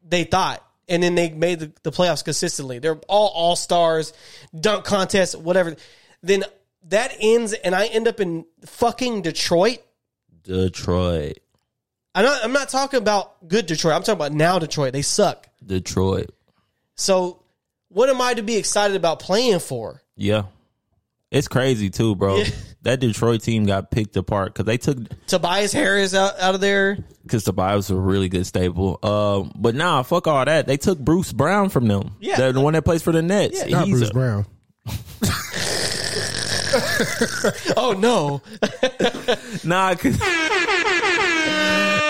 they thought, and then they made the, the playoffs consistently. They're all all stars, dunk contest, whatever. Then that ends, and I end up in fucking Detroit. Detroit. I'm not, I'm not talking about good Detroit. I'm talking about now Detroit. They suck. Detroit. So, what am I to be excited about playing for? Yeah. It's crazy too, bro. Yeah. That Detroit team got picked apart because they took Tobias Harris out, out of there. because the was a really good staple. Um, but nah, fuck all that. They took Bruce Brown from them. Yeah. They're the one that plays for the Nets. Not He's Bruce a- Brown. Oh no, *laughs* Nah, 'cause-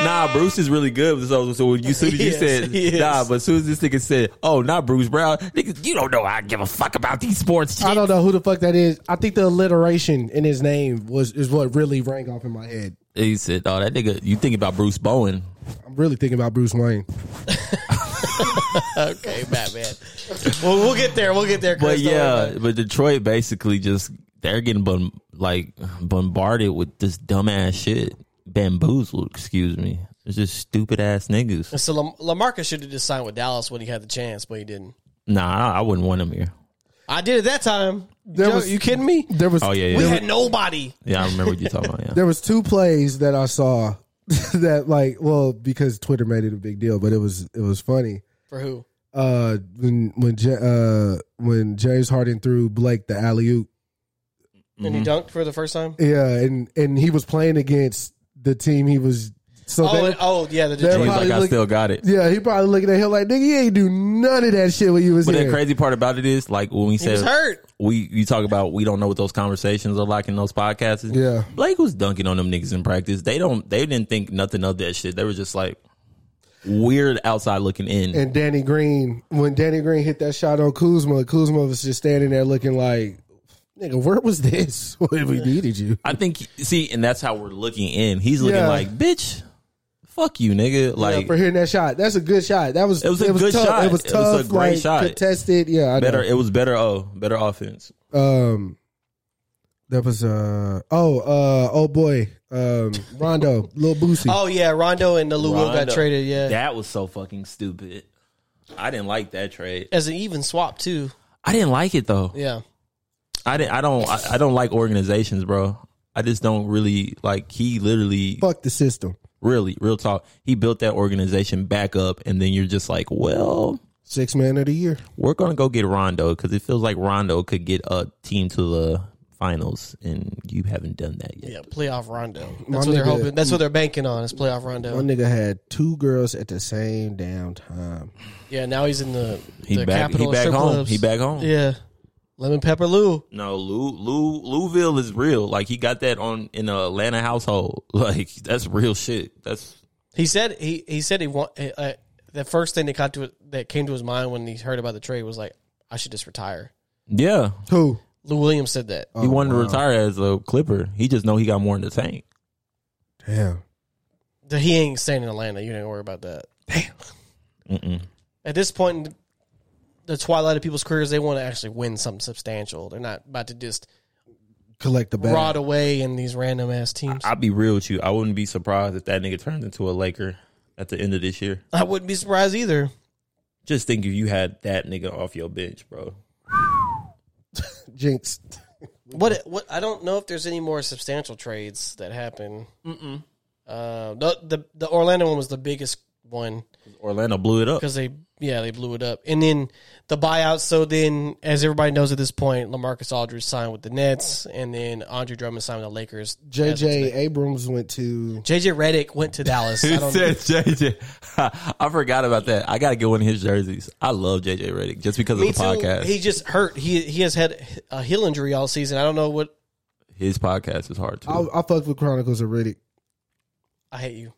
nah, Bruce is really good. So, so when you soon as *laughs* you Yes, said he is. nah, but as soon as this nigga said, "Oh, not Bruce Brown," niggas, you don't know I give a fuck about these sports. I Uh, shit. don't know who the fuck that is. I think the alliteration in his name was is what really rang off in my head. He said, "Oh, that nigga." You think about Bruce Bowen? I'm really thinking about Bruce Wayne. okay, Batman. well, we'll get there. We'll get there. But Chris. Don't worry about yeah, it. but Detroit basically just they're getting bum, like bombarded with this dumbass shit, bamboozled. Excuse me, it's just stupid ass niggas. So Lam- Lamarcus should have just signed with Dallas when he had the chance, but he didn't. Nah, I, I wouldn't want him here. I did it that time. There Yo, was- you kidding me? There was Oh yeah, We yeah, had nobody. yeah. I remember what you talking *laughs* about. Yeah, there was two plays that I saw *laughs* that like well because Twitter made it a big deal, but it was it was funny. For who? Uh, when when Ja- uh when James Harden threw Blake the alley oop, And Mm-hmm. he dunked for the first time. yeah, and and he was playing against the team he was so Oh, they- and- oh, yeah, the they're Detroit. He's like, probably I look- still got it. yeah, he probably looking at him like nigga, you ain't do none of that shit when you was But the here. crazy part about it is, like when we He was said hurt. we, you talk about we don't know what those conversations are like in those podcasts. Yeah. Blake was dunking on them niggas in practice. They don't, they didn't think nothing of that shit. They were just like weird outside looking in. and Danny Green when Danny Green hit that shot on Kuzma, Kuzma was just standing there looking like, nigga, where was this *laughs* when we needed you? I think see, and that's how we're looking in. He's looking Yeah. like, bitch, fuck you, nigga. Yeah, Like for hitting that shot, that's a good shot. That was It was a good tough. shot. It was It was tough. a great like, shot. Contested. Yeah, I better better. it was better oh, better offense. Um, that was uh oh uh oh boy um Rondo *laughs* Lil Boosie. Oh yeah, Rondo and the Lou Will got Rondo. traded. Yeah, That was so fucking stupid. I didn't like that trade. as an even swap too. I didn't like it though. Yeah, I didn't I don't I, I don't like organizations, bro. I just don't really like he literally Fuck the system. really real talk. He built that organization back up and then you're just like, well, Six man of the year. we're gonna go get Rondo because it feels like Rondo could get a team to the finals, and you haven't done that yet. yeah, playoff Rondo. That's My what they're nigga- hoping. That's what they're banking on. Is playoff Rondo. One nigga had two girls at the same damn time. Yeah, now he's in the He the back, he capital back strip home. clubs. He back home. Yeah, Lemon Pepper Lou. No, Lou, Lou, Louville is real. Like he got that on in the Atlanta household. *laughs* Like that's real shit. That's He said he he said he want uh, the first thing that got to that came to his mind when he heard about the trade was like I should just retire. yeah. Who? Lou Williams said that. He wanted to retire as a Clipper. He just know he got more in the tank. Damn. That He ain't staying in Atlanta. You didn't worry about that. Damn. Mm-mm. At this point in the- the twilight of people's careers, they want to actually win something substantial. They're not about to just Collect the bag. rot away in these random ass teams. I, I'll be real with you. I wouldn't be surprised if that nigga turns into a Laker at the end of this year. wouldn't be surprised either. Just think if you had that nigga off your bench, bro. Jinx. What what I don't know if there's any more substantial trades that happen. Mm-mm. Uh, the, the the Orlando one was the biggest one. Orlando blew it *laughs* up. because they yeah they blew it up and then the buyout so then as everybody knows at this point lamarcus aldridge signed with the nets and then andre drummond signed with the lakers As of JJ today. Abrams went to jj reddick went to *laughs* dallas Who I don't, said JJ? *laughs* I forgot about that. I gotta get one of his jerseys. I love JJ Redick just because me of too the podcast. he just hurt he he has had a heel injury all season i don't know what his podcast is hard too. I, I fucked with Chronicles of Riddick. i hate you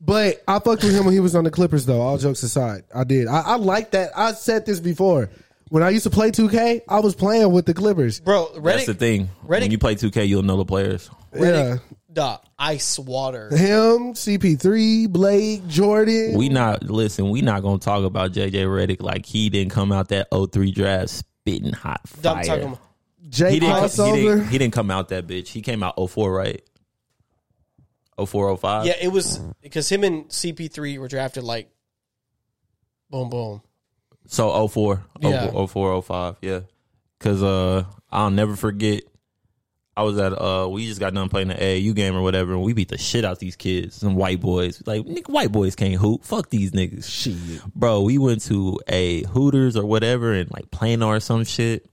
But I fucked with him when he was on the Clippers, though. All jokes aside, I did. I, I like that. I said this before. When I used to play 2K, I was playing with the Clippers. bro That's reddick the thing. Redick- when you play 2K, you'll know the players. Yeah, Duh, *laughs* ice water him, CP3, Blake, Jordan. We not listen. We not gonna talk about JJ Redick like he didn't come out that 03 draft spitting hot Duh, I'm fire. talking about- He Jay didn't, he, didn't, crossover. he didn't come out that bitch. He came out 04, right? 04, 05? Yeah, it was because him and CP3 were drafted like boom, boom. So 04, Yeah. 04, 04, 05, yeah. Cause uh I'll never forget I was at uh we just got done playing the AAU game or whatever and we beat the shit out these kids, some white boys. Like nigga, white boys can't hoop. Fuck these niggas. Shit. Bro, we went to a Hooters or whatever and like Plano or some shit.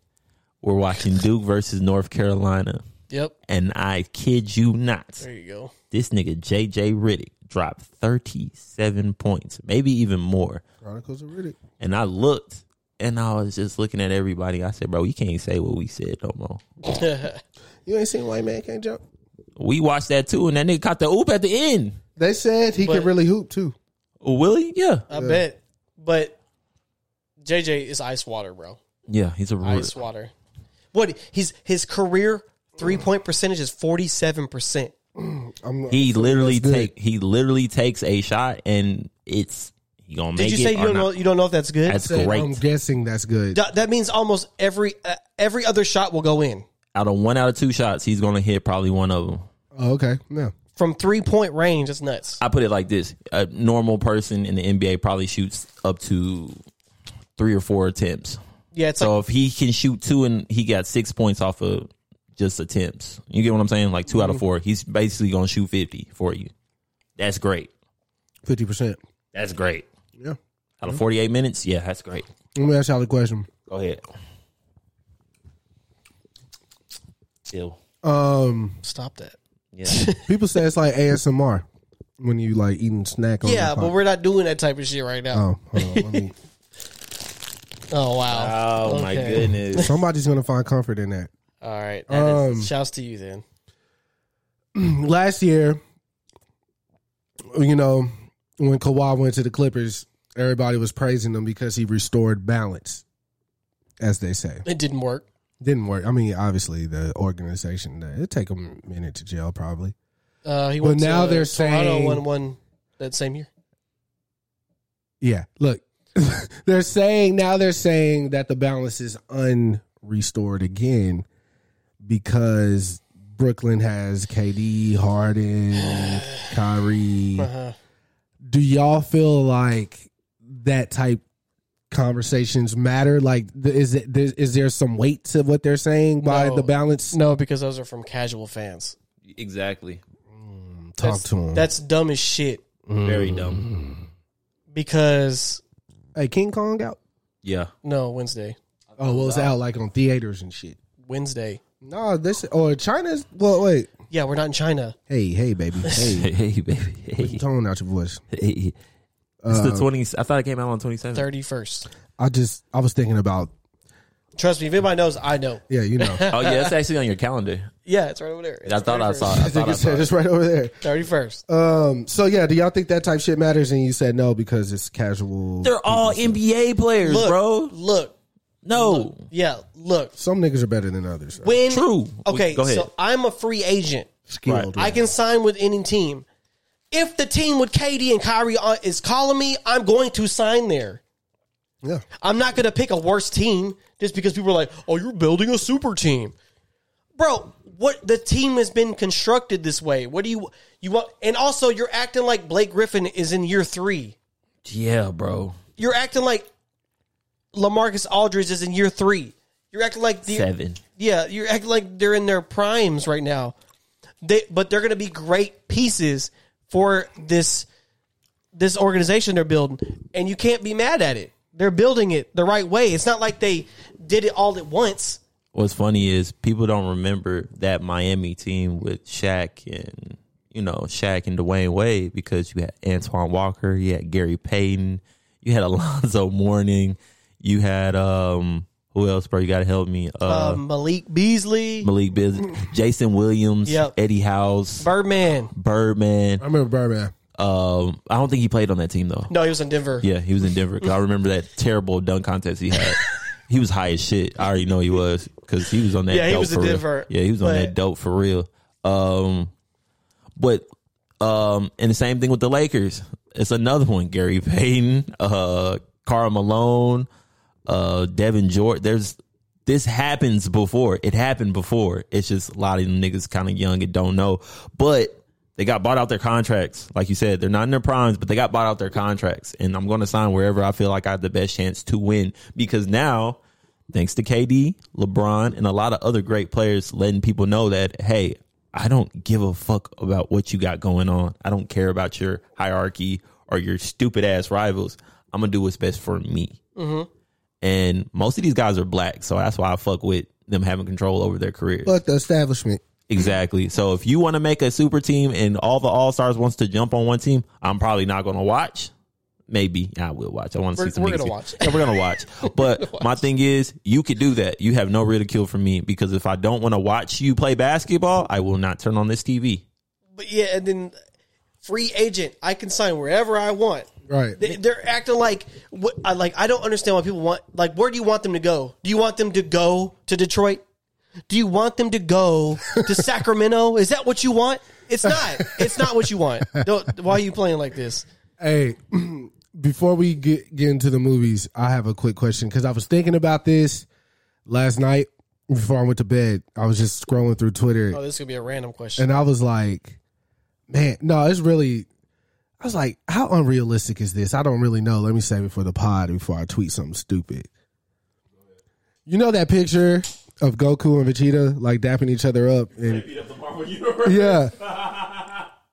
We're watching Duke versus North Carolina. Yep. And I kid you not There you go. this nigga JJ Riddick dropped 37 points, maybe even more. Chronicles of Riddick. And I looked and I was just looking at everybody. I said, bro, you can't say what we said no more. You ain't seen White Man Can't Jump? We watched that too, and that nigga caught the oop at the end. They said he could But- really hoop too. Willie? Yeah. I bet. But JJ is ice water, bro. Yeah, he's a real. Ice water. What he's his career three point percentage is forty seven percent. I'm, He literally That's good. take he literally takes a shot and it's he gonna make Did you it say you or don't know not. you don't know if that's good? That's said, great. I'm guessing that's good. Th- that means almost every uh, every other shot will go in out of one out of two shots, he's gonna hit probably one of them. Oh, okay. No. from three point range. That's nuts. I put it like this: a normal person in the NBA probably shoots up to three or four attempts. Yeah, it's so like if he can shoot two and he got six points off of just attempts, you get what I'm saying? Like 2 out of four, he's basically gonna shoot fifty for you. That's great. 50%. That's great. Yeah. Out of 48 minutes, yeah, that's great. Let me ask y'all a question. Go ahead. Ew. Um, stop that. Yeah. people say it's like ASMR when you like eating snack. On Yeah, the but pod- we're not doing that type of shit right now. Oh, hold on. Let *laughs* me- Oh, wow. oh my Okay. goodness. *laughs* somebody's gonna find comfort in that. *clears throat* All right. That is- Um, shouts to you then. Last year, you know, when Kawhi went to the Clippers, everybody was praising him because he restored balance, as they say. It didn't work. Didn't work. I mean, obviously, the organization it would take a minute to jail, probably. Uh, he But went now to, uh, they're Toronto saying- won one that same year. Yeah, look, *laughs* they're saying now they're saying that the balance is unrestored again because Brooklyn has KD, Harden, *sighs* Kyrie. Uh-huh. Do y'all feel like that type conversations matter? Like, th- is it, there, is there some weight to what they're saying by No. the balance? No, Oh, because those are from casual fans. exactly. Talk that's, to him. That's dumb as shit. Very dumb. Because hey, King Kong out. Yeah. no Wednesday, Oh, well, it's out like on theaters and shit. Wednesday. No, this or China's. Well, wait. Yeah, we're not in China. Hey, hey, *laughs* baby. Hey, *laughs* Hey, baby. Put your tone out your voice. Hey. It's the 20s. I thought it came out on 27th. Thirty first. I just I was thinking about Trust me, if anybody knows, I know. yeah, you *laughs* know. Oh, yeah, it's actually on your calendar. Yeah, it's right over there. I thought I saw it. I thought I Nigga saw said it. it's right over there. Thirty first. Uh, Um, so yeah, do y'all think that type shit matters? And you said no because it's casual. They're all NBA players, Look, bro. Look. No. Yeah, look. Some niggas are better than others. right? When True. Okay, We- go ahead. so I'm a free agent. Skilled. I can sign with any team. If the team with KD and Kyrie on- is calling me, I'm going to sign there. Yeah. I'm not going to pick a worse team just because people are like, "Oh, you're building a super team." Bro, what the team has been constructed this way. What do you you want and also you're acting like Blake Griffin is in year 3. Yeah, bro. You're acting like LaMarcus Aldridge is in year 3. You're acting like the Seven. yeah, you're acting like they're in their primes right now. They but they're gonna be great pieces for this this organization they're building, and you can't be mad at it. They're building it the right way. It's not like they did it all at once. What's funny is people don't remember that Miami team with Shaq and, you know, Shaq and Dwayne Wade because you had Antoine Walker, you had Gary Payton, you had *laughs* Alonzo Mourning, you had, um, who else, bro? You got to help me. Uh, Um, Malik Beasley, Malik Biz, *laughs* Jason Williams, Yep. Eddie House, Birdman. Birdman. I remember Birdman. Um, I don't think he played on that team though. No, he was in Denver. Yeah, he was in Denver. 'cause I remember that terrible dunk contest he had. he was high as shit. I already know he was because he was on that. Yeah, he dope was in for real. Denver, Yeah, he was on but- that dope for real. Um, but um, and the same thing with the Lakers. It's another one. Gary *laughs* Payton, uh, Carl Malone, uh, Devin George. There's This happens before. It happened before. It's just a lot of them niggas kind of young and don't know. But they got bought out their contracts. Like you said, they're not in their primes, but they got bought out their contracts. And I'm going to sign wherever I feel like I have the best chance to win because now, thanks to KD, LeBron, and a lot of other great players letting people know that, hey, I don't give a fuck about what you got going on. I don't care about your hierarchy or your stupid ass rivals. I'm going to do what's best for me. And most of these guys are black. So that's why I fuck with them having control over their careers. Fuck the establishment. Exactly. So if you want to make a super team and all the all stars wants to jump on one team, I'm probably not going to watch. Maybe I will watch. I want to We're- see some. we're niggas gonna get- watch. Yeah, we're gonna watch. But my thing is, you could do that. You have no ridicule from me because if I don't want to watch you play basketball, I will not turn on this TV. But yeah, and then free agent, I can sign wherever I want. Right. They, they're acting like what? I like. I don't understand why people want. Like, where do you want them to go? Do you want them to go to Detroit? Do you want them to go *laughs* to Sacramento? Is that what you want? It's not. It's not what you want. Don't, why are you playing like this? Hey, *clears throat* before we get, get into the movies, I have a quick question because I was thinking about this last night before I went to bed. I was just scrolling through Twitter Oh, this could be a random question. and I was like, man, no, it's really. I was like, how unrealistic is this? I don't really know. Let me save it for the pod before I tweet something stupid. You know that picture of Goku and Vegeta like dapping each other up and yeah.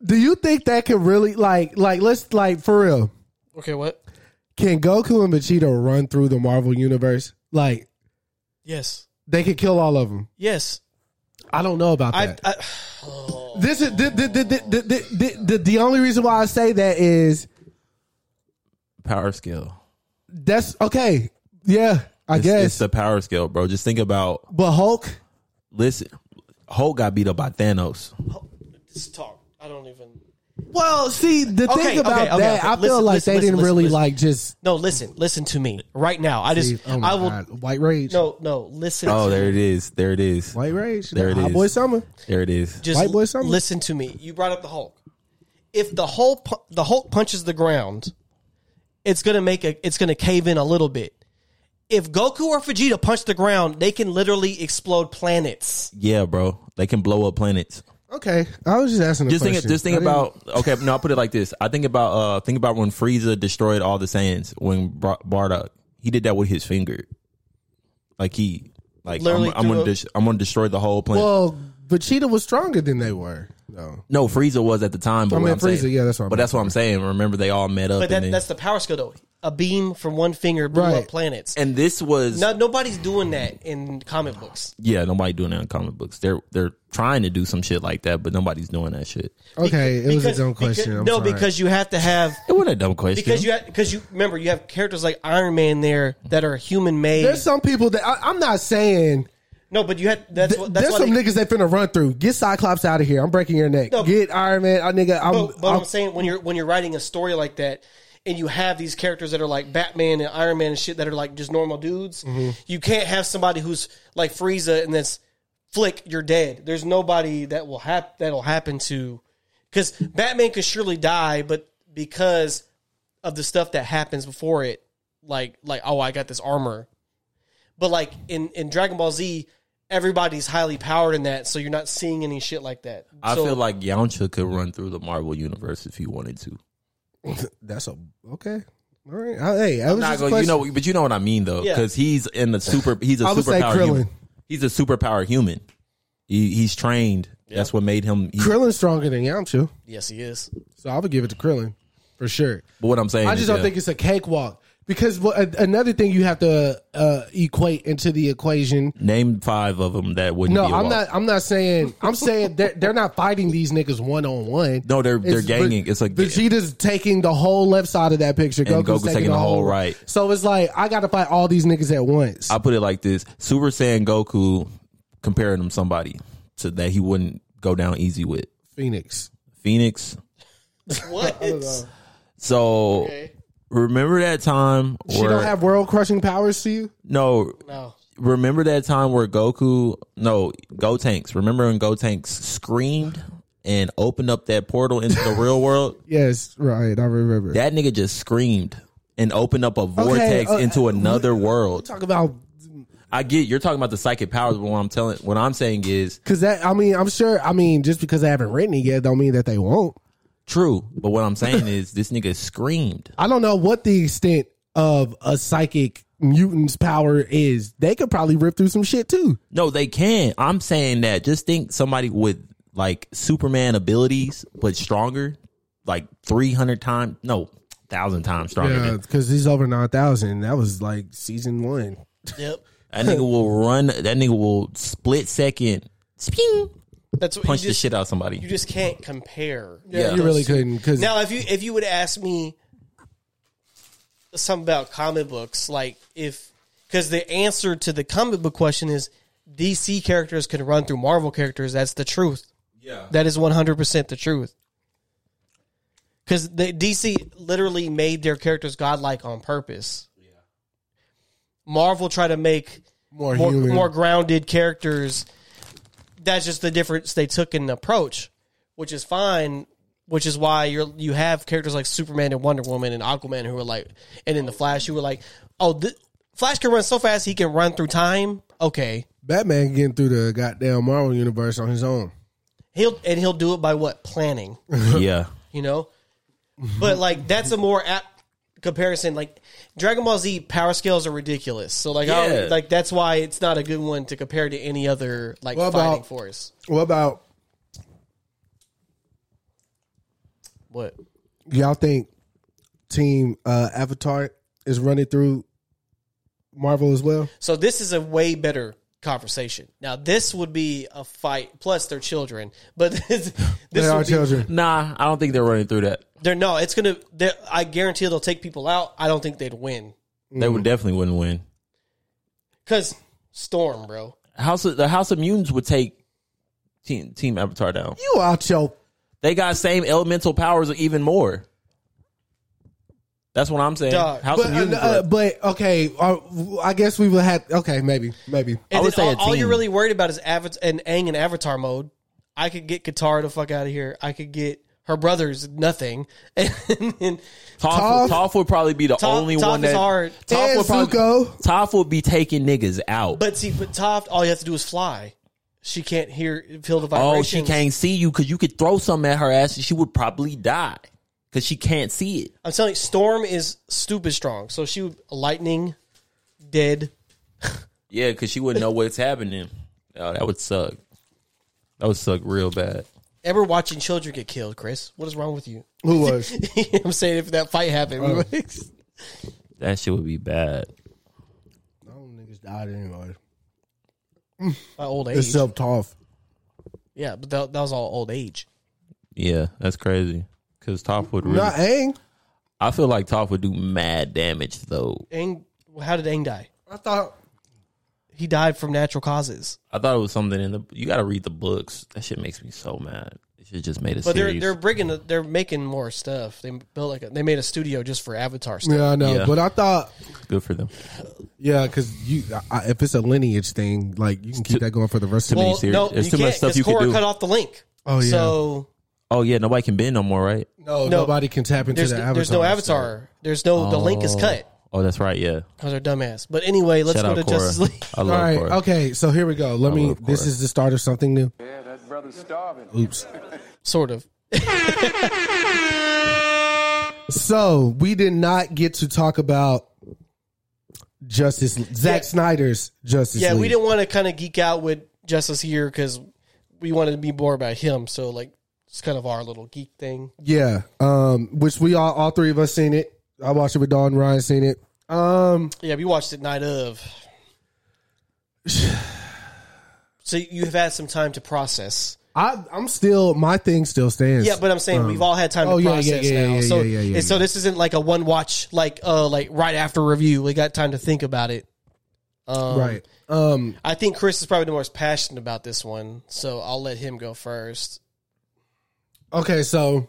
Do you think that could really like like let's like for real? Okay, what? Can Goku and Vegeta run through the Marvel universe? Like Yes, they could kill all of them. yes. I don't know about I, that. I this is the the the, the, the, the, the the only reason why I say that is Power scale. that's okay. Yeah, I It's, guess. it's the power scale, bro. Just think about. but Hulk, Listen, Hulk got beat up by Thanos. this talk. I don't even. well, see the Okay, thing about okay, okay, that, okay. I feel Listen, like listen, they listen, didn't listen, really listen. like just. No, listen, listen to me right now. I just, Oh my I will. God. White rage. No, no, listen. Oh, to there me. it is. There it is. White rage. There it Hot is. Boy Summer. There it is. Just White boy l- summer. listen to me. You brought up the Hulk. If the Hulk pu- the Hulk punches the ground, it's gonna make a it's gonna cave in a little bit. If Goku or Vegeta punch the ground, they can literally explode planets. Yeah, bro. They can blow up planets. Okay, I was just asking. A Just think, question. just think I didn't- about. Okay, no, I'll put it like this. I think about. Uh, think about when Frieza destroyed all the Saiyans when Bar- Bardock. He did that with his finger. Like he, like I'm, Literally I'm threw gonna, a- dis- I'm gonna destroy the whole planet. Well, Vegeta was stronger than they were. No, no, Frieza was at the time. But I what mean I'm Frieza. saying- Yeah, that's what. I'm But that's what I'm saying. Remember, they all met up. But that, and, then- that's the power skill though. A beam from one finger blew Right. up planets. and this was No, nobody's doing that in comic books yeah. Nobody doing that in comic books. They're they're trying to do some shit like that, but nobody's doing that shit. Okay, it was a Because- dumb because- question. I'm no, sorry. because you have to have It wasn't a dumb question. because you because you remember you have characters like Iron Man there that are human made. there's some people that I, I'm not saying. No, but you had that's th- what that's there's why some they, niggas that finna run through. Get Cyclops out of here. I'm breaking your neck. No. Get Iron Man. I nigga. I'm, But, but I'm, I'm- saying when you're when you're writing a story like that, and you have these characters that are like Batman and Iron Man and shit that are like just normal dudes, Mm-hmm. you can't have somebody who's like Frieza and that's flick you're dead. There's nobody that will hap- that'll happen to because Batman could surely die, but because of the stuff that happens before it, like like oh I got this armor, but like in in Dragon Ball Z. Everybody's highly powered in that, so you're not seeing any shit like that. I So- feel like Yamcha could run through the Marvel universe if he wanted to. that's a okay. All right. I- hey, I was Nah, just go- a you question. know, but you know what I mean though, Yeah. because he's in the super. He's a I would say superpower. Krillin. Human. He's a superpower human. He, he's trained. That's what made him. he- Krillin's stronger than Yamcha, Yes, he is. so I would give it to Krillin for sure. but what I'm saying, I is, just don't yeah. think it's a cakewalk because what, a- another thing you have to uh, equate into the equation. name five of them that wouldn't. No, be a I'm walk. not. I'm not saying. I'm saying they're, they're not fighting these niggas one on one. No, they're- they're It's- ganging. It's like- Vegeta's taking the whole left side of that picture. And Goku's taking the whole right. So it's like I got to fight all these niggas at once. I put it like this: Super Saiyan Goku comparing him somebody so that he wouldn't go down easy with Phoenix. Phoenix. *laughs* What? So remember that time She where don't have world crushing powers to you. no no. remember that time where Goku, no, Go Tanks. Remember when Go Tanks screamed and opened up that portal into the real world? Yes, right. I remember. That nigga just screamed and opened up a vortex uh, into another world. Talk about I get you're talking about the psychic powers, but what I'm telling, what I'm saying is Because that, I mean, I'm sure. I mean, just because they haven't written it yet, don't mean that they won't. true. But what I'm saying is this nigga screamed. I don't know what the extent of a psychic mutant's power is. They could probably rip through some shit too. No, they can. I'm saying that. Just think somebody with like Superman abilities, but stronger, like 300 times, no, thousand times stronger. Yeah, than- because he's over nine thousand. That was like season one. Yep. That nigga will run. That nigga will split second, *laughs* sping, That's what punch you just, the shit out of somebody. You just can't compare. Yeah. You really couldn't because Now, if you if you would ask me something about comic books, like if because the answer to the comic book question is DC characters can run through Marvel characters. That's the truth. Yeah, that is one hundred percent the truth. Because the DC literally made their characters godlike on purpose. Yeah. Marvel tried to make more, more, human. more grounded characters. That's just the difference they took in the approach, which is fine. Which is why you're you have characters like Superman and Wonder Woman and Aquaman who are like, and in the Flash who were like, oh, th- Flash can run so fast he can run through time. Okay, Batman getting through the goddamn Marvel universe on his own. he'll and he'll do it by what planning, yeah. you know. But like that's a more apt comparison. Like Dragon Ball Z power scales are ridiculous, so like I don't- Yeah. like that's why it's not a good one to compare to any other like What about- fighting force. What about What? y'all? Think Team uh, Avatar is running through Marvel as well? So this is a way better conversation. Now this would be a fight. Plus they're children, but *laughs* this, this They are would be- children. Nah, I don't think they're running through that. They're no. It's gonna. They're, I guarantee they'll take people out. I don't think they'd win They would definitely wouldn't win. because storm, bro. House of, the House of Mutants would take team Team Avatar down. You out your They got same elemental powers or even more. That's what I'm saying. Dog, House But, of uh, Mutants. uh, would- but okay, uh, I guess we will have. Okay, maybe, maybe. And I would then say all, a all you're team. really worried about is Avatar and Aang in Avatar mode. I could get Katara the fuck out of here. I could get her brothers nothing, *laughs* and, then Toph- Toph, Toph would probably be the Toph- only Toph one is that hard. Toph And would probably, Zuko. Toph would be taking niggas out. but see, but Toph, all you have to do is fly. She can't hear feel the oh, vibrations. she can't see you because you could throw something at her ass and she would probably die because she can't see it. I'm telling you, Storm is stupid strong. So she would lightning, dead. Yeah, because she wouldn't know what's happening. Oh, that would suck. That would suck real bad. Ever watching children get killed, Chris? What is wrong with you? *laughs* *laughs* Who was? I'm saying if that fight happened, *laughs* we would- That shit would be bad. All them niggas died anyway. my old age. Except Toph. yeah, but that, that was all old age. Yeah, that's crazy. Because Toph would really. Not Aang. I feel like Toph would do mad damage though. Aang, how did Aang die? I thought. He died from natural causes. I thought it was something in the. You got to read the books. That shit makes me so mad. It should just made a But they're series. they're bringing they're making more stuff. They built like a, they made a studio just for Avatar stuff. Yeah, I know. Yeah. But I thought. Good for them. Yeah, because you, I, if it's a lineage thing, like you can keep that going for the rest of Well- me. miniseries. There's too much can't, stuff 'cause you could Korra do. cut off the link. Oh, yeah. So Oh yeah, nobody can bend no more, right? No, no. nobody can tap into there's the avatar. there's no Avatar. There's no the link is cut Oh, that's right. Yeah. because they're dumbass. But anyway, let's Shout go out to Cora. Justice *laughs* League. I All love right. Cora. Okay. So here we go. Let me. love This Korra. is the start of something new. Oops. sort of. So we did not get to talk about Justice Zack Snyder's Justice. Yeah, we League. didn't want to kind of geek out with Justice here because we wanted to be more about him. So like, it's kind of our little geek thing. Yeah. Um. Which we all, all three of us seen it. I watched it with Dawn. Ryan seen it. Um. Yeah, we watched it night *sighs* of. So you've had some time to process. I. I'm still. My thing still stands. Yeah, but I'm saying we've all had time oh, to yeah, yeah, process yeah, now. yeah, so yeah, yeah, yeah, and so yeah. this isn't like a one watch like uh like right after review. We got time to think about it. Um, right. Um. I think Chris is probably the most passionate about this one, so I'll let him go first. Okay, so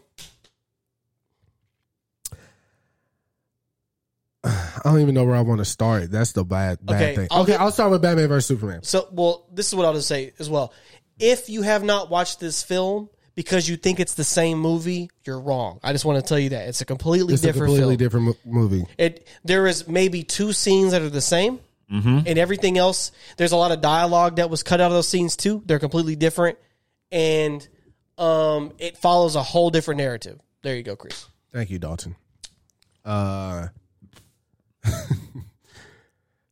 *sighs* I don't even know where I want to start. That's the bad bad Okay, thing. I'll okay, get- I'll start with Batman versus Superman. So, well, this is what I'll just say as well. If you have not watched this film because you think it's the same movie, you're wrong. I just want to tell you that it's a completely It's a different completely film. different mo- movie. It there is maybe two scenes that are the same, and everything else. There's a lot of dialogue that was cut out of those scenes too. They're completely different, and um, it follows a whole different narrative. There you go, Chris. Thank you, Dalton. Uh, *laughs*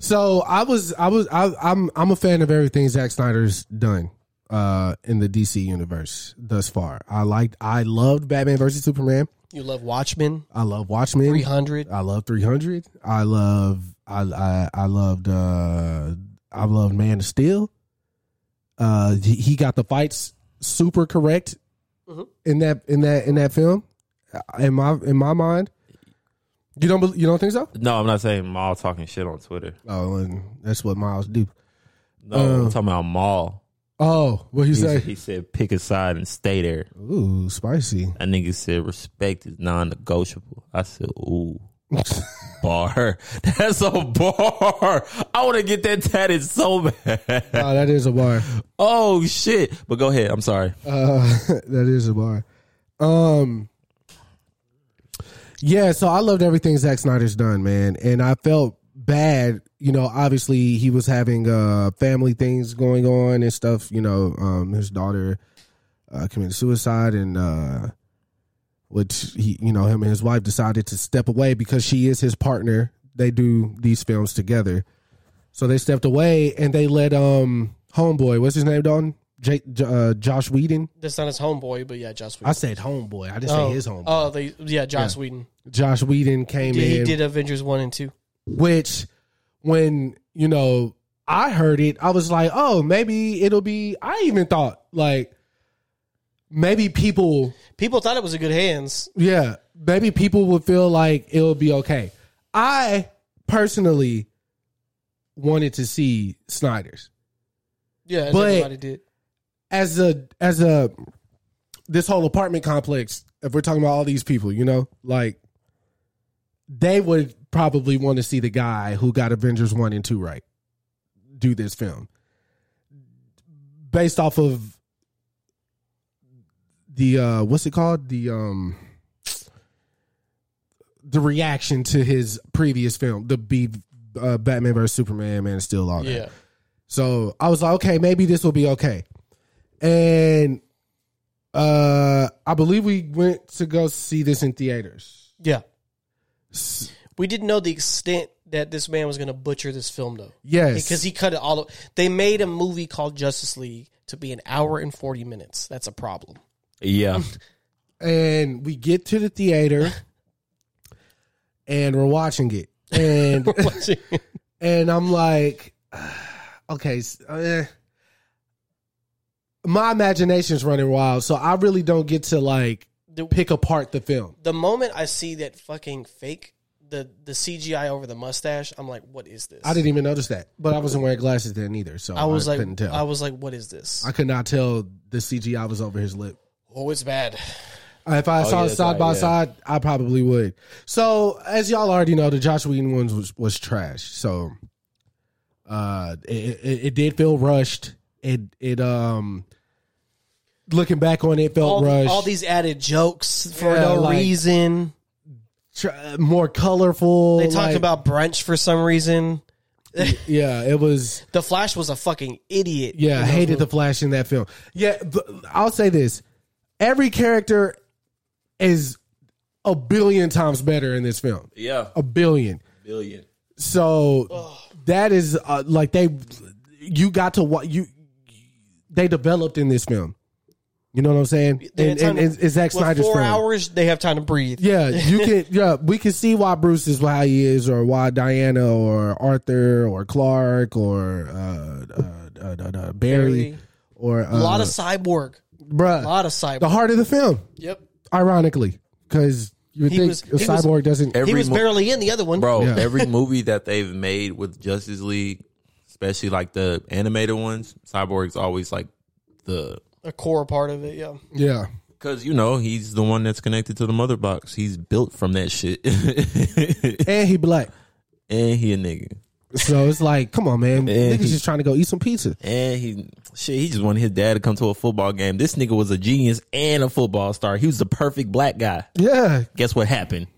so I was, I was, I, I'm, I'm a fan of everything Zack Snyder's done uh, in the DC universe thus far. I liked, I loved Batman versus Superman. You love Watchmen, I love Watchmen. three hundred. I love 300. I love, I, I, I loved, uh, I loved Man of Steel. Uh, he, he got the fights super correct in that, in that, in that film. In my, in my mind, you don't, bel- you don't think so? No, I'm not saying Maul talking shit on Twitter. Oh, and that's what Miles do. No, I'm Uh, talking about Maul. Oh, what he He, say? said- he said, pick a side and stay there. Ooh, *laughs* spicy. That nigga said, respect is non negotiable. I said, *laughs* ooh. bar. *laughs* That's a bar. I want to get that tatted so bad. *laughs* Oh, that is a bar. Oh, shit. But go ahead. I'm sorry. Uh, *laughs* that is a bar. Um, yeah. So I loved everything Zack Snyder's done, man, and I felt bad. You know, obviously he was having uh family things going on and stuff. You know, um, his daughter uh, committed suicide, and uh, which he, you know, him and his wife decided to step away because she is his partner. They do these films together, so they stepped away and they let um homeboy, what's his name, Don? J- J- uh, Josh Whedon. That's not his homeboy, but yeah, Josh Whedon. I said homeboy. I didn't say his homeboy. Oh, they, yeah, Josh Whedon. Josh Whedon came Yeah, he in, did Avengers one and two. which when you know I heard it, I was like, oh, maybe it'll be. I even thought like maybe people, People thought it was a good hands. yeah, maybe people would feel like it'll be okay. I personally wanted to see Snyder's. Yeah, But- everybody did. as a as a this whole apartment complex if we're talking about all these people you know like they would probably want to see the guy who got avengers 1 and 2 right do this film based off of the uh what's it called the um the reaction to his previous film the B, uh, batman vs superman man still all that Yeah, so I was like, okay, maybe this will be okay. And uh I believe we went to go see this in theaters. yeah. We didn't know the extent that this man was going to butcher this film though. Yes. because he cut it all. o- They made a movie called Justice League to be an hour and forty minutes. That's a *laughs* problem. Yeah. and we get to the *laughs* theater and we're watching it. *laughs* And and I'm like, *sighs* okay, s- eh. my imagination's running wild, so I really don't get to like the, pick apart the film. the moment I see that fucking fake the the CGI over the mustache, I'm like, what is this? I didn't even notice that, but I wasn't wearing glasses then either, so I was like, couldn't tell. I was like, what is this? I could not tell the CGI was over his lip. Uh, oh, it's bad. If I saw Oh, it yeah, that's side right, by yeah. side, I probably would. So, as y'all already know, the Josh Whedon ones was, was trash. So, uh, it, it, it did feel rushed. It it um, looking back on it felt All, the- rushed. all these added jokes for Yeah, no like- reason. Tr- more colorful. They talked like- about brunch for some reason. yeah. It was The Flash was a fucking idiot. yeah. I hated the Flash in that film. Yeah, th- I'll say this: every character is a billion times better in this film. Yeah. A billion. Billion. So that is uh, like they you got to what you they developed in this film. You know what I'm saying? They had and time and to- it's, it's Zack with Snyder's four film. hours. They have time to breathe. Yeah, you *laughs* can. Yeah, we can see why Bruce is how he is, or why Diana, or Arthur, or Clark, or uh, uh, uh, uh, uh, Barry, Barry. or uh, a lot of cyborg. bruh, A lot of cyborg. the heart of the film. Yep. Ironically, because you would He think was- a he was- cyborg doesn't. Every he was mo- barely in the other one. Bro, Yeah. every *laughs* movie that they've made with Justice League, especially like the animated ones, Cyborg's always like the A core part of it, yeah. yeah, because you know he's the one that's connected to the mother box. He's built from that shit, *laughs* and and he black. he a nigga, So it's like, come on, man, And niggas he- just trying to go eat some pizza. and he shit. He just wanted his dad to come to a football game. This nigga was a genius and a football star. He was the perfect black guy. Yeah, Guess what happened?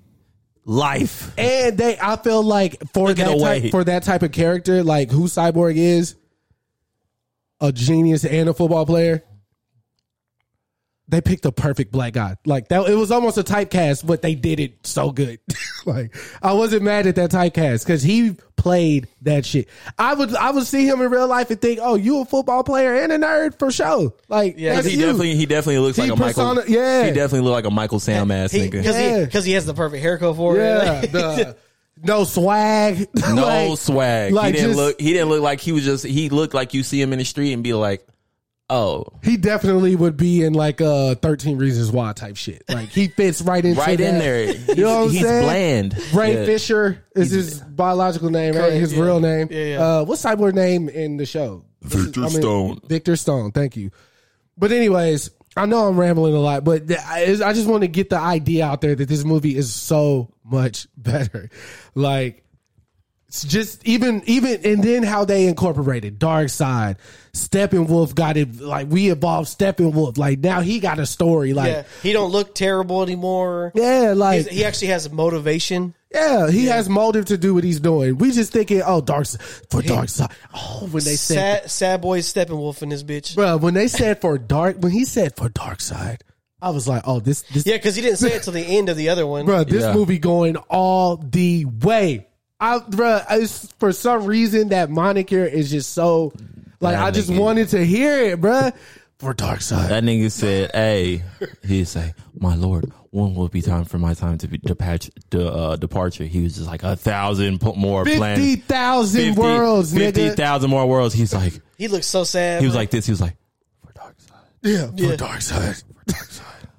life. And they, I feel like for Look it that away. type, for that type of character, like who Cyborg is, a genius and a football player. They picked the perfect black guy. Like that, it was almost a typecast, but they did it so good. *laughs* like I wasn't mad at that typecast because he played that shit. I would, I would see him in real life and think, "Oh, you a football player and a nerd for sure." Like, Yeah, 'cause that's He you. definitely he definitely looks He like a Michael. persona- yeah. He definitely looked like a Michael Sam ass Because nigga. he, Yeah. 'cause he has the perfect haircut for yeah, it. the- *laughs* no swag, *laughs* No Like, swag. like he didn't just- look he didn't look like he was just he looked like you see him in the street and be like, Oh, He definitely would be in like uh 13 Reasons Why type shit. Like he fits right into right in that. there. He's, You know what I'm he's saying? bland. Ray Yeah. Fisher is his biological name, right? Correct, His yeah. real name. Yeah, yeah. Uh, what's Cyborg name in the show? Victor I mean, Stone. Victor Stone. Thank you. But anyways, I know I'm rambling a lot, but th- I I just want to get the idea out there that this movie is so much *laughs* better. Like it's just even even and then how they incorporated Dark Side, Steppenwolf got it like we evolved Steppenwolf. Like now he got a story. Like *laughs* yeah. He don't look terrible anymore. yeah, like He's- he actually has motivation. yeah, he has motive to do what he's doing. We just thinking, oh, dark Si- for dark side. Oh, when they said, Sad, sad boy Steppenwolf in this bitch. bro, when they said for dark, when he said for dark side, I was like, oh, this, this, Yeah, because he didn't say it till the end of the other one. bro, this Yeah. movie going all the way. I, bro, it's, for some reason that moniker is just so, like, That I just nigga. wanted to hear it, bro. For dark side, That nigga said, "Hey," he say, "My lord, when will it be time for my time to be departure?" To, uh, departure. He was just like a thousand po- more fifty planets, thousand worlds, fifty nigga. thousand more worlds. He's like, He looks so sad. he was bro. like this. He was like, yeah, Yeah. for dark side.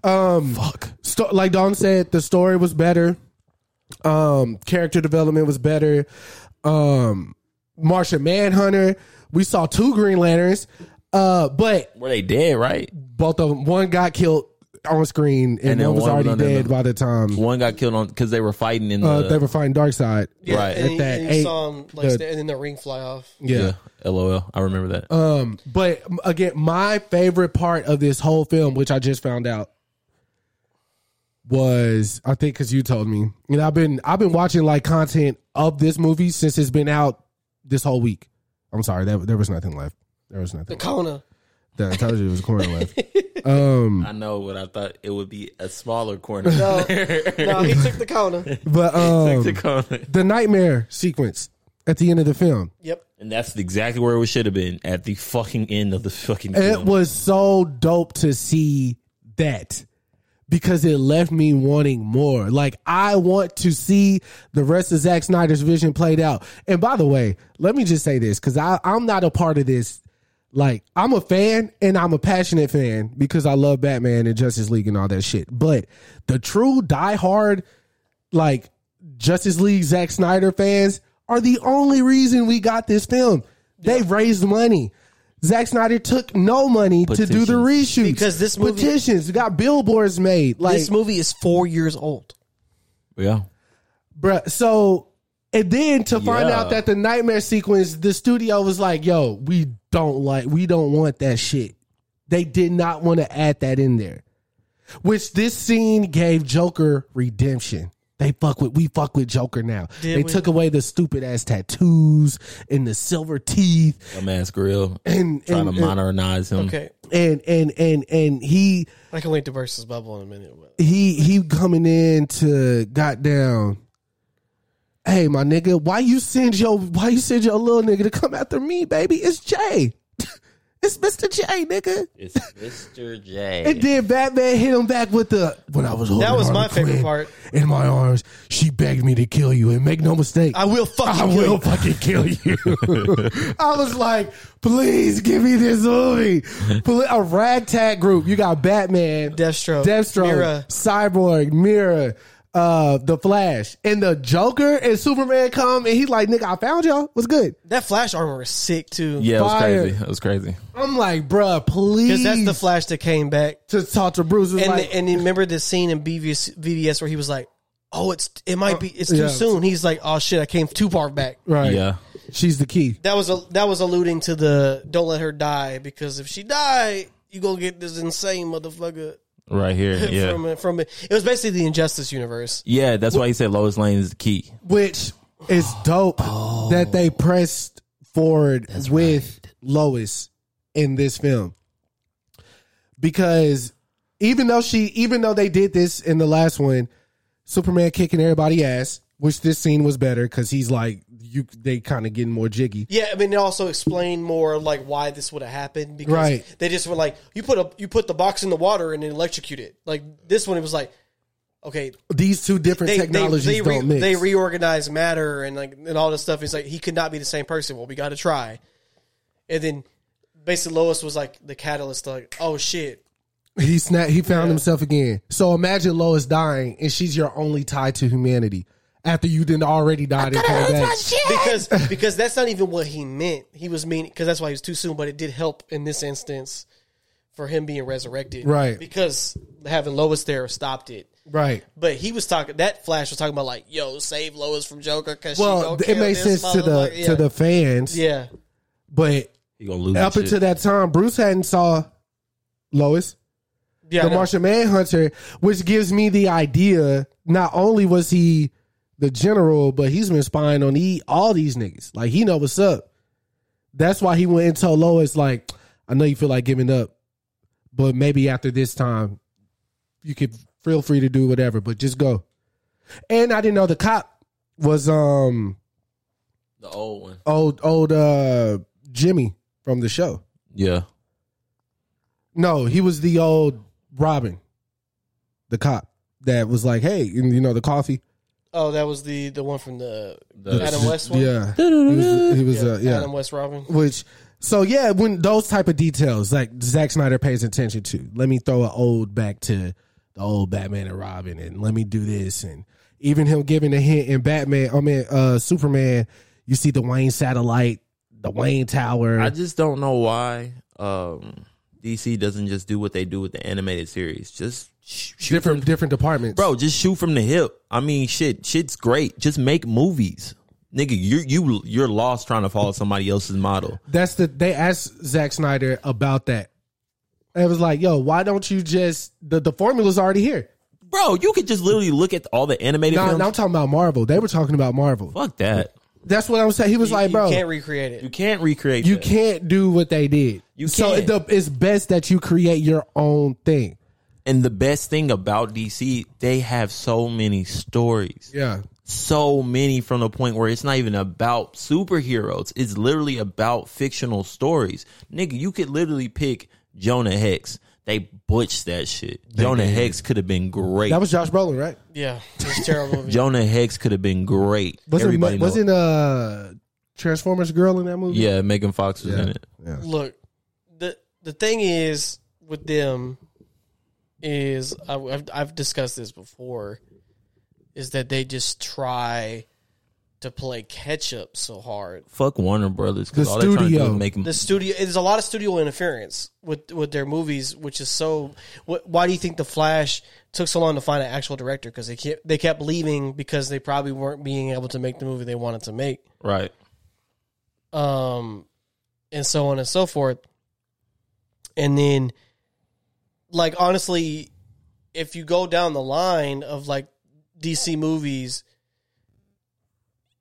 Um, fuck. Sto- like Don said, the story was better. Um, character development was better. Um, Martian Manhunter. We saw two Green Lanterns. Uh, but "Were they dead? Right? both of them, one got killed on screen, and, And then one was one already was under dead the- by the time One got killed on because they were fighting in the uh, they were fighting Darkseid. Yeah, right. and, At he- that and eight, you saw him like, the- sta- and then the ring fly off. yeah. LOL. I remember that. Um, but m- again, my favorite part of this whole film, which I just found out, was I think because you told me, and I've been I've been watching like content of this movie since it's been out this whole week. I'm sorry, that, there was nothing left. There was The nothing. *laughs* Kona. That I told you it was a corner left. Um, I know what I thought it would be a smaller corner. No, no, he took the Kona. But um, *laughs* and the nightmare sequence at the end of the film, Yep. that's exactly where it should have been at the fucking end of the fucking. it film. was so dope to see that. because it left me wanting more. Like I want to see the rest of Zack Snyder's vision played out. And by the way, let me just say this because I I'm not a part of this. Like I'm a fan and I'm a passionate fan because I love Batman and Justice League and all that shit. But the true diehard, like Justice League Zack Snyder fans are the only reason we got this film. They raised money. Zack Snyder took no money to do the reshoots Because this movie- petitions. We got billboards made. Like this movie is four years old. yeah. bruh. So, and then to find Yeah. out that the nightmare sequence, the studio was like, "Yo, we don't like, we don't want that shit." They did not want to add that in there, which this scene gave Joker redemption. They fuck with we fuck with Joker now. they we? took away the stupid ass tattoos and the silver teeth Dumbass grill and trying and, to modernize him. Okay, and and and and he I can wait to burst his bubble in a minute. but- he he coming in to goddamn. Hey, my nigga, why you send your why you send your little nigga to come after me, baby? It's Jay, *laughs* it's Mister J, nigga. It's Mr. J. And then Batman hit him back with the when I was holding That was Harley my favorite Quinn part. in my arms. She begged me to kill you, and make no mistake, I will *laughs* fucking I kill will you. fucking kill you. *laughs* I was like, please give me this movie. Pl- A ragtag group. You got Batman, Deathstroke, Deathstroke, Mira. Cyborg, Mirror, uh, The Flash, and the Joker and Superman come and he like, nigga, I found y'all. What's good? That Flash armor is sick too. yeah, it was Fire. crazy. It was crazy. I'm like, bruh, please. because that's the Flash that came back. to talk to Bruce. It's And like, and you remember the scene in BVS, VVS where he was like, "Oh, it's it might be it's yeah. too soon." He's like, "Oh shit, I came too far back." right. Yeah. She's the key. That was a, that was alluding to the "Don't let her die" because if she die, you gonna get this insane motherfucker. *laughs* *laughs* right here. Yeah, from from it was basically the Injustice universe. yeah. That's why he said Lois Lane is the key. which is dope that they pressed forward with Lois in this film. Because even though she even though they did this in the last one, Superman kicking everybody ass, which this scene was better cuz he's like you they kind of getting more jiggy. Yeah, I mean, it also explained more like why this would have happened because Right. they just were like, you put a you put the box in the water and then electrocute it. Like this one, it was like, okay, These two different they technologies they, they, don't re- mix. they reorganize matter and like and all this stuff. It's like he could not be the same person. Well, we got to try, and then basically Lois was like the catalyst. Like, oh shit, He snap. He found himself again. So imagine Lois dying, and she's your only tie to humanity after you didn't already died and came back. *laughs* because because that's not even what he meant. He was meaning because that's why he was too soon. But it did help in this instance for him being resurrected, Right. Because having Lois there stopped it. Right. But he was talking. That Flash was talking about like, "Yo, save Lois from Joker." Cause Well, it makes sense to the to the fans, yeah. but He gonna lose up his until shit. that time, Bruce hadn't saw Lois, Yeah, I the know. Martian Manhunter, which gives me the idea. Not only was he the general, but he's been spying on the, all these niggas. Like he know what's up. That's why he went and told Lois, like, I know you feel like giving up, but maybe after this time, you could feel free to do whatever, but just go. And I didn't know the cop was um the old one. old old uh Jimmy from the show. Yeah, No, he was the old Robin, the cop that was like, "Hey, and, you know the coffee." Oh, that was the the one from the, The- Adam West one. Yeah, he was, he was, uh, yeah. Adam West Robin. Which, so yeah, when those type of details like Zack Snyder pays attention to. Let me throw an old back to the old Batman and Robin, and let me do this, and even him giving a hint in Batman. I mean, uh, Superman. You see the Wayne satellite, the Wayne Tower. I just don't know why um, DC doesn't just do what they do with the animated series. Just sh- shoot different different departments, Bro, just shoot from the hip. I mean, shit, shit's great. Just make movies, nigga. You you you're lost trying to follow somebody else's model. That's the they asked Zack Snyder about that. And It was like, yo, why don't you just the, the formula's already here? Bro, you could just literally look at all the animated No, films. no, I'm talking about Marvel. They were talking about Marvel. Fuck that. That's what I'm saying. He was You- like, you bro, can't recreate it. You can't recreate. you that. can't do what they did. You so can't. the, it's best that you create your own thing. And the best thing about DC, they have so many stories. Yeah, so many from the point where it's not even about superheroes. It's literally about fictional stories. Nigga, you could literally pick Jonah Hex. They butched that shit. Jonah Hex could have been great. that was Josh Brolin, right? yeah, it's terrible. *laughs* Jonah Hex could have been great. Wasn't Everybody know- wasn't uh Transformers girl in that movie? Yeah, Megan Fox was in it. Look, the the thing is with them is I, I've I've discussed this before, is that they just try to play catch up so hard. Fuck Warner Brothers because The all they're trying to do studio. is make 'em- The studio there's a lot of studio interference with with their movies, which is so. What, why do you think the Flash took so long to find an actual director? Because they kept they kept leaving because they probably weren't being able to make the movie they wanted to make. right. um, and so on and so forth. And then, like honestly, if you go down the line of like DC movies,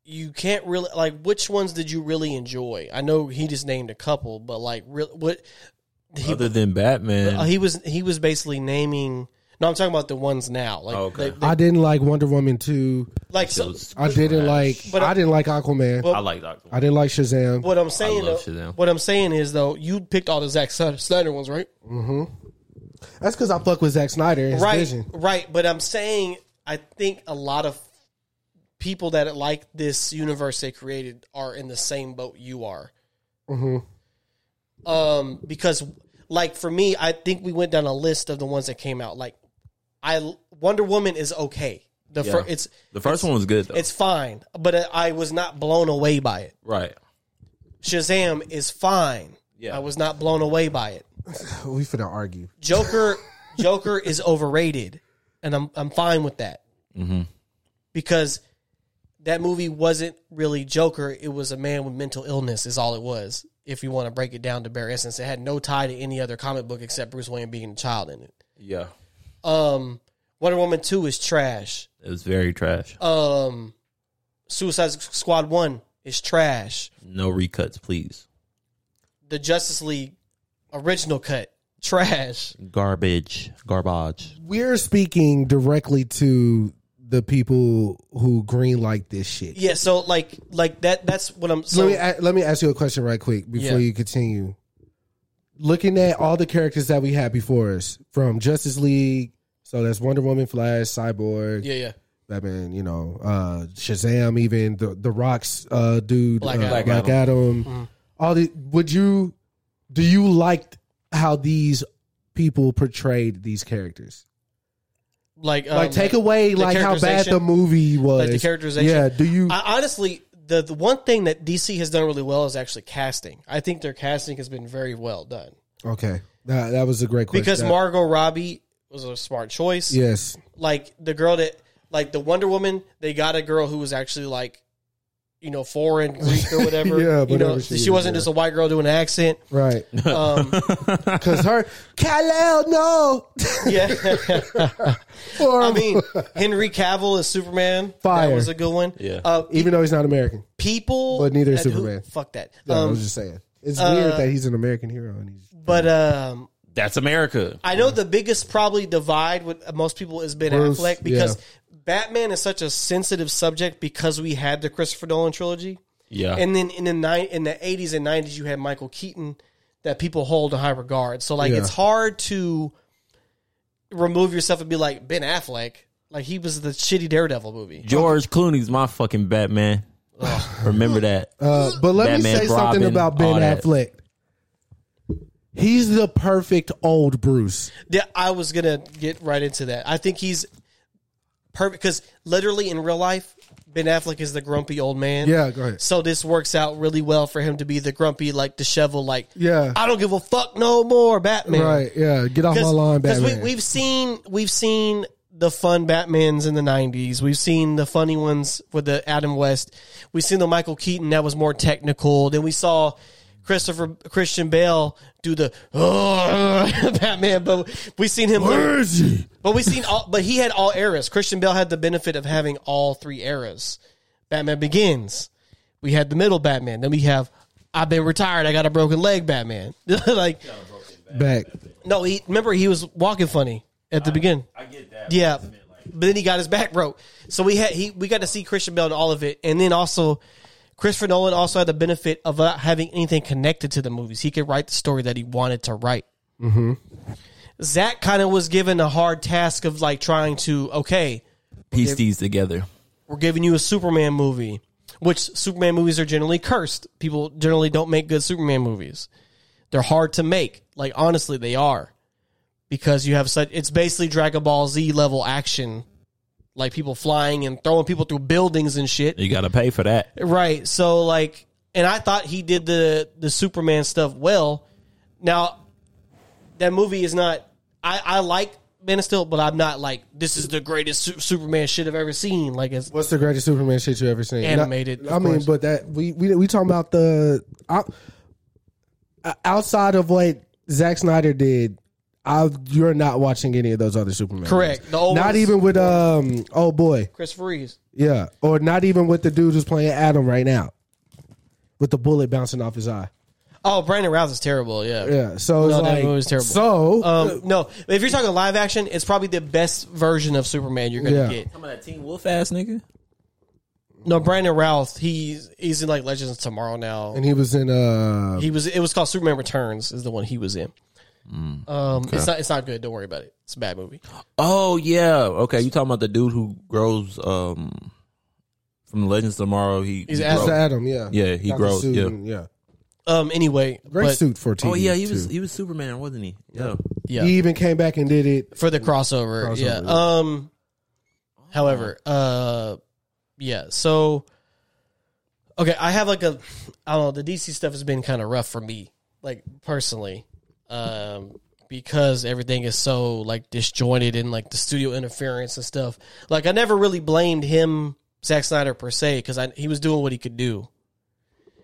you can't really like which ones did you really enjoy? I know he just named a couple, but like real what he uh, Other than Batman, he was he was basically naming. No, I'm talking about the ones now. Like, Oh, Okay. they- they- I didn't like Wonder Woman two. like so, those- I didn't like. But I- I didn't like Aquaman. Well- I like Doctor. I didn't like Shazam. What I'm saying, love though- Shazam. what I'm saying is though, you picked all the Zack Snyder Snyder ones, right? That's because I fuck with Zack Snyder and his right, vision. *laughs* Right, but I'm saying I think a lot of people that like this universe they created are in the same boat you are. Mm-hmm. Um, because like for me, I think we went down a list of the ones that came out. Like, I Wonder Woman is okay. The fir- it's the first one was good though. it's fine, but I was not blown away by it. right. Shazam is fine. Yeah. I was not blown away by it. We finna argue. Joker Joker is overrated, and I'm I'm fine with that Mm-hmm. because that movie wasn't really Joker. It was a man with mental illness, is all it was. If you want to break it down to bare essence, it had no tie to any other comic book except Bruce Wayne being a child in it. Yeah. Um, Wonder Woman two is trash. It was very trash. Um, Suicide Squad one is trash. No recuts, please. The Justice League original cut *laughs* trash. Garbage, garbage. We're speaking directly to the people who green like this shit. Yeah, so like like that. That's what I'm. let So me a- let me ask you a question right quick before Yeah. you continue. Looking at all the characters that we had before us from Justice League, so that's Wonder Woman, Flash, Cyborg, yeah, yeah. Batman, you know, uh, Shazam, even the the Rock's uh, dude, Black uh, Adam. Mm-hmm. Black Adam. All the would you do you like how these people portrayed these characters? Like um, like take away the like how bad characterization- the movie was, like the characterization. Yeah, do you? I, honestly, the the one thing that DC has done really well is actually casting. I think their casting has been very well done okay, that that was a great question. because That- Margot Robbie was a smart choice. yes, like the girl that like the Wonder Woman, they got a girl who was actually like, you know, foreign Greek or whatever. *laughs* Yeah, you know, whatever she she, is, wasn't yeah. just a white girl doing an accent. *laughs* right. Um, Cause her Kal-El, no, *laughs* yeah, *laughs* or I mean Henry Cavill is Superman. Fire. that was a good one. Yeah. uh, even though he's not American, people, But neither is that- who- Superman. fuck that. no, I um, uh, was just saying it's weird that he's an American hero and he's but um, That's America. I know the biggest probably divide with most people is Ben Bruce, Affleck because Batman is such a sensitive subject because we had the Christopher Nolan trilogy. Yeah. and then in the nine in the eighties and nineties, you had Michael Keaton that people hold in high regard. So like, Yeah. it's hard to remove yourself and be like Ben Affleck. Like he was the shitty Daredevil movie. George Clooney's my fucking Batman. Remember that. Uh, but let me Batman, say something Robin, about Ben all that. Affleck. He's the perfect old Bruce. Yeah, I was gonna get right into that. I think he's perfect because literally in real life, Ben Affleck is the grumpy old man. Yeah, go ahead. So this works out really well for him to be the grumpy, like disheveled, like Yeah. I don't give a fuck no more, Batman. Right? Yeah. Get off my line, we, Batman. we've seen we've seen the fun Batmans in the '90s. We've seen the funny ones with the Adam West. We've seen the Michael Keaton that was more technical. Then we saw Christopher Christian Bale do the "Ugh," *laughs* Batman, but we've seen him. he? But we seen all. But he had all eras. Christian Bale had the benefit of having all three eras. Batman Begins. We had the middle Batman. Then we have I've been retired. I got a broken leg. Batman. *laughs* like Back. no, he remember he was walking funny at the beginning. I get that. Yeah, but then he got his back broke. So we had he we got to see Christian Bale in all of it, and then also Christopher Nolan also had the benefit of not having anything connected to the movies. He could write the story that he wanted to write. Mm-hmm. Zach kind of was given a hard task of like trying to okay, Piece these together. we're giving you a Superman movie, which Superman movies are generally cursed. People generally don't make good Superman movies. They're hard to make. Like honestly, they are because you have such. It's basically Dragon Ball Z level action, like people flying and throwing people through buildings and shit. You got to pay for that. Right. So like, and I thought he did the the Superman stuff well. Now, that movie is not. I I like Man of Steel, but I'm not like this is the greatest su- Superman shit I've ever seen. Like it's What's the greatest Superman shit you ever seen? Animated, I, I of mean, course. but that we we we talking about the out- uh, outside of what Zack Snyder did. I you're not watching any of those other Superman. Correct. movies. The old not ones. even with um. Oh boy. Christopher Reeves. Yeah, or not even with the dude who's playing Adam right now, with the bullet bouncing off his eye. Oh, Brandon Routh is terrible. Yeah. Yeah, so it's No, that like, movie's terrible. So Um, no, if you're talking live action, it's probably the best version of Superman you're gonna Yeah. get. Some of that Teen Wolf ass nigga. No, Brandon Routh, he's he's in like Legends of Tomorrow now. and he was in uh, He was it was called Superman Returns is the one he was in. um, it's not it's not good. Don't worry about it. It's a bad movie. Oh yeah. Okay, you talking about the dude who grows um from Legends of Tomorrow? He He's he ass- grows. Mr. Adam. Yeah, Yeah, he Dr. grows, Seuss, yeah. and- yeah. Um, anyway, Great but, suit for TV. Oh yeah, he was too. he was Superman, wasn't he? Yeah. Yeah, He even came back and did it. for the crossover. Crossover, yeah. yeah. Um. However, uh, yeah. So, okay, I have like a, I don't know. The DC stuff has been kind of rough for me, like personally, um, because everything is so like disjointed and like the studio interference and stuff. Like I never really blamed him, Zack Snyder per se, because he was doing what he could do.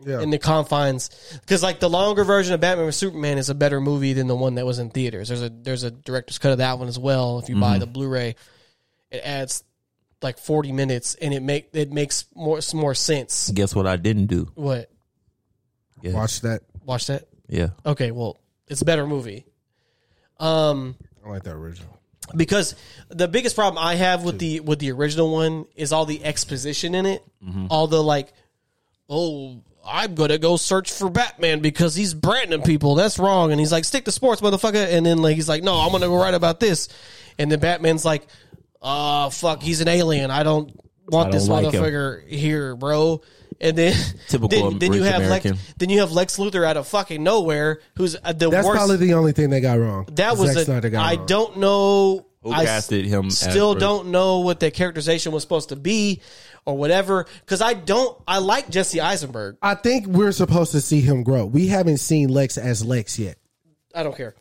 Yeah. in the confines because like the longer version of Batman vs Superman is a better movie than the one that was in theaters. There's a there's a director's cut of that one as well. If you buy the Blu-ray, it adds like 40 minutes and it make it makes more more sense. Guess what I didn't do? What Yeah. Watch that. watch that? Yeah. Okay, well it's a better movie. Um, I like that original. because the biggest problem I have with the with the original one is all the exposition in it, Mm-hmm. all the like, oh, I'm gonna go search for Batman because he's branding people. That's wrong. And he's like, stick to sports, motherfucker. And then like he's like, no, I'm gonna go write about this. And then Batman's like, uh, fuck, he's an alien. I don't want I don't this like him." motherfucker here, bro. And then Typical then, then you rich have Lex, American. then you have Lex Luthor out of fucking nowhere, who's uh, the That's worst. probably the only thing they got wrong. That was Zack Snyder a, got I wrong. don't know. Who I casted him as Still Bruce? don't know what the characterization was supposed to be, or whatever. Because I don't. I like Jesse Eisenberg. I think we're supposed to see him grow. We haven't seen Lex as Lex yet. I don't care.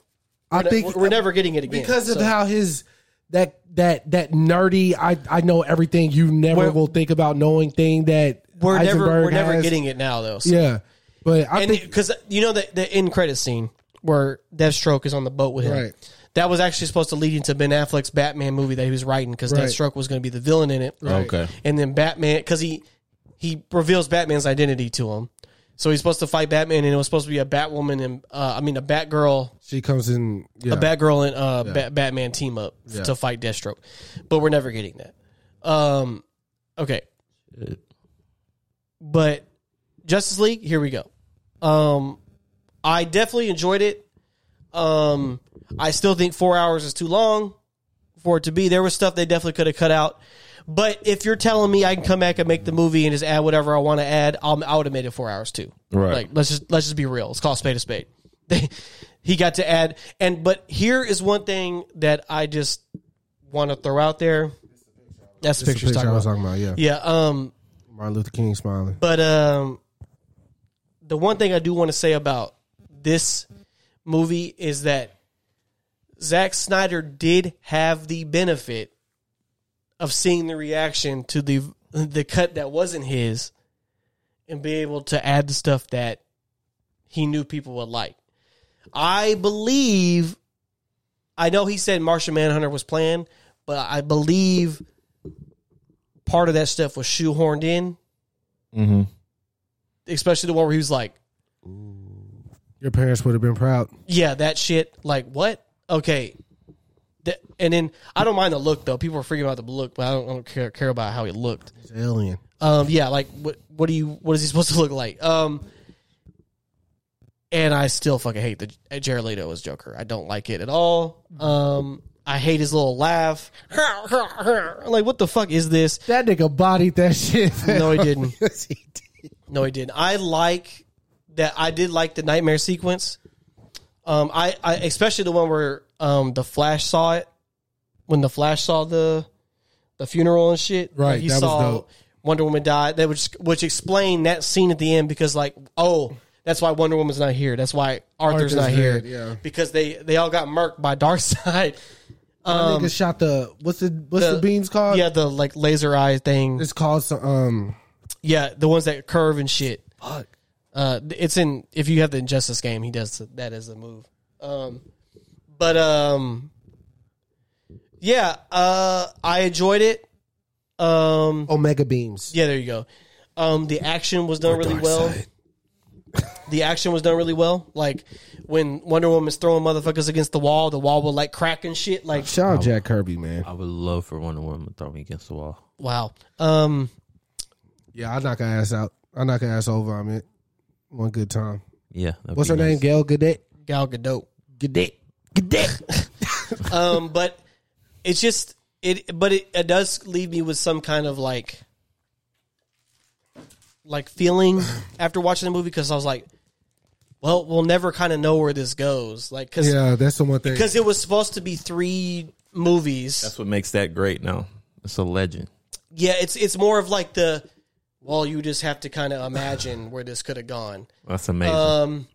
I We're, think we're never getting it again because of so. how his that that that nerdy I I know everything you never We're- will think about knowing thing that We're never. Eisenberg We're never has. getting it now though. So. yeah. But I and think because you know the the end credit scene where Deathstroke is on the boat with him. Right. That was actually supposed to lead into Ben Affleck's Batman movie that he was writing because Right. Deathstroke was going to be the villain in it. Okay. and then Batman because he he reveals Batman's identity to him. So he's supposed to fight Batman, and it was supposed to be a Batwoman and uh, I mean a Batgirl, she comes in. Yeah. a Batgirl and uh, Bat- Batman team up f- to fight Deathstroke, but we're never getting that. Um, okay, but Justice League, here we go. Um, I definitely enjoyed it. Um, I still think four hours is too long for it to be. There was stuff they definitely could have cut out. But if you're telling me I can come back and make the movie and just add whatever I want to add, I'll, I would have made it four hours too. Right. Like let's just let's just be real. It's called spade a spade. *laughs* They, he got to add and but here is one thing that I just want to throw out there. That's the That's the pictures picture I talking was about. talking about. Yeah. Yeah. Um. Martin Luther King smiling. But um, the one thing I do want to say about this movie is that Zack Snyder did have the benefit of seeing the reaction to the the cut that wasn't his, and be able to add the stuff that he knew people would like. I believe. I know he said Martian Manhunter was planned, but I believe part of that stuff was shoehorned in Mm-hmm. especially the one where he was like, Your parents would have been proud. "Yeah, that shit." Like what? Okay. That- and then I don't mind the look though. People are freaking out the look, but I don't, I don't care, care about how he looked. It's alien. Um, yeah, like what? What do you? What is he supposed to look like? Um, and I still fucking hate the uh, Jared Leto as Joker. I don't like it at all. Um, I hate his little laugh. *laughs* Like what the fuck is this? That nigga bodied that *laughs* shit. No, he didn't. Yes, *laughs* he did. No, he didn't. I like that. I did like the nightmare sequence. Um, I, I especially the one where um the Flash saw it when the Flash saw the the funeral and shit. Right, Like, he that was saw dope. Wonder Woman die. That which which explained that scene at the end because like oh that's why Wonder Woman's not here. That's why Arthur's Arthur's, not here. dead, yeah. because they they all got murked by *laughs* Darkseid. That nigga shot the what's the what's the, beams called? Um, Yeah, the like laser eye thing. It's called some, um Yeah, the ones that curve and shit. fuck. Uh, it's in if you have the Injustice game, he does that as a move. Um, but um, yeah, uh, I enjoyed it. Um, Omega beams. yeah, there you go. Um, the action was done really well. The action was done really well. Like when Wonder Woman's throwing motherfuckers against the wall, the wall will like crack and shit. Like Shout out Jack Kirby, man. I would love for Wonder Woman to throw me against the wall. wow. Um, Yeah, I knock her ass out. I knock her ass over. I mean, one good time. Yeah. that'd What's be her name? nice. Gail Godet. Gal Gadot. Godet. Godet. um, but it's just it, but it, it does leave me with some kind of like, *laughs* like feeling after watching the movie because I was like, well, we'll never kind of know where this goes, like because yeah, that's the one thing. because it was supposed to be three movies. That's what makes that great now. It's a legend. yeah, it's it's more of like the well, you just have to kind of imagine where this could have gone. That's amazing. Uh, Um,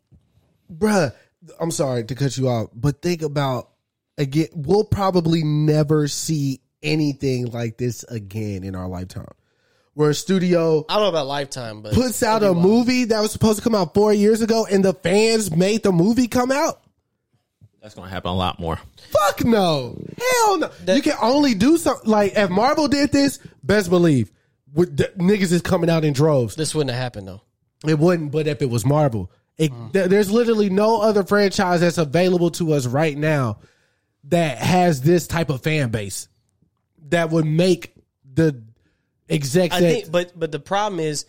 bruh, I'm sorry to cut you off, but think about again. We'll probably never see anything like this again in our lifetime. where a studio I don't know about Lifetime, but puts out a movie that was supposed to come out four years ago, and the fans made the movie come out? That's gonna happen a lot more. Fuck no. Hell no. you can only do something like if Marvel did this, best believe with the, niggas is coming out in droves. this wouldn't have happened though. It wouldn't, but if it was Marvel, it, th- there's literally no other franchise that's available to us right now that has this type of fan base that would make the execs. I that- think, but but the problem is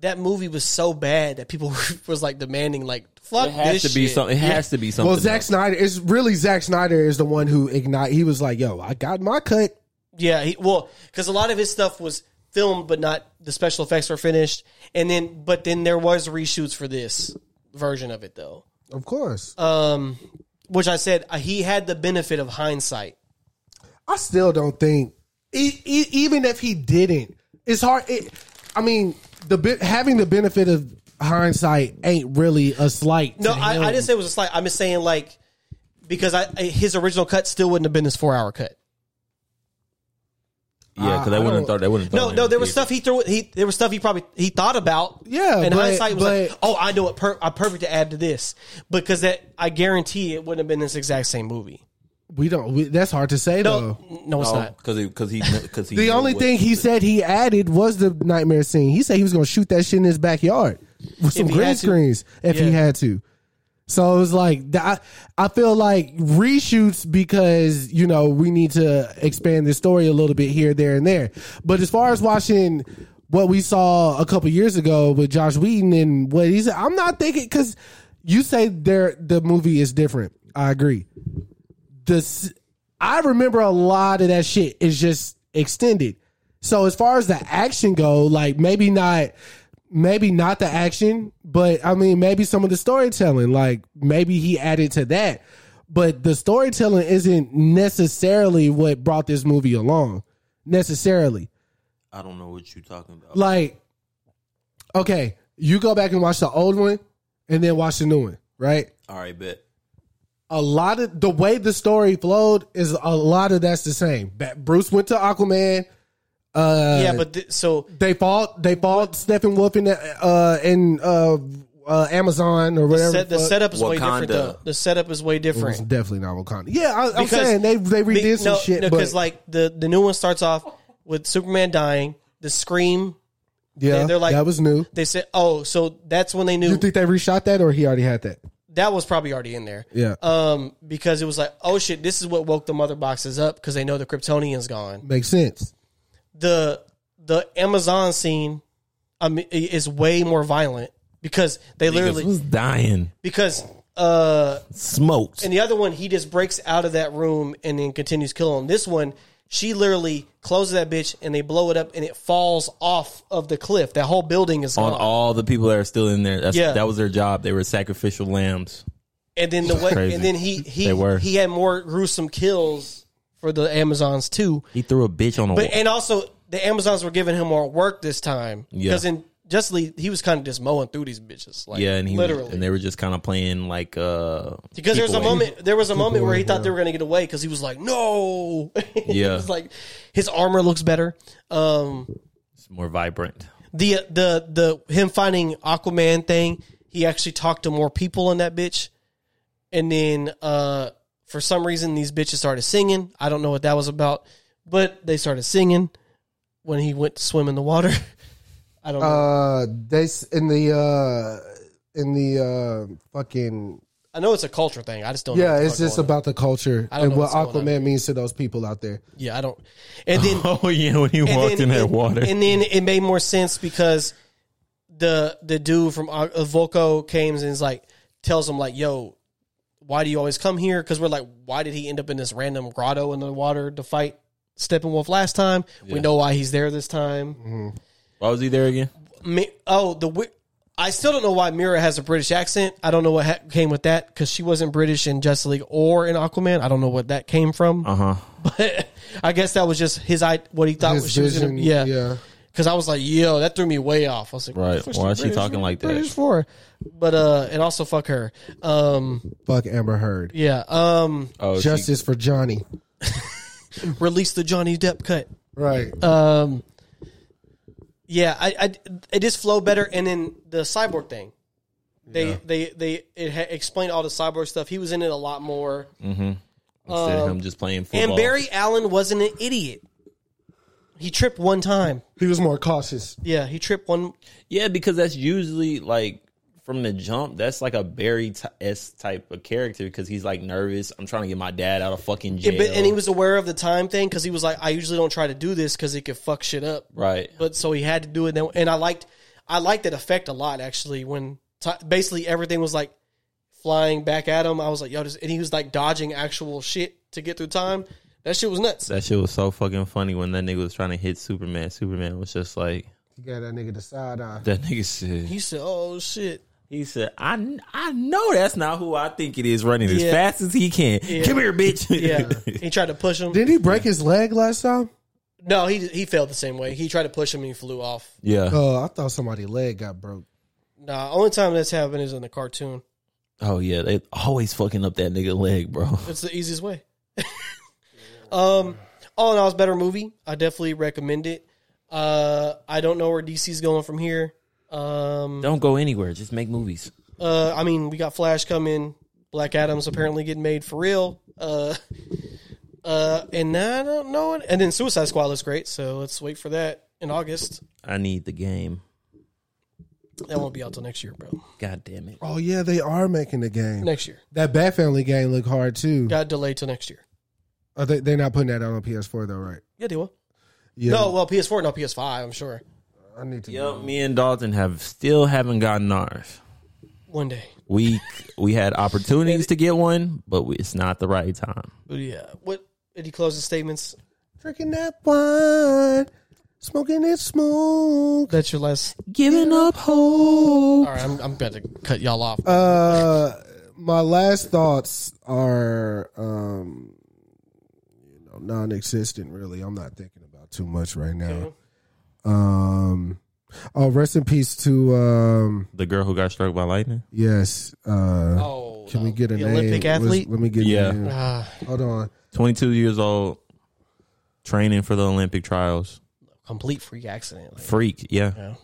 that movie was so bad that people *laughs* was like demanding like fuck It has this to be shit. something. It has to be something. well, Zack else. Snyder is really Zack Snyder is the one who ignite. He was like, "Yo, I got my cut." Yeah, he, well, because a lot of his stuff was filmed, but not the special effects were finished, and then but then there was reshoots for this version of it though, Of course, um, which I said uh, he had the benefit of hindsight. I still don't think, e- e- even if he didn't, it's hard. It, I mean, the be- having the benefit of hindsight ain't really a slight. No, to I, him. I didn't say it was a slight. I'm just saying like because I, I his original cut still wouldn't have been his four hour cut. yeah, because they I wouldn't don't- have thought they wouldn't. have No, thought no, it there was either. stuff he threw. He there was stuff he probably he thought about. Yeah, and but- hindsight was but- like, oh, I know what per- I perfect to add to this because that I guarantee it wouldn't have been this exact same movie. We don't. We, that's hard to say No, though. no, it's not. because because he because he. The knew only what- thing he said he added was the nightmare scene. He said he was going to shoot that shit in his backyard with some he green had to. screens if he Yeah. had to. So it was like th- I, I feel like reshoots because you know we need to expand the story a little bit here, there, and there. But as far as watching what we saw a couple years ago with Josh Whedon and what he said, I'm not thinking because you say there the movie is different. I agree. The s- I remember a lot of that shit is just extended. So as far as the action go, like maybe not maybe not the action, but I mean maybe some of the storytelling, like maybe he added to that. But the storytelling isn't necessarily what brought this movie along necessarily. I don't know what you're talking about. Like okay, you go back and watch the old one and then watch the new one, right? All right, bet. a lot of the way the story flowed is a lot of that's the same. Ba- Bruce went to Aquaman. Uh, yeah, but th- so they fought. They fought Steppenwolf in the, uh, in uh, uh, Amazon or whatever. set, the fuck. setup is way different. Wakanda. Though. The setup is way It was different. definitely not Wakanda. Yeah, I, I'm Because- saying they they redid be- some shit, because but like the the new one starts off with Superman dying. The scream. yeah, they're like- that was new. They said, oh, so that's when they knew You think they reshot that, or he already had that? that was probably already in there. Yeah, Um, because it was like, oh shit, this is what woke the mother boxes up because they know the Kryptonian's gone. makes sense. the the Amazon scene I mean, i- is way more violent because they Literally literally was dying, because uh smoked. in the other one he just breaks out of that room and then continues killing. This one she literally closes that bitch and they blow it up and it falls off of the cliff. That whole building is on gone. all the people that are still in there. That's, Yeah. that was their job. They were sacrificial lambs. and then the way Crazy. and then he he They were. he had more gruesome kills for the Amazons too. He threw a bitch on a But wall. and also the Amazons were giving him more work this time Yeah. because in Just League he was kind of just mowing through these bitches. Like, yeah, and he literally was, and they were just kind of playing like uh because there was a keep away. moment there was a moment where he thought they were going to get away because he was like no *laughs* Yeah. it's like his armor looks better. Um, It's more vibrant. the the the him finding Aquaman thing he actually talked to more people in that bitch, and then uh for some reason these bitches started singing. I don't know what that was about, but they started singing when he went to swim in the water. *laughs* I don't know. Uh, they s- in the uh in the uh fucking I know it's a culture thing. I just don't. know yeah, what the it's fuck just going on. about the culture I don't and know what what's going Aquaman means to those people out there. Yeah, I don't. And *laughs* then *laughs* Oh yeah, when he and walked then- in that and- water. and then it made more sense because the the dude from uh, Volko came and is like tells him like, "Yo, why do you always come here?" Because we're like, why did he end up in this random grotto in the water to fight Steppenwolf last time? We know why he's there this Mm-hmm. time. Why was he there again? Mi- oh, the wi- I still don't know why Mira has a British accent. I don't know what ha- came with that because she wasn't British in Justice League or in Aquaman. I don't know what that came from. Uh huh. But *laughs* I guess that was just his I what he thought His she was vision, gonna, yeah yeah. because I was like yo that threw me way off I was like Right. "What's Why the is she British- talking like that?" British for but uh and also fuck her um Fuck Amber Heard. yeah um Oh, she, Justice for Johnny. Uh, release the Johnny Depp cut Right. um Yeah, I, I it just flow better. And then the cyborg thing, they they they it ha- explained all the cyborg stuff. He was in it a lot more. Instead of him just playing football. Um, And Barry Allen wasn't an idiot. He tripped one time. He was more cautious. Yeah, he tripped one. Yeah, because that's usually like from the jump. That's like a Barry t- S type of character because he's like nervous. I'm trying to get my dad out of fucking jail. It- but- and he was aware of the time thing because he was like, I usually don't try to do this because it could fuck shit up. right. But so he had to do it. Then, and I liked, I liked that effect a lot actually. When t- basically everything was like flying back at him, I was like, yo, this, and he was like dodging actual shit to get through time. That shit was nuts. That shit was so fucking funny when that nigga was trying to hit Superman. Superman was just like He got that nigga the side eye. that nigga said. He said, oh shit. He said, "I I know that's not who I think it is. Running as Yeah. fast as he can. Come here, *laughs* bitch. Yeah, *laughs* he tried to push him. Didn't he break his leg last time? No, he he failed the same way. He tried to push him and he flew off. yeah. Oh. Oh, I thought somebody's leg got broke. Nah, only time that's happened is in the cartoon. Oh, yeah, they always fucking up that nigga leg, bro. It's the easiest way. *laughs* um, all in all, it's a better movie. I definitely recommend it. Uh, I don't know where DC's going from here. Um, Don't go anywhere. Just make movies. uh, I mean, we got Flash coming. Black Adam's apparently getting made for real. Uh, uh, and I don't know. It. And then Suicide Squad looks great, so let's wait for that in August. I need the game. That won't be out till next year, bro. God damn it. Oh yeah, they are making the game. Next year That Bat Family game look hard too. got delayed till next year. Are they, they're not putting that out on PS4 though, right? Yeah, they will. Yeah. No, well, PS4, no PS5. I'm sure I need to. Yep, me and Dalton have still haven't gotten ours. one day. We *laughs* we had opportunities to get one, but we, it's not the right time. But yeah, what did he close his statements? Drinking that wine, smoking it smoke. That's your last Giving up hope. All right, I'm, I'm about to cut y'all off. Uh, my last thoughts are, um, you know, non-existent. Really, I'm not thinking about too much right now. Um, oh, rest in peace to um, The girl who got struck by lightning. yes. Uh, oh, can we get a the name? Olympic Let's- athlete? Let me get. Yeah. A name. Ah, Hold on. Twenty two years old, training for the Olympic trials. complete freak accident. Like, Freak, yeah. Yeah.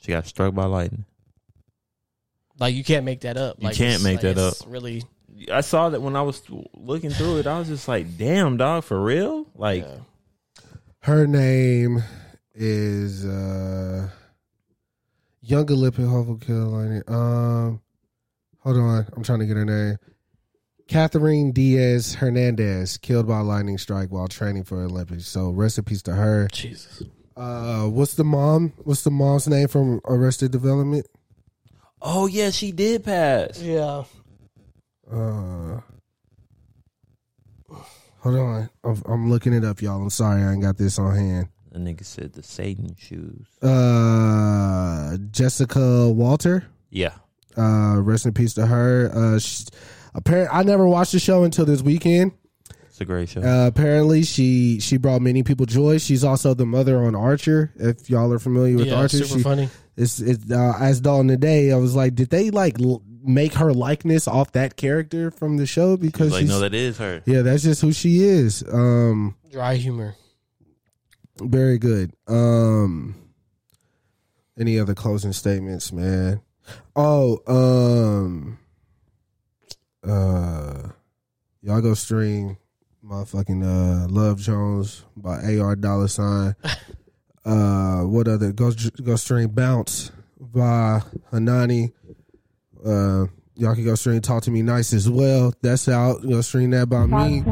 She got struck by lightning. Like, you can't make that up. You Like, can't it's- make like, that it's up. Really, I saw that when I was looking through it. I was just like, "Damn, dog, for real?" Like, Yeah. Her name is uh, Young Olympic Hopeful Carolina. Um, hold on, I'm trying to get her name. Catherine Diaz Hernandez killed by lightning strike while training for Olympics. So rest in peace to her. Jesus. Uh, what's the mom? What's the mom's name from Arrested Development? oh yeah, she did pass. Yeah. Uh, hold on, I'm, I'm looking it up, y'all. I'm sorry, I ain't got this on hand. The nigga said the Satan shoes. Uh, Jessica Walter. Yeah, Uh, rest in peace to her. Uh, sh apparently, I never watched the show until this weekend. it's a great show. Uh, apparently, she she brought many people joy. She's also the mother on Archer. If y'all are familiar with yeah, Archer, super she, funny. It's it's uh, as Dawn today. I was like, did they like l- make her likeness off that character from the show? Because like, she's- no, that is her. yeah, that's just who she is. Um, Dry humor. very good. Um any other closing statements, man? Oh, um uh y'all go stream motherfucking uh Love Jones by AR Dollar Sign. uh what other go go stream Bounce by Hanani. Uh y'all can go stream Talk to Me Nice as well. That's out. Go stream that by me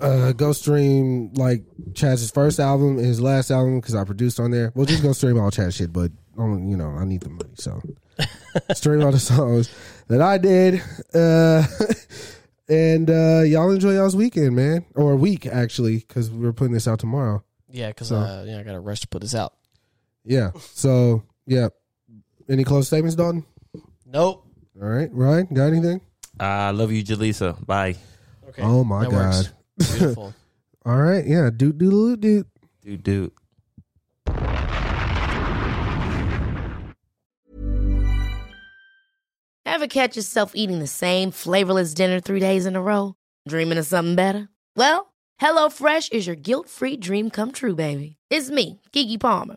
uh, go stream like Chaz's first album and his last album because I produced on there. We'll just go stream all Chaz shit, but um, you know I need the money, so stream all the songs that I did. Uh, *laughs* and uh, y'all enjoy y'all's weekend, man, or week actually, because we're putting this out tomorrow. Yeah, because uh, yeah, I got to rush to put this out. Yeah. So yeah. Any close statements, Dalton? Nope. All right, Ryan, got anything? I love you, Jaleesa. Bye. Okay. Oh my that works. god! *laughs* Beautiful. All right, yeah, doot doot doot. Dude, dude. Ever catch yourself eating the same flavorless dinner three days in a row? Dreaming of something better? Well, HelloFresh is your guilt free dream come true, baby. It's me, Kiki Palmer.